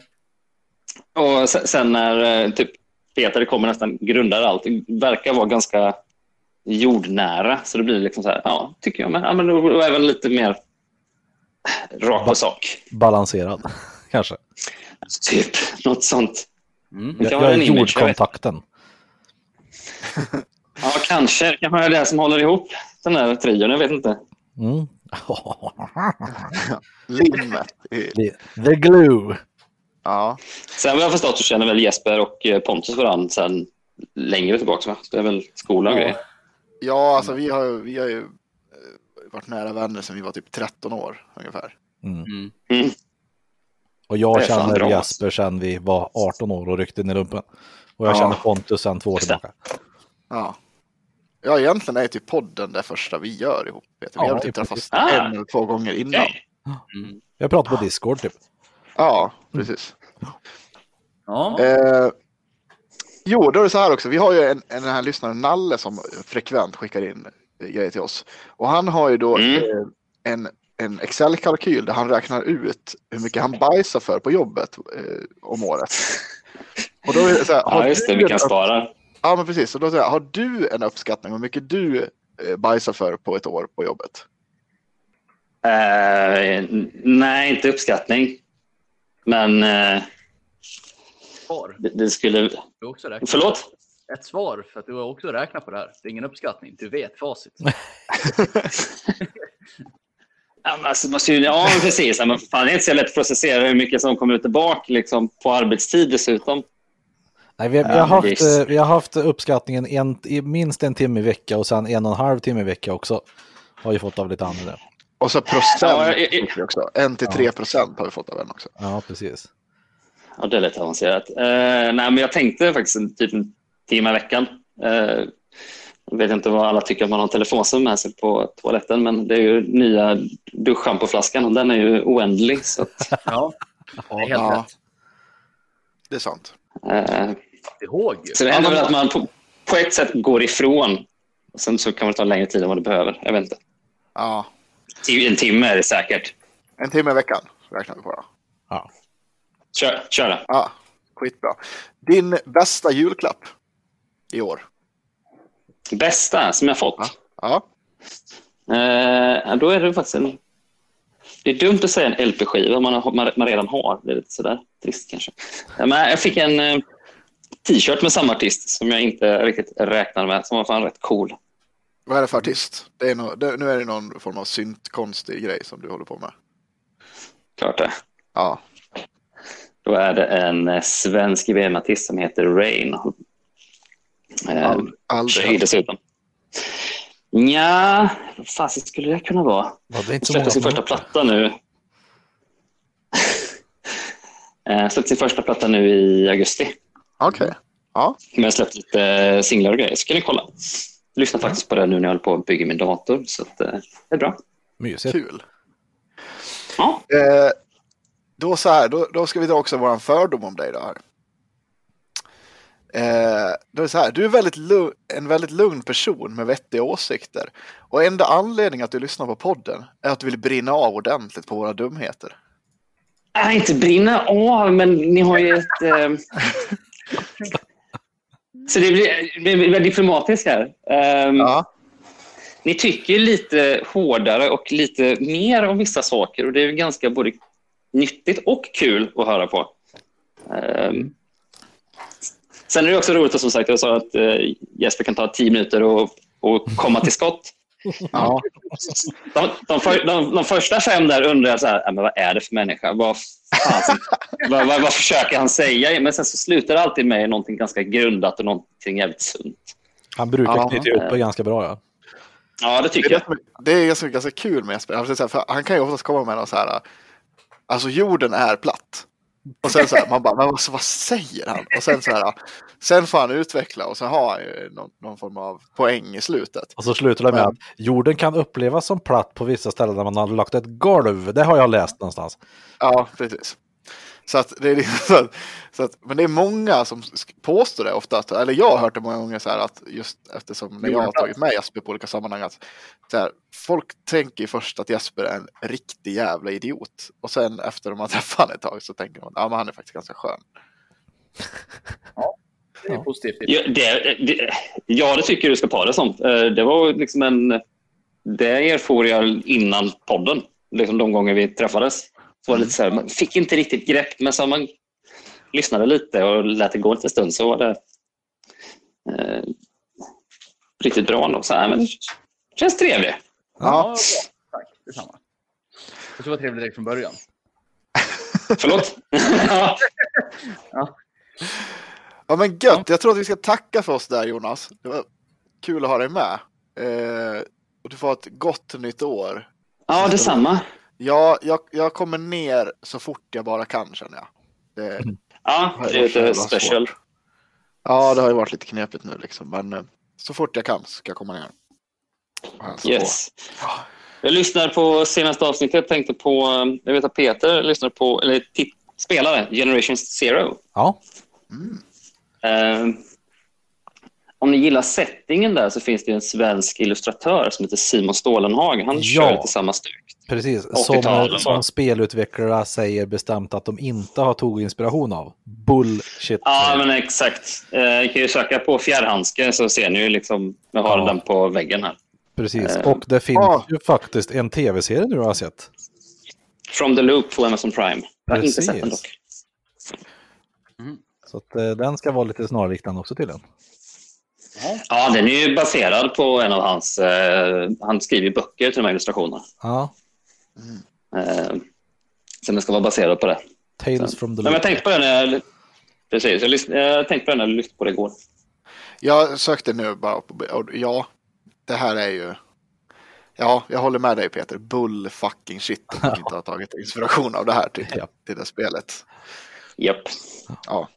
Och sen, sen när eh, typ Peter kommer nästan grundar allt. Verkar vara ganska jordnära. Så det blir liksom så här, ja, tycker jag med. Ja, men, och, och även lite mer rakt på sak.
Balanserad kanske.
Typ något sånt.
Mm.
Det
Jag,
kan
jag
vara
är
en image, jag vet.
jordkontakten.
Ja, kanske. Det kanske är det som håller ihop den här trion. Jag vet inte.
Mm.
Limmet. i-
The, the glue.
Ja,
Sen vad jag har förstått så känner väl Jesper och eh, Pontus varandra sen längre tillbaka. va? Det är väl skola och
Ja.
grejer.
ja alltså vi har, vi har ju eh, varit nära vänner sedan vi var typ 13 år ungefär.
Mm.
Mm.
Mm.
Och
Det
jag
är fan
känner
bra. alltså.
Jesper sedan vi var 18 år och ryckte in i lumpen. Och jag
Ja.
känner Pontus sedan två år
Just det.
tillbaka.
Ja. Ja, egentligen är typ podden det första vi gör ihop. Peter. Vi
Ja,
har typ
i princip.
träffats
Ah.
en eller två gånger innan.
Okej.
Jag pratar på Discord typ.
Ja, precis.
Ja.
Eh, jo, då är det så här också. Vi har ju en, en den här lyssnaren Nalle som frekvent skickar in eh, grejer till oss. Och han har ju då
Mm.
eh, en, en Excel-kalkyl där han räknar ut hur mycket han bajsar för på jobbet eh, om året. Och då är det så här, har
Ja, just det.
du
Vi kan
en upp-
spara.
Ja, men precis. Och då säger jag, har du en uppskattning om hur mycket du eh, bajsar för på ett år på jobbet?
Eh, n- nej, inte uppskattning. Men eh,
Svar.
det, det skulle...
Du har också räknat.
Förlåt?
Ett svar för att du har också räknat på det här. Det är ingen uppskattning. Du vet facit.
Ja, men alltså, måste ju, ja men precis. Ja, Men för fan, det är inte så lätt att processera hur mycket som kommer ut tillbaka liksom, på arbetstid dessutom.
Nej, vi, vi,
Ja,
har haft,
visst.
eh, vi har haft uppskattningen en, i minst en timme i vecka och sedan en och en halv timme i vecka också. Har ju fått av lite andra.
Och så procent
Ja, i- i-
fick vi också. En till tre procent har vi fått av en också.
Ja, precis.
Ja, det är lite avancerat. Eh, nej, men jag tänkte faktiskt en, typ en timme i veckan. Eh, jag vet inte vad alla tycker att man har en telefonsum med sig på toaletten, men det är ju nya duschschampoflaskan och den är ju oändlig. Så att,
Ja. Det är helt
Ja.
rätt.
Det är sant.
eh,
Ihåg ju.
så det händer väl att man på, på ett sätt går ifrån. Och sen så kan det ta längre tid än vad det behöver. Jag vet inte.
Ja.
Ti- En timme är det säkert.
En timme i veckan räknar vi på. Då.
Kör, kör det.
Ja, skitbra. Din bästa julklapp i år?
Bästa som jag fått.
Ja,
Eh, då är det faktiskt en... Det är dumt att säga en LP-skiva man, har- man, man redan har. Det är lite sådär trist kanske. Eh, Men jag fick en eh, t-shirt med samma artist som jag inte riktigt räknade med. Som var fan rätt cool.
vad är det för artist? Det är nå- det, nu är det någon form av syntkonstig grej som du håller på med.
Klart det.
Ja,
Då är det en eh, svensk VM-artist som heter Rain. Eh,
aldrig.
tjej
hört.
dessutom. Nja, vad fasen skulle det kunna vara?
Var det
Hon
inte så många
släppte sin
som-
första platta nu. Eh, släppte sin första platta nu i augusti.
Okej. Ja.
Men släppt lite eh, singlar och grejer, så kan ni kolla. Lyssna faktiskt på det nu när jag håller på att bygga min dator, så att, eh, det är bra.
Mysigt.
Kul.
Ja.
Eh, då så här, då, då ska vi dra också våran fördom om dig då. Här. Eh, då är det så här, du är väldigt lu- en väldigt lugn person med vettiga åsikter. Och enda anledningen att du lyssnar på podden är att du vill brinna av ordentligt på våra dumheter.
Nej, Äh, inte brinna av, men ni har ju ett... Eh... Så det blir, det blir väldigt diplomatiskt här. Ehm,
Ja.
Ni tycker ju lite hårdare och lite mer om vissa saker och det är ju ganska både nyttigt och kul att höra på. Ehm, sen är det också roligt, och som sagt, jag sa att eh, Jesper kan ta tio minuter och, och komma till skott.
Ja,
De, de, för, de, de första fem där undrar jag så här, "Ja, men vad är det för människa? Vad, fan, vad, vad, vad försöker han säga? Men sen så slutar det alltid med någonting ganska grundat och någonting jävligt sunt.
Han brukar
Ja.
knyta ihop det ganska bra ja.
Ja, det
Det är,
tycker
det
jag.
som är- det är ganska, ganska kul med Jesper. Jag vill säga så här, För han kan ju oftast komma med något så här. Alltså jorden är platt. Och sen så här, man bara, men alltså, vad säger han? Och sen så här, sen får han utveckla och sen har han ju någon, någon form av poäng i slutet.
Och så slutar det med
Men-
att jorden kan upplevas som platt på vissa ställen där man har lagt ett golv. Det har jag läst någonstans.
Ja, precis. Så att det är liksom så att, så att, men det är många som sk- påstår det ofta, att- eller jag har hört det många gånger så här att just eftersom när jag har tagit med Jesper på olika sammanhang att så här, folk tänker ju först att Jesper är en riktig jävla idiot och sen efter de har träffat honom ett tag så tänker man att ja, men han är faktiskt ganska skön.
Det är positivt.
Ja det, det, ja, det tycker jag du ska ta det som. Eh, Det var liksom en... Det erfor jag innan podden, liksom de gånger vi träffades. Så var det lite så här, man fick inte riktigt grepp, men så man lyssnade lite och lät det gå en liten stund så var det eh, riktigt bra ändå. Så här, men det känns trevligt.
Ja, bra. Tack. Detsamma. Det var trevligt direkt från början.
Förlåt? ja,
Ja men gött, jag tror att vi ska tacka för oss där Jonas. Det var kul att ha dig med. Eh, och du får ha ett gott nytt år.
ja detsamma.
Ja, jag, jag kommer ner så fort jag bara kan känner jag. Det,
Mm. Ja, det är lite special.
Ja, det har ju varit lite knepigt nu liksom, men eh, så fort jag kan ska jag komma ner. Och hälsa på.
Yes. Jag lyssnar på senaste avsnittet. Tänkte på, eh, jag vet att Peter lyssnar på, eller titt, spelade Generation Zero.
Ja,
Eh, om ni gillar settingen där så finns det ju en svensk illustratör som heter Simon Stålenhag. Han
Ja.
kör lite samma stuk.
precis.
80-talen,
Som, eh,
va?
som spelutvecklare säger bestämt att de inte har tagit inspiration av. Bullshit.
Ja, men exakt. Eh, Ni kan ju söka på fjärrhandske så ser ni ju liksom, jag har
Ja.
den på väggen här.
Precis.
eh,
Och det finns
ah.
ju faktiskt en tv-serie nu har jag sett.
From the Loop på Amazon Prime. Jag har inte
Precis.
sett den dock.
Så att, eh, den ska vara lite snarlik den också tydligen.
Ja, den är ju baserad på en av hans, eh, han skriver ju böcker till de här illustrationerna.
Ja,
Eh, sen den ska vara baserad på det.
Tales
Sen-
from the
Nej, men jag
Loop.
tänkte på det när jag... Precis, jag, lyssn- jag tänkte på det när jag lyssnade på det igår.
Jag sökte nu bara på, och ja, det här är ju... Ja, jag håller med dig Peter. Bull fucking shit att man inte har tagit inspiration av det här till,
Ja.
till det spelet.
Japp.
Ja.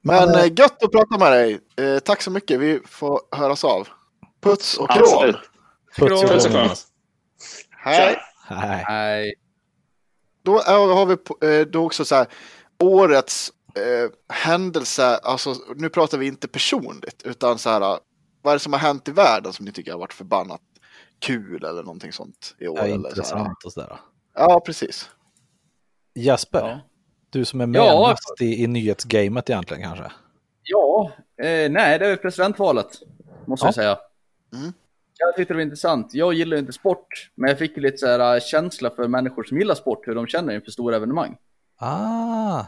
Men eh, gött att prata med dig. Eh, tack så mycket. Vi får höras av. Puts och kram.
Absolut.
Puts och
Puss och
kram,
kram.
Jonas.
Hej.
Nej.
Nej.
Då är- har vi på- eh, då också så här, årets eh, händelse, alltså nu pratar vi inte personligt, utan så här, vad är det som har hänt i världen som ni tycker har varit förbannat kul eller någonting sånt i år?
Ja,
eller så här.
intressant och sådär.
Ja, precis.
Jesper,
Ja.
du som är med
Ja.
mest i, i nyhetsgamet egentligen kanske.
Ja, eh, nej, det är ju presidentvalet, måste
Ja.
jag säga.
Mm.
Jag tyckte det var intressant. Jag gillar ju inte sport, men jag fick ju lite så här eh, känsla för människor som gillar sport, hur de känner inför stora evenemang.
Ah,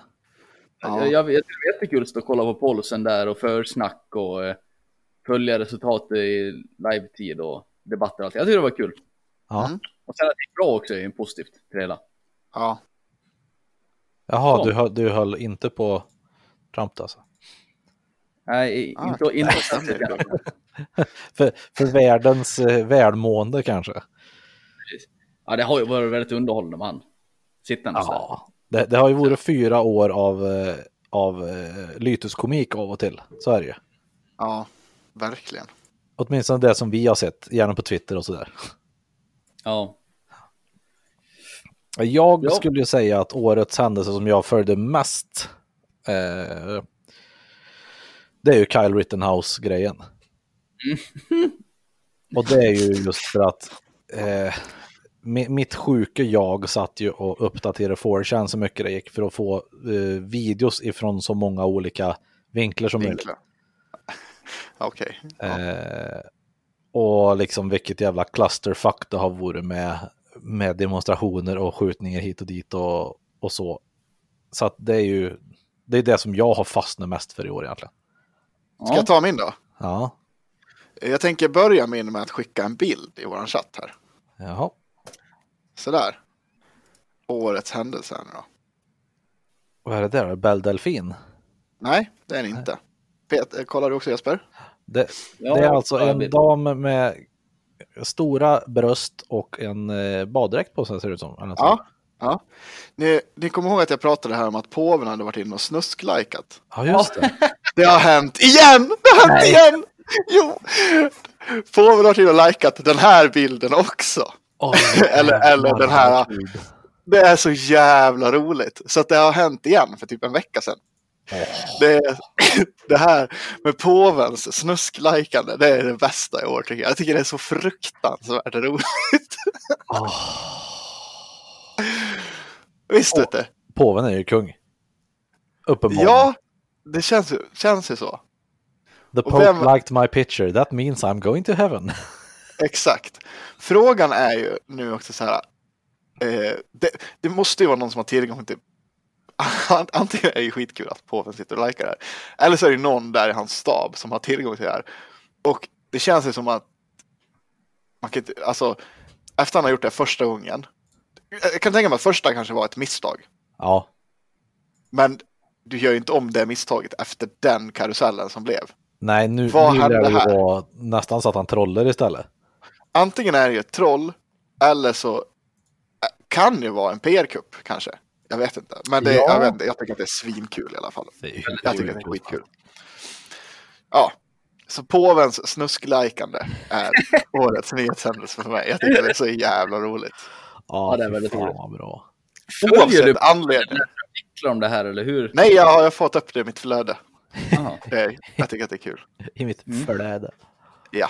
Ja.
Jag, jag, jag tyckte det var jättekul att stå och kolla på polsen där och försnack och eh, följa resultat i live-tid och debatter och allt. Jag tyckte det var kul.
ja.
Mm.
Och sen att det gick bra också är ju positivt till det hela.
Ja.
Jaha,
Så.
du höll, du höll inte på Trump alltså.
Nej,
Ah,
inte, inte offentligt.
stämmer.
För, för världens eh, välmående kanske.
Ja, det har ju varit väldigt underhållande med han. Sittandes där.
Ja, Det, det har ju varit fyra år av, eh, av eh, lyteskomik av och till. Så är det ju.
Ja, verkligen.
Åtminstone det som vi har sett, gärna på Twitter och sådär.
Ja.
Jag
Ja.
skulle ju säga att årets händelse som jag följde mest, eh, det är ju Kyle Rittenhouse-grejen.
Mm.
och det är ju just för att eh, mi- mitt sjuka jag satt ju och uppdaterade 4chan så mycket det gick för att få eh, videos ifrån så många olika vinklar som möjligt.
Vinklar. Okej.
Eh, och liksom vilket jävla clusterfuck det har varit med, med demonstrationer och skjutningar hit och dit och, och så. Så att det är ju det, är det som jag har fastnat mest för i år egentligen.
Ska jag ta min då?
Ja,
Jag tänker börja min med att skicka en bild i våran chatt här.
jaha.
Sådär. Årets händelse här nu då.
Vad är det där? Bell Delfin?
Nej, det är den inte. Peter, kollar du också Jesper?
Det,
Ja,
det är alltså
jag
en
vet.
dam med stora bröst och en eh, baddräkt på sig ser det ut som. Eller något
Ja.
sånt.
Ja. Ni, ni kommer ihåg att jag pratade här om att påven hade varit inne och snusklajkat.
ja, just det.
Det har hänt igen! Det har hänt igen! Jo! Påven har till och med likat den här bilden också.
Oj,
Eller- eller den här-
herregud.
Det är så jävla roligt. Så att det har hänt igen för typ en vecka sedan. Det, det här med påvens snusklajkande, det är det bästa i år tycker jag. Jag tycker det är så fruktansvärt roligt. Visst vet du?
Påven är ju kung. Uppenbarligen.
Ja, det känns, ju- känns ju så.
The
Och
Pope
vem-
liked my picture, that means I'm going to heaven.
Exakt. Frågan är ju nu också så här. Eh, det, det måste ju vara någon som har tillgång till. Antingen är det ju skitkul att påven sitter och likar det här. Eller så är det någon där i hans stab som har tillgång till det här. Och det känns ju som att. Man kan inte, alltså, efter han har gjort det här första gången. Jag kan tänka mig att första kanske var ett misstag.
Ja,
Men du gör ju inte om det misstaget efter den karusellen som blev.
nej nu,
Vad
nu
hände
lär det ju
här?
vara nästan så att han trollar istället.
antingen är det ju ett troll eller så ä- kan det vara en PR-kupp kanske. Jag vet inte. Men det,
Ja.
jag, vet inte, jag tycker att det är svinkul i alla fall.
Det är ju
Jag tycker att det är skitkul. Ja, så påvens snusklikande är årets nyhetshändelse för mig. Jag tycker det är så jävla roligt.
Ja,
Ja,
det är väldigt fan vad bra.
Följer du
Oavsett anledning.
artiklar om det här eller hur?
Nej, jag har jag har fått upp det i mitt flöde.
Jaha.
Det är, jag tycker att det är kul.
I mitt
Mm.
flöde.
Ja.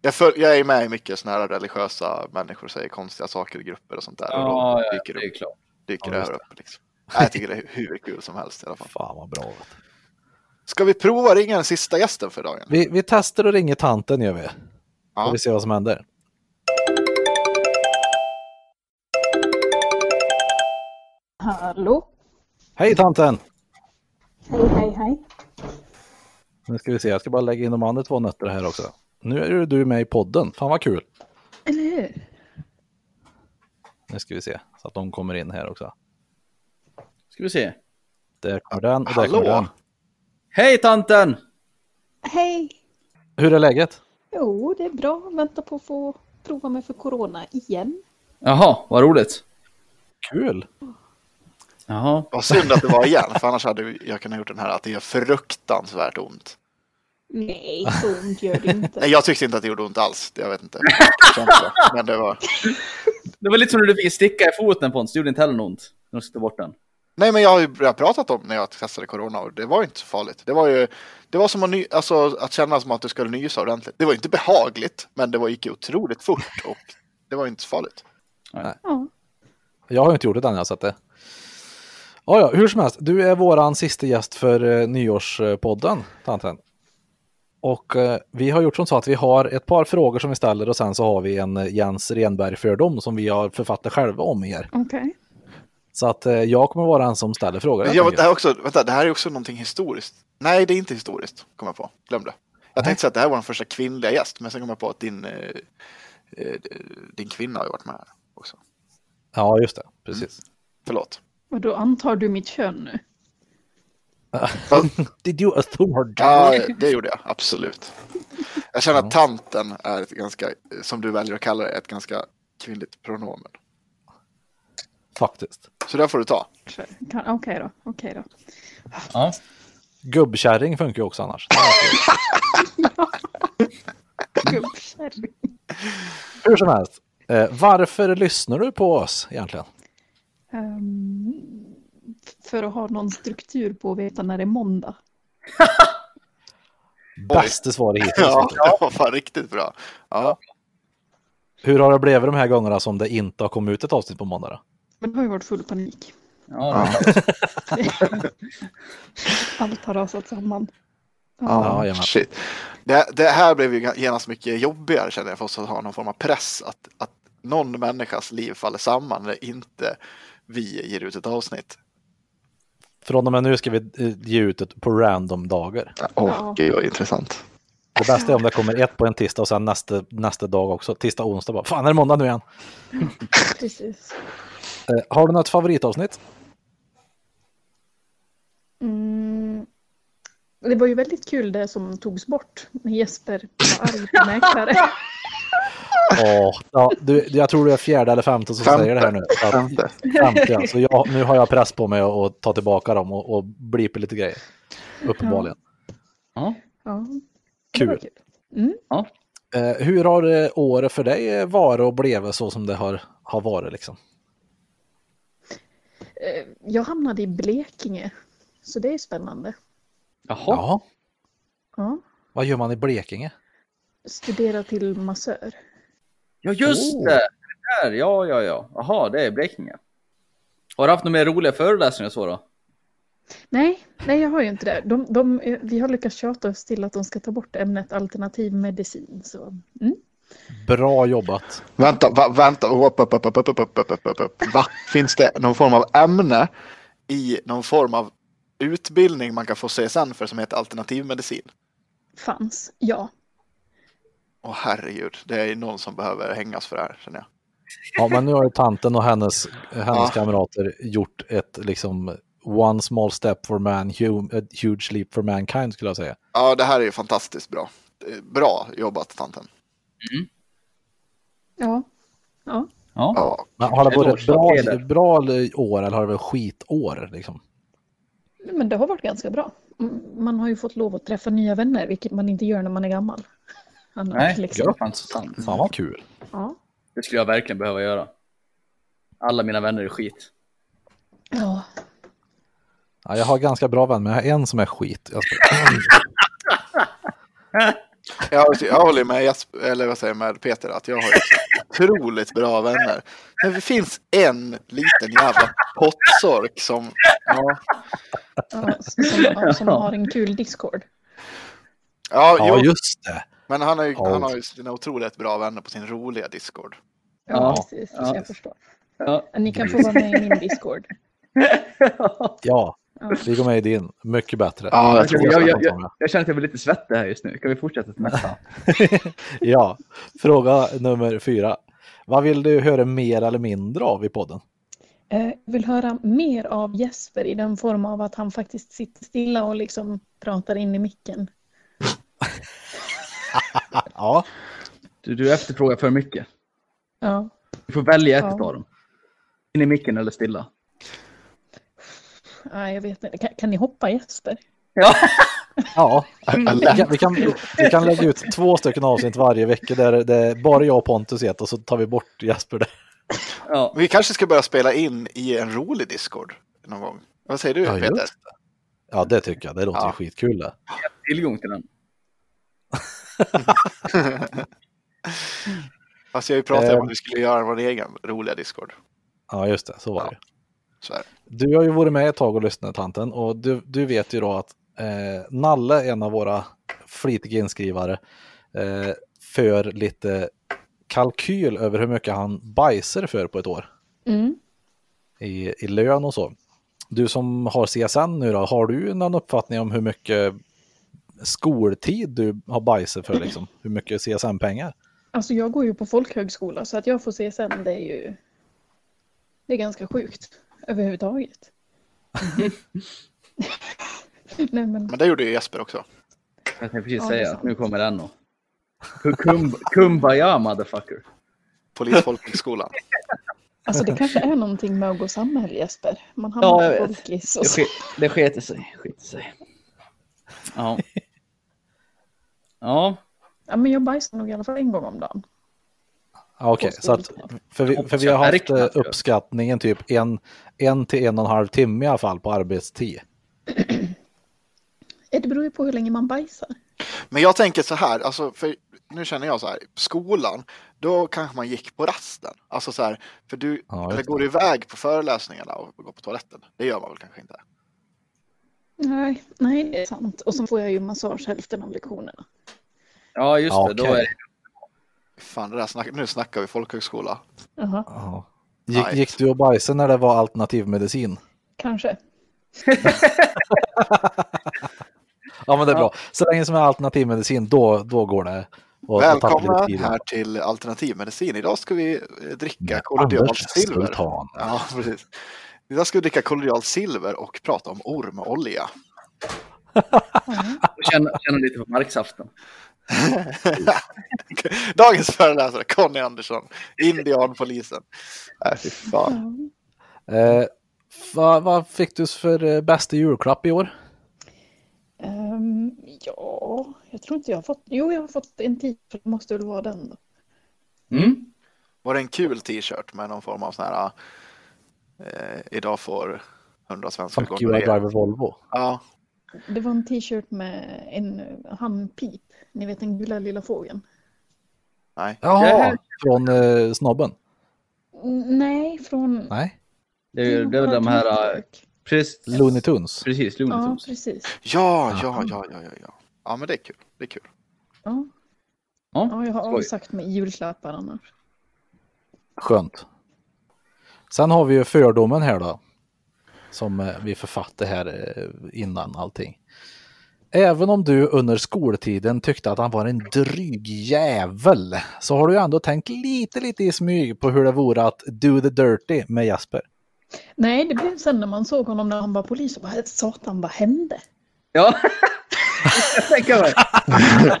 Jag, föl- jag är med i mycket såna här religiösa människor säger konstiga saker i grupper och sånt där. och
Ja,
då
ja,
dyker
det
det upp
är klart.
dyker
Ja,
det
just
här upp. Liksom. Nej, jag tycker det är hur kul som helst i alla fall.
Fan vad bra. vet du.
Ska vi prova ringa den sista gästen för dagen?
Vi, vi testar och ringer tanten gör vi.
Ja.
Får vi se vad som händer.
Hallå?
Hej tanten!
Hej, hej, hej.
Nu ska vi se, jag ska bara lägga in de andra två nötterna här också. Nu är ju du med i podden, fan vad kul.
Eller hur?
Nu ska vi se, så att de kommer in här också.
Ska vi se.
Där kommer den och där
Hallå.
kommer den.
Hej tanten!
Hej!
Hur är läget?
Jo, det är bra. Väntar på att få prova mig för corona igen.
Jaha, vad roligt.
Kul!
Jaha.
Vad synd att det var igen, för annars hade jag kunnat gjort den här att det gör fruktansvärt ont.
Nej, så ont gör det
Nej,
inte.
jag tyckte inte att det gjorde ont alls. Jag vet inte. Det känns så. Men det var...
Det var lite som när du fick sticka i foten Pontus, det gjorde inte heller något ont. När du satte bort den.
Nej, men jag har ju börjat pratat om när jag testade corona och det var ju inte så farligt. Det var ju det var som att, ny... alltså, att känna som att du skulle nysa ordentligt. Det var ju inte behagligt, men det var, gick ju otroligt fort och det var ju inte så farligt.
Ja.
Jag har ju inte gjort det än, jag har sett det. Ja, ja, hur som helst, du är våran sista gäst för eh, nyårspodden, tanten. Och eh, vi har gjort som så att vi har ett par frågor som vi ställer och sen så har vi en eh, Jens Renberg-fördom som vi har författat själva om er.
Okej.
Så att eh, jag kommer vara en som ställer frågor. helt
Jag, det,
enkelt.
här är också, vänta, det här är också någonting historiskt. Nej, det är inte historiskt, kom jag på. Glöm det. Jag tänkte säga att det här var den första kvinnliga gäst, men sen kom jag på att din, eh, eh, din kvinna har ju varit med här också. Mm.
Ja, just det. Precis.
Förlåt.
Och då antar du mitt kön nu?
Did you assume her
Ja, det gjorde jag, absolut. Jag känner att tanten är ett ganska, som du väljer att kalla det, ett ganska kvinnligt pronomen.
Faktiskt.
Så där får du ta.
Kan- Okej då, okej då.
Ja. Gubbkärring funkar ju också annars. Det är alltid-
Gubbkärring.
Hur som helst. Eh, varför lyssnar du på oss egentligen?
Ehm, för att ha någon struktur på att veta när det är måndag.
Bästa svaret hittills.
Ja,
vet du.
det var fan riktigt bra. Ja.
Hur har det blivit de här gångerna som det inte har kommit ut ett avsnitt på måndag? Då?
Men det har ju varit full panik.
Ja,
Allt har rasat samman.
Ja,
Ja,
jajamän.
shit. Det, det här blev ju genast mycket jobbigare känner jag för oss att ha någon form av press att, att någon människas liv faller samman när inte vi ger ut ett avsnitt.
Från och med nu ska vi eh, ge ut ett på random dagar.
Åh,
Ja.
gud vad intressant.
Det bästa är om det kommer ett på en tisdag och sen nästa, nästa dag också. Tisdag och onsdag bara. Fan är det måndag nu igen?
Precis.
Eh, har du något favoritavsnitt?
Mm. Det var ju väldigt kul det som togs bort. När Jesper var arg på mäklare.
Åh, ja, du, jag tror du är fjärde eller femte som
Femte.
säger det här nu. Så att-
Femte.
Femte, ja. Så jag, nu har jag press på mig att att ta tillbaka dem och, och blipa lite grejer. Uppenbarligen.
ja.
Ja, det var
Kul.
kul. Mm.
Eh, hur har eh, året för dig eh, varit och blivit så som det har, har varit liksom?
Eh, Jag hamnade i Blekinge. Så det är spännande.
Jaha.
Ja.
Ja.
Vad gör man i Blekinge?
Studera till massör.
Ja, just
Oh.
det! Det Där, ja, ja, ja. Jaha, det är Blekinge. Har du haft några mer roliga föreläsningar så då?
Nej, nej jag har ju inte det. De, de, eh, vi har lyckats tjata oss till att de ska ta bort ämnet alternativ medicin. Så. Mm.
Bra jobbat.
Vänta, va, vänta. Upp, upp, upp, upp, upp, upp, upp, upp, upp, upp. Va? Finns det någon form av ämne i någon form av utbildning man kan få CSN för som heter alternativmedicin?
Fanns, ja.
Åh herregud, det är någon som behöver hängas för det här känner jag.
Oh. Ja, men nu har ju tanten och hennes, hennes
Ja.
kamrater gjort ett liksom one small step for man, hu- a huge leap for mankind skulle jag säga.
Ja, det här är ju fantastiskt bra. Eh, Bra jobbat tanten.
Ja,
Ja.
Ja,
Men har det
Ett
varit ett bra,
årspaket.
bra år eller har det varit skitår? Liksom?
men det har varit ganska bra. Mm, Man har ju fått lov att träffa nya vänner, vilket man inte gör när man är gammal. Annars,
Nej,
liksom.
det var inte så sant.
Fan vad kul.
ja.
Det skulle jag verkligen behöva göra. Alla mina vänner är skit.
ja.
Ja, jag har ganska bra vän, men jag har en som är skit. Jag ska-
Jag, jag håller med, Jesper, eller vad säger jag, med Peter att jag har ju så otroligt bra vänner. Men det finns en liten jävla pottsork som... Ja,
Ja, som, ja, som har en kul Discord.
ja,
Ja,
jo,
just det.
men han har, ju,
Ja.
han har ju sina otroligt bra vänner på sin roliga Discord.
Ja,
Ja,
precis.
ja.
Jag förstår.
Ja.
Ni kan få vara med i min Discord.
Ja,
Ja.
vi går med i din. Mycket bättre.
Ja,
jag tror jag- jag-
ja, ja.
Jag känner att jag blir lite svettig här just nu. Kan vi fortsätta till nästa?
fråga nummer fyra. Vad vill du höra mer eller mindre av i podden?
Eh, Jag vill höra mer av Jesper i den form av att han faktiskt sitter stilla och liksom pratar in i micken.
Ja,
Du, du efterfrågar för mycket.
Ja.
Du får välja ett
Ja.
av dem. In i micken eller stilla.
Nej, jag vet inte. Kan, kan ni hoppa Jesper?
ja. Vi kan, vi, kan, vi kan lägga ut två stycken avsnitt varje vecka där det är bara jag och Pontus i ett och så tar vi bort Jesper där.
Ja.
Vi kanske ska börja spela in i en rolig Discord någon gång. Vad säger du
Ja,
Peter?
just Ja, det tycker jag. Det låter
Ja.
ju skitkul. Det.
Tillgång till den.
Fast jag har ju pratat om
Ehm.
att vi skulle göra vår egen roliga Discord.
Ja, just det. Så var
Ja.
det ju.
Så här.
Du har ju varit med ett tag och lyssnat tanten och du, du vet ju då att eh, Nalle, en av våra flitiga inskrivare, eh, för lite kalkyl över hur mycket han bajsar för på ett år
Mm.
i, i lön och så. Du som har CSN nu då, har du någon uppfattning om hur mycket skoltid du har bajsat för liksom? Hur mycket CSN-pengar?
Alltså jag går ju på folkhögskola så att jag får CSN det är ju det är ganska sjukt överhuvudtaget. Nej men
Men det gjorde ju Jesper också.
Jag tänkte precis
Ja, det är
säga
sant.
att nu kommer den då. Kum- Kumbaya motherfucker.
Polisfolkhögskolan.
Alltså det kanske är någonting med att gå samhäll Jesper. Man
Ja,
hamnar
jag
i
vet.
folkis och
Det,
så.
ske, det sket sig. Sket sig. Ja. Ja.
Ja, men jag bajsar nog i alla fall en gång om dagen.
Ja, Okej, så att, för, vi, för vi har haft eh, uppskattningen typ en, en till en och en halv timme i alla fall på arbetstid.
Eh, Det beror ju på hur länge man bajsar.
Men jag tänker så här, alltså, för nu känner jag så här, skolan, då kanske man gick på rasten. Alltså så här, för du eller går iväg på föreläsningarna och går på toaletten. Det gör man väl kanske inte.
Nej, nej, det är sant. Och så får jag ju massage hälften av lektionerna.
Ja, just
Ja,
det. Då
okej.
är...
Fan, det där snack, nu snackar vi folkhögskola.
Jaha,
Ja. Gick, gick du och bajsade när det var alternativmedicin?
kanske.
Ja, men det är bra. Så länge som det är alternativmedicin, då, då går det. Och då tappar vi lite
Välkomna
tid.
här till alternativmedicin. Idag ska vi eh, dricka
Anders
kollodialt silver.
Sultan.
Ja, precis. Idag ska vi dricka kollodialt silver och prata om ormolja.
Känna, känna lite på marksaften.
Dagens föreläsare, Conny Andersson, indianpolisen. Nej, Äh, fy fan.
Eh, vad, vad fick du för eh, bästa julklapp i år?
Ehm, ja, jag tror inte jag har fått. Jo, jag har fått en tid. så Det måste väl vara den då.
Var det en kul t-shirt med någon form av sån här eh, idag får 100 svenskar
Fuck you, I
regera?
driver Volvo.
Ja,
Det var en t-shirt med en eh, handpip. Ni vet den gula lilla fågeln.
nej.
Jaha, från eh, snobben?
N- Nej, från...
Nej.
Det är ju det är väl de här... äh, Precis,
Looney Tunes.
Precis, Looney
Ja,
Tunes.
precis.
Ja, ja, ja, ja, ja, ja. Ja, men det är kul. Det är kul.
Ja.
Ja,
Ja, jag har
skoj.
avsagt mig julklappar annars.
Skönt. Sen har vi ju fördomen här då. Som eh, vi författade här eh, innan allting. Även om du under skoltiden tyckte att han var en dryg jävel så har du ju ändå tänkt lite, lite i smyg på hur det vore att do the dirty med Jasper.
Nej, det blev sen när man såg honom när han var polis och bara satan vad hände?
Ja. Jag tänker mig.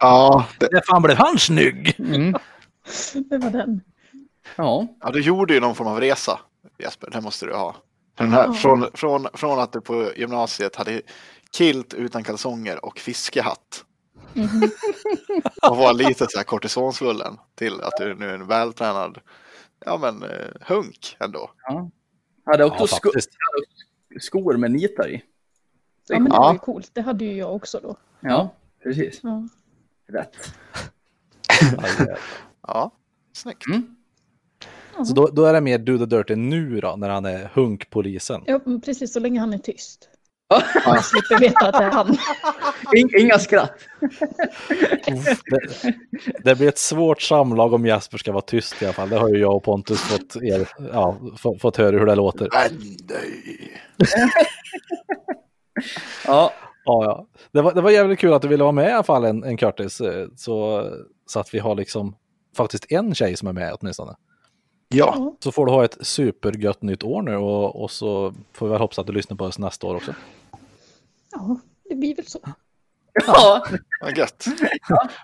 Ja, det,
Det fan blev han snygg!
Mm.
Det var den.
Ja.
ja, du gjorde ju någon form av resa, Jesper. Det måste du ha. Den här,
Ja.
från, från, från att du på gymnasiet hade kilt utan kalsonger och fiskehatt
Mhm.
och var lite så här kortisonsvullen till att du nu är en vältränad ja, men, eh, hunk ändå.
Hade också
Ja,
sko
faktiskt.
skor med nitar i.
Ja, men det
Ja.
var ju coolt. Det hade ju jag också då.
Ja, precis.
Ja.
Rätt.
Ja, snyggt.
Mm. Så då, då är det mer do the dirty nu då, när han är hunkpolisen.
Ja, men precis. Så länge han är tyst.
Ja.
Man slipper veta att det är han.
In- Inga skratt.
Det, det blir ett svårt samlag om Jesper ska vara tyst i alla fall. Det har ju jag och Pontus fått, er, ja, få- fått höra hur det låter.
Men nej.
Ja,
Ja, ja. Det, var, det var jävligt kul att du ville vara med i alla fall en, en Curtis. eh, Så, så att vi har liksom faktiskt en tjej som är med åtminstone.
Ja.
Så får du ha ett supergött nytt år nu och, och så får vi väl hoppas att du lyssnar på oss nästa år också.
Ja, det blir väl så.
ja.
Vad gött.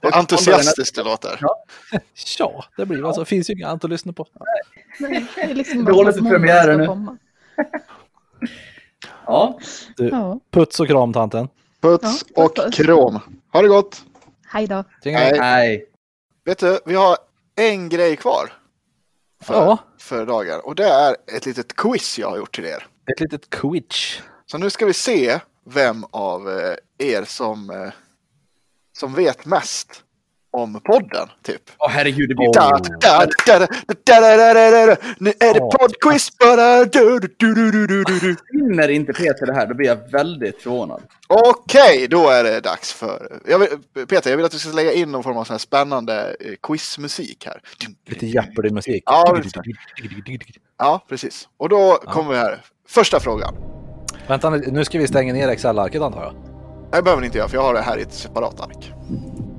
Vad entusiastiskt det låter.
Ja, det blir väl så. Finns ju inget annat att lyssna på.
Nej, det är liksom
Dåligt
bara att
för
måndag
premiären
ska
nu.
komma.
ja.
Ja,
Puts och kram tanten.
Puts
Ja,
och
puss, puss.
krom. Ha det gott.
hej då.
Tjingeling.
Nej.
Vet du, vi har en grej kvar för,
Ja,
för dagen. Och det är ett litet quiz jag har gjort till er.
ett litet quiz.
Så nu ska vi se vem av eh, er som, eh, som vet mest om podden, typ.
Åh herregud, det blir...
Åh.
Da, da, da, da, da, da, da, da, da, da. Nu är det
Åh.
poddquiz! Bara du, du, du, du, du, du, du.
Vinner inte Peter det här, då blir jag väldigt förvånad.
Okej, då är det dags för... Jag vill, Peter, jag vill att du ska lägga in någon form av sån här spännande eh, quizmusik här.
Lite jeopardy musik.
Ja, exakt. Ja, precis. Och då kommer vi här. Första frågan.
Vänta, nu nu ska vi stänga ner Excel-arket antar jag.
Det behöver ni inte göra, för jag har det här i ett separat ark.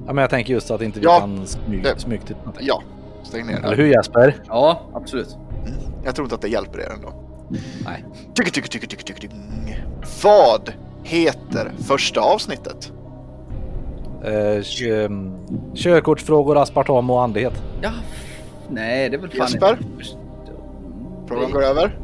Ja, men jag tänker just att inte vi
Ja,
kan
det-
smyg, smygtitta. någonting.
Ja, stäng ner
Eller
det.
hur Jesper?
Ja, absolut.
Jag tror inte att det hjälper er ändå.
Nej.
Tycker, tycker, tycker, tycker, tycker, tycker. Vad heter första avsnittet?
Eh, kö, körkortsfrågor, aspartam och andlighet.
Ja, nej, det är väl fan
Jesper?
inte...
Frågan går över.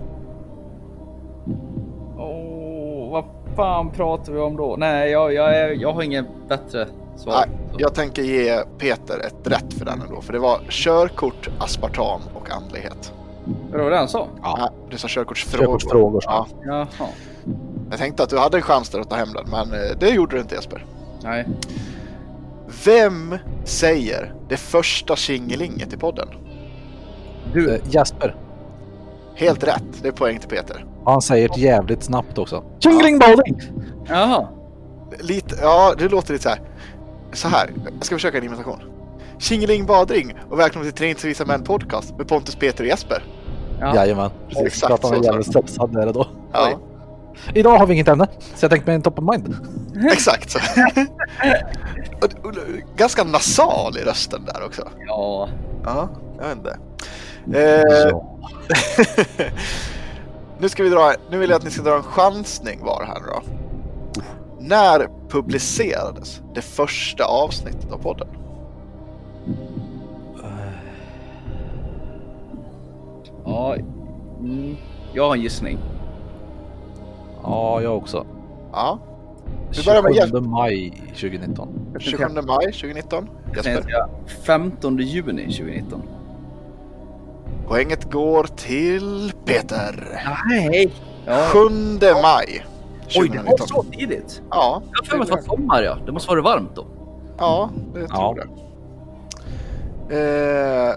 Åh, vad fan pratar vi om då? Nej, jag, jag, är- jag har ingen bättre svar.
Nej, jag tänker ge Peter ett rätt för den ändå, för det var körkort, aspartam och andlighet.
Det var det han sa?
Ja. Du sa körkortsfrågor.
Körkortsfrågor, sa
Ja.
Jaha.
Jag tänkte att du hade en chans där att ta hem den, men eh, det gjorde du inte Jesper.
Nej.
Vem säger det första tjingelinget i podden?
Du. Eh, Jasper.
Helt rätt, det är poäng till Peter.
Han säger det jävligt snabbt också. Tjingeling bowling!
Jaha.
Lite, ja, det låter lite så här. Så här, jag ska försöka en imitation. Tjingeling badring och välkomna till Train to Visa Män Podcast med Pontus, Peter och Jesper.
Ja.
Jajamän.
Precis, exakt
Pratar med
så.
jävligt stressad där och då.
Ja,
Idag har vi inget ämne, så jag tänkte med en top of mind.
exakt så. Och- och- Ganska nasal i rösten där också.
Ja.
Ja, jag vet inte. Eh,
Så.
nu, ska vi dra, nu vill jag att ni ska dra en chansning var här nu då. När publicerades det första avsnittet av podden?
ja. Mm. Jag har en gissning.
Ja, jag också.
Ja, Vi börjar med
27 maj 2019.
27 maj 2019.
Jag tänkte
Jesper.
säga 15 juni 2019.
Poänget går till Peter.
Nej! Ja.
7 maj
Oj, det
2019.
var så tidigt!
Ja,
Jag har för mig att det var sommar, ja. Det måste vara varmt då.
ja, det
Ja.
tror jag. Eh,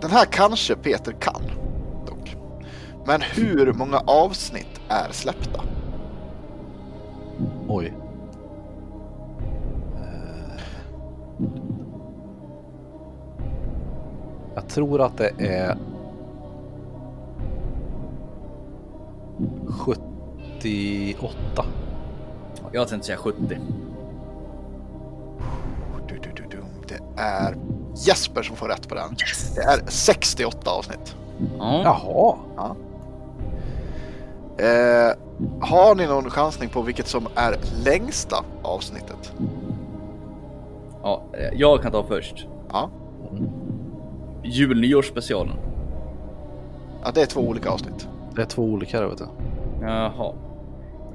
den här kanske Peter kan, dock. Men hur många avsnitt är släppta?
Oj. Eh, Jag tror att det är 78.
Jag tänkte säga 70.
Du, du, du, du. Det är Jesper som får rätt på den. Det är 68 avsnitt.
Ja.
Jaha.
Eh, har ni någon chansning på vilket som är längsta avsnittet?
ja. Jag kan ta först.
Ja.
Jul-nyårsspecialen.
ja, det är två olika avsnitt.
Det är två olika där vet du.
Jaha.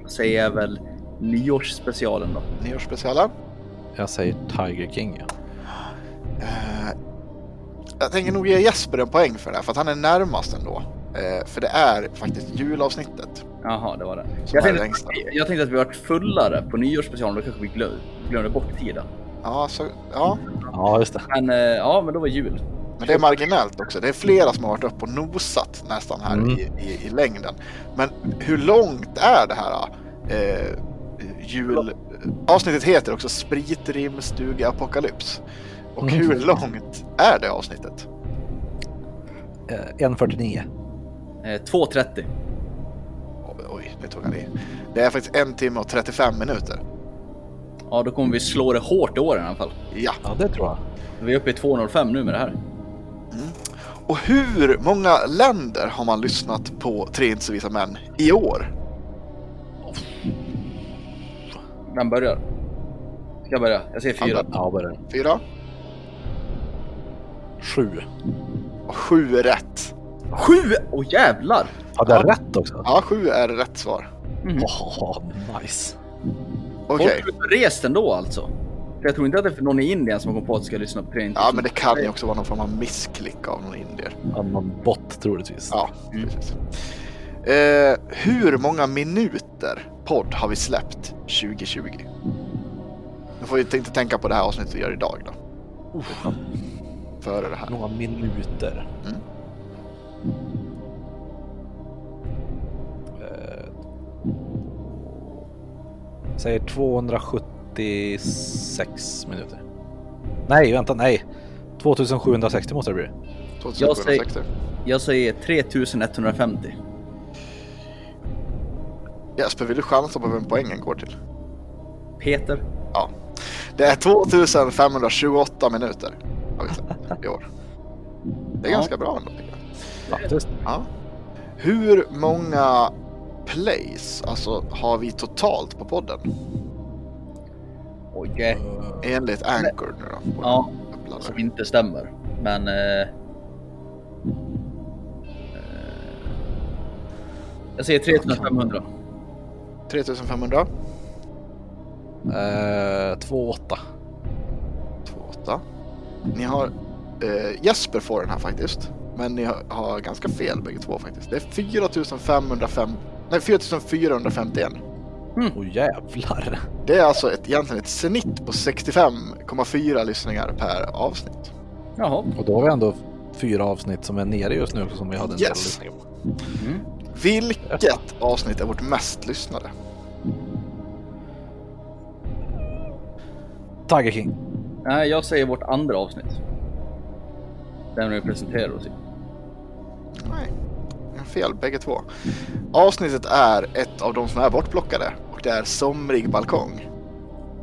Då säger jag väl nyårsspecialen då.
Nyårsspecialen.
Jag säger Tiger King. ja.
Eh, jag tänker nog ge Jesper en poäng för det här, för att han är närmast ändå. Eh, för det är faktiskt julavsnittet.
Jaha, det var det.
Som är
Jag tänkte,
längsta.
jag tänkte att vi varit fullare på nyårsspecialen, då kanske vi glöm, glömde bort tiden.
Ja, så, ja,
Ja, just det.
Men eh, ja, men då var jul.
men det är marginellt också. Det är flera som har varit uppe och nosat nästan här
Mm.
i, i, i längden. Men hur långt är det här eh, jul... Avsnittet heter också Spritrim, stuga, apokalyps. Och
Mm.
hur långt är det avsnittet?
Eh, 1.49.
Eh, 2.30.
Oj, Oj, det tog han i. Det är faktiskt en timme och 35 minuter.
Ja, då kommer vi slå det hårt i år i alla fall.
Ja.
Ja, det tror jag.
Vi är uppe i 2.05 nu med det här.
Och hur många länder har man lyssnat på Tre inte så visa män i år?
Vem börjar? Ska jag börja? Jag säger fyra.
Ja, bara
Fyra?
Sju.
Och sju är rätt.
Sju! Åh jävlar!
Hade jag rätt också?
Ja, sju är rätt svar.
Åh, nice.
Okej.
Folk har rest ändå alltså. För jag tror inte att det är någon i Indien som har kommit på att ska lyssna på liksom. Train
Ja, men det kan ju också vara någon form av missklick av någon indier.
Annan bot troligtvis.
Ja, precis. Eh, hur många minuter podd har vi släppt 2020? Nu får vi inte tänka på det här avsnittet vi gör idag då. Före det här.
Några minuter.
Mm.
Eh, Säger 276 minuter. Nej, vänta, nej. 2760 måste det bli.
2760.
Jag säger 3150.
Jesper, vill du chansa på vem poängen går till?
Peter.
Ja. Det är 2528 minuter har vi sett i år. Det är
Ja.
ganska bra ändå tycker jag.
Faktiskt.
Ja. Hur många plays alltså, har vi totalt på podden?
Oj,
Enligt Anchor nu då. vår
Eh. Ja.
uppladdare.
som inte stämmer. Men... Eh, eh, Jag säger 3500.
3500.
Eh, 28.
28. Ni har... Eh, Jesper får den här faktiskt. Men ni har, har ganska fel bägge två faktiskt. Det är 4505... Nej, 4451.
Mm.
Åh jävlar.
Det är alltså ett, egentligen ett snitt på 65,4 lyssningar per avsnitt.
Jaha.
Och då har vi ändå fyra avsnitt som är nere just nu som vi hade en del
Yes.
lyssningar på.
Mm.
Vilket avsnitt är vårt mest lyssnade?
Tiger King.
Nej, jag säger vårt andra avsnitt. Den vi presenterar oss i.
Nej, ni har fel bägge två. Avsnittet är ett av de som är bortplockade och det är Somrig balkong.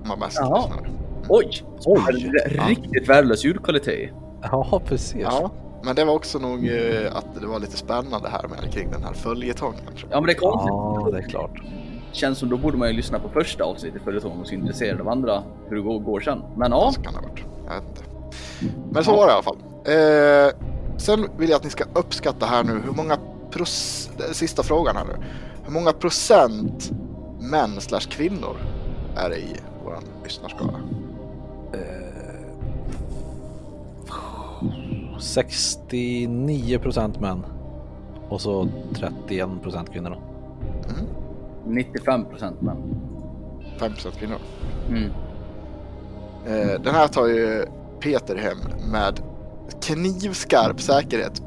som har mest Mm.
Jaha.
lyssnare.
Oj!
Oj!
Det är Riktigt värdelös ljudkvalitet.
Ja, precis.
Ja, men det var också nog eh, att det var lite spännande här med kring den här följetongen. tror jag.
Ja, men det är konstigt.
Ja, det är klart.
Känns som då borde man ju lyssna på första avsnittet för att man är intresserad av andra, hur det går, går sen. Men ja,
Så kan det ha varit. Jag vet inte. Men så var det i alla fall. Eh, sen vill jag att ni ska uppskatta här nu hur många procent, sista frågan här nu. Hur många procent män slash kvinnor är det i vår lyssnarskara?
69 procent män. Och så 31 procent kvinnor. då.
95 procent men.
5 procent kvinnor.
Mm.
Eh, den här tar ju Peter hem med knivskarp säkerhet.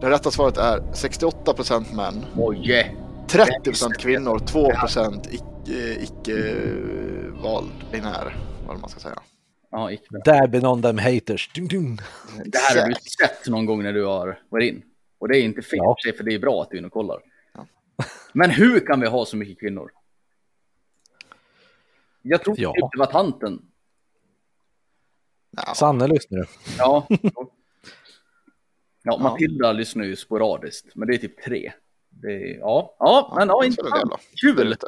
Det rätta svaret är 68 procent män,
Oj!
30 procent kvinnor, 2 procent eh, icke-vald binär. Vad man ska säga.
Ja, gick bra.
Där be on them haters. Dun, dun.
Det här har du sett någon gång när du har varit in. Och det är inte fel
Ja.
i sig, för det är bra att du är inne och kollar.
Ja.
Men hur kan vi ha så mycket kvinnor? Jag tror
Ja.
typ det var tanten.
Ja.
Sanne lyssnar du.
Ja. ja, Matilda lyssnar ju sporadiskt, men det är typ tre. Det är, ja. ja, men ja,
så är
inte
det då.
Kul!
Lite.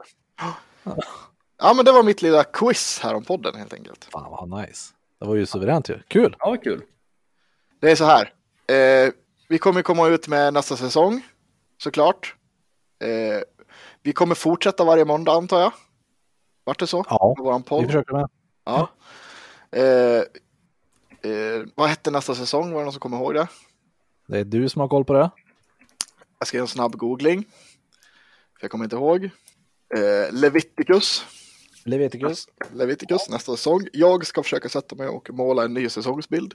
Ja men det var mitt lilla quiz här om podden helt enkelt.
Fan vad nice. Det var ju suveränt ju. Kul!
Ja, vad kul.
Det är så här. Eh, vi kommer komma ut med nästa säsong såklart. Eh, vi kommer fortsätta varje måndag antar jag. Vart det så?
Ja,
Med våran
vi
podd.
försöker med.
Ja. Eh, eh, vad hette nästa säsong? Var det någon som kommer ihåg det?
Det är du som har koll på det.
Jag ska göra en snabb googling. För jag kommer inte ihåg. Eh, Leviticus.
Leviticus.
Leviticus nästa säsong. Jag ska försöka sätta mig och måla en ny säsongsbild.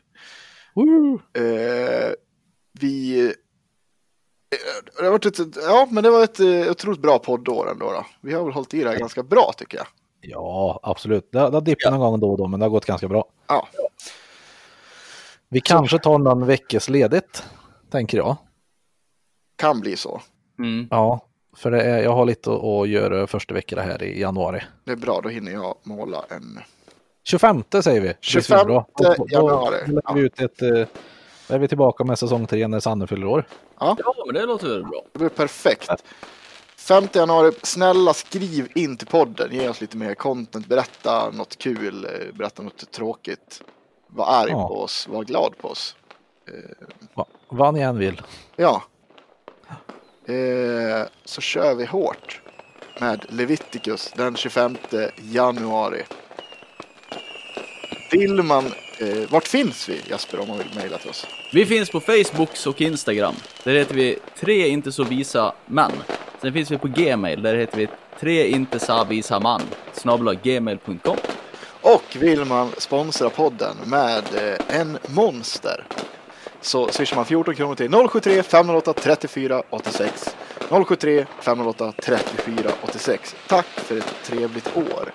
Woo!
Eh, vi... eh, Det har varit ett, ja, men det var ett eh, otroligt bra poddår ändå. Då. Vi har väl hållit i det här ganska bra tycker jag.
Ja, absolut. Det, det har dippat någon gång då och då, men det har gått ganska bra.
Ja,
Vi kanske tar någon veckas ledigt, tänker jag.
kan bli så.
Mm.
Ja, för det är, jag har lite att- att göra första veckan här i januari.
Det är bra, då hinner jag måla en...
25 säger vi. Det är
25
svinbra. Då- då-
januari.
Då lägger vi ut ett... eh, Då är vi tillbaka med säsong 3 när Sanne fyller år.
Ja, men det låter väl bra.
Det blir perfekt. 5 januari, snälla skriv in till podden. Ge oss lite mer content, berätta något kul, eh, berätta något tråkigt. Var arg
Ja.
på oss, var glad på oss. Eh,
Va- Vad ni än vill.
Ja. Eh, så kör vi hårt med Leviticus den 25 januari. Vill man... Eh, vart finns vi Jesper om man vill mejla till oss?
Vi finns på Facebook och Instagram. Där heter vi tre inte så visa män. Sen finns vi på Gmail. Där heter vi tre inte så visa man. Snabla gmail.com.
Och vill man sponsra podden med eh, en monster så swishar man 14 kronor till 073 508 34 86. 073 508 34 86. Tack för ett trevligt år,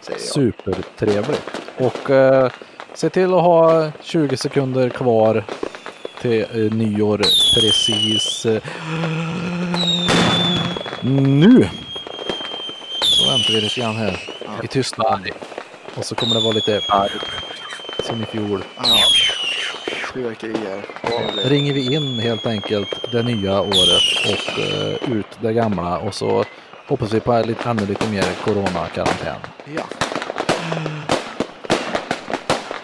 säger jag.
Supertrevligt. Och eh, se till att ha 20 sekunder kvar till eh, nyår precis eh, nu. Så väntar vi lite grann här i tystnad. Och så kommer det vara lite som i fjol.
Ja. Fyrverkerier. Trevligt.
ringer vi in helt enkelt det nya året och eh, ut det gamla och så hoppas vi på lite, ännu lite mer coronakarantän.
Ja.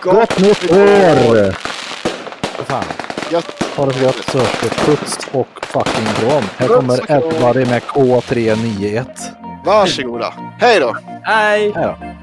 Gott nytt år! Fan, Ha det gött så hörs det. Puts och fucking kram. Här kommer Edvard med K391.
Varsågoda. Hej då!
Hej!
Här då.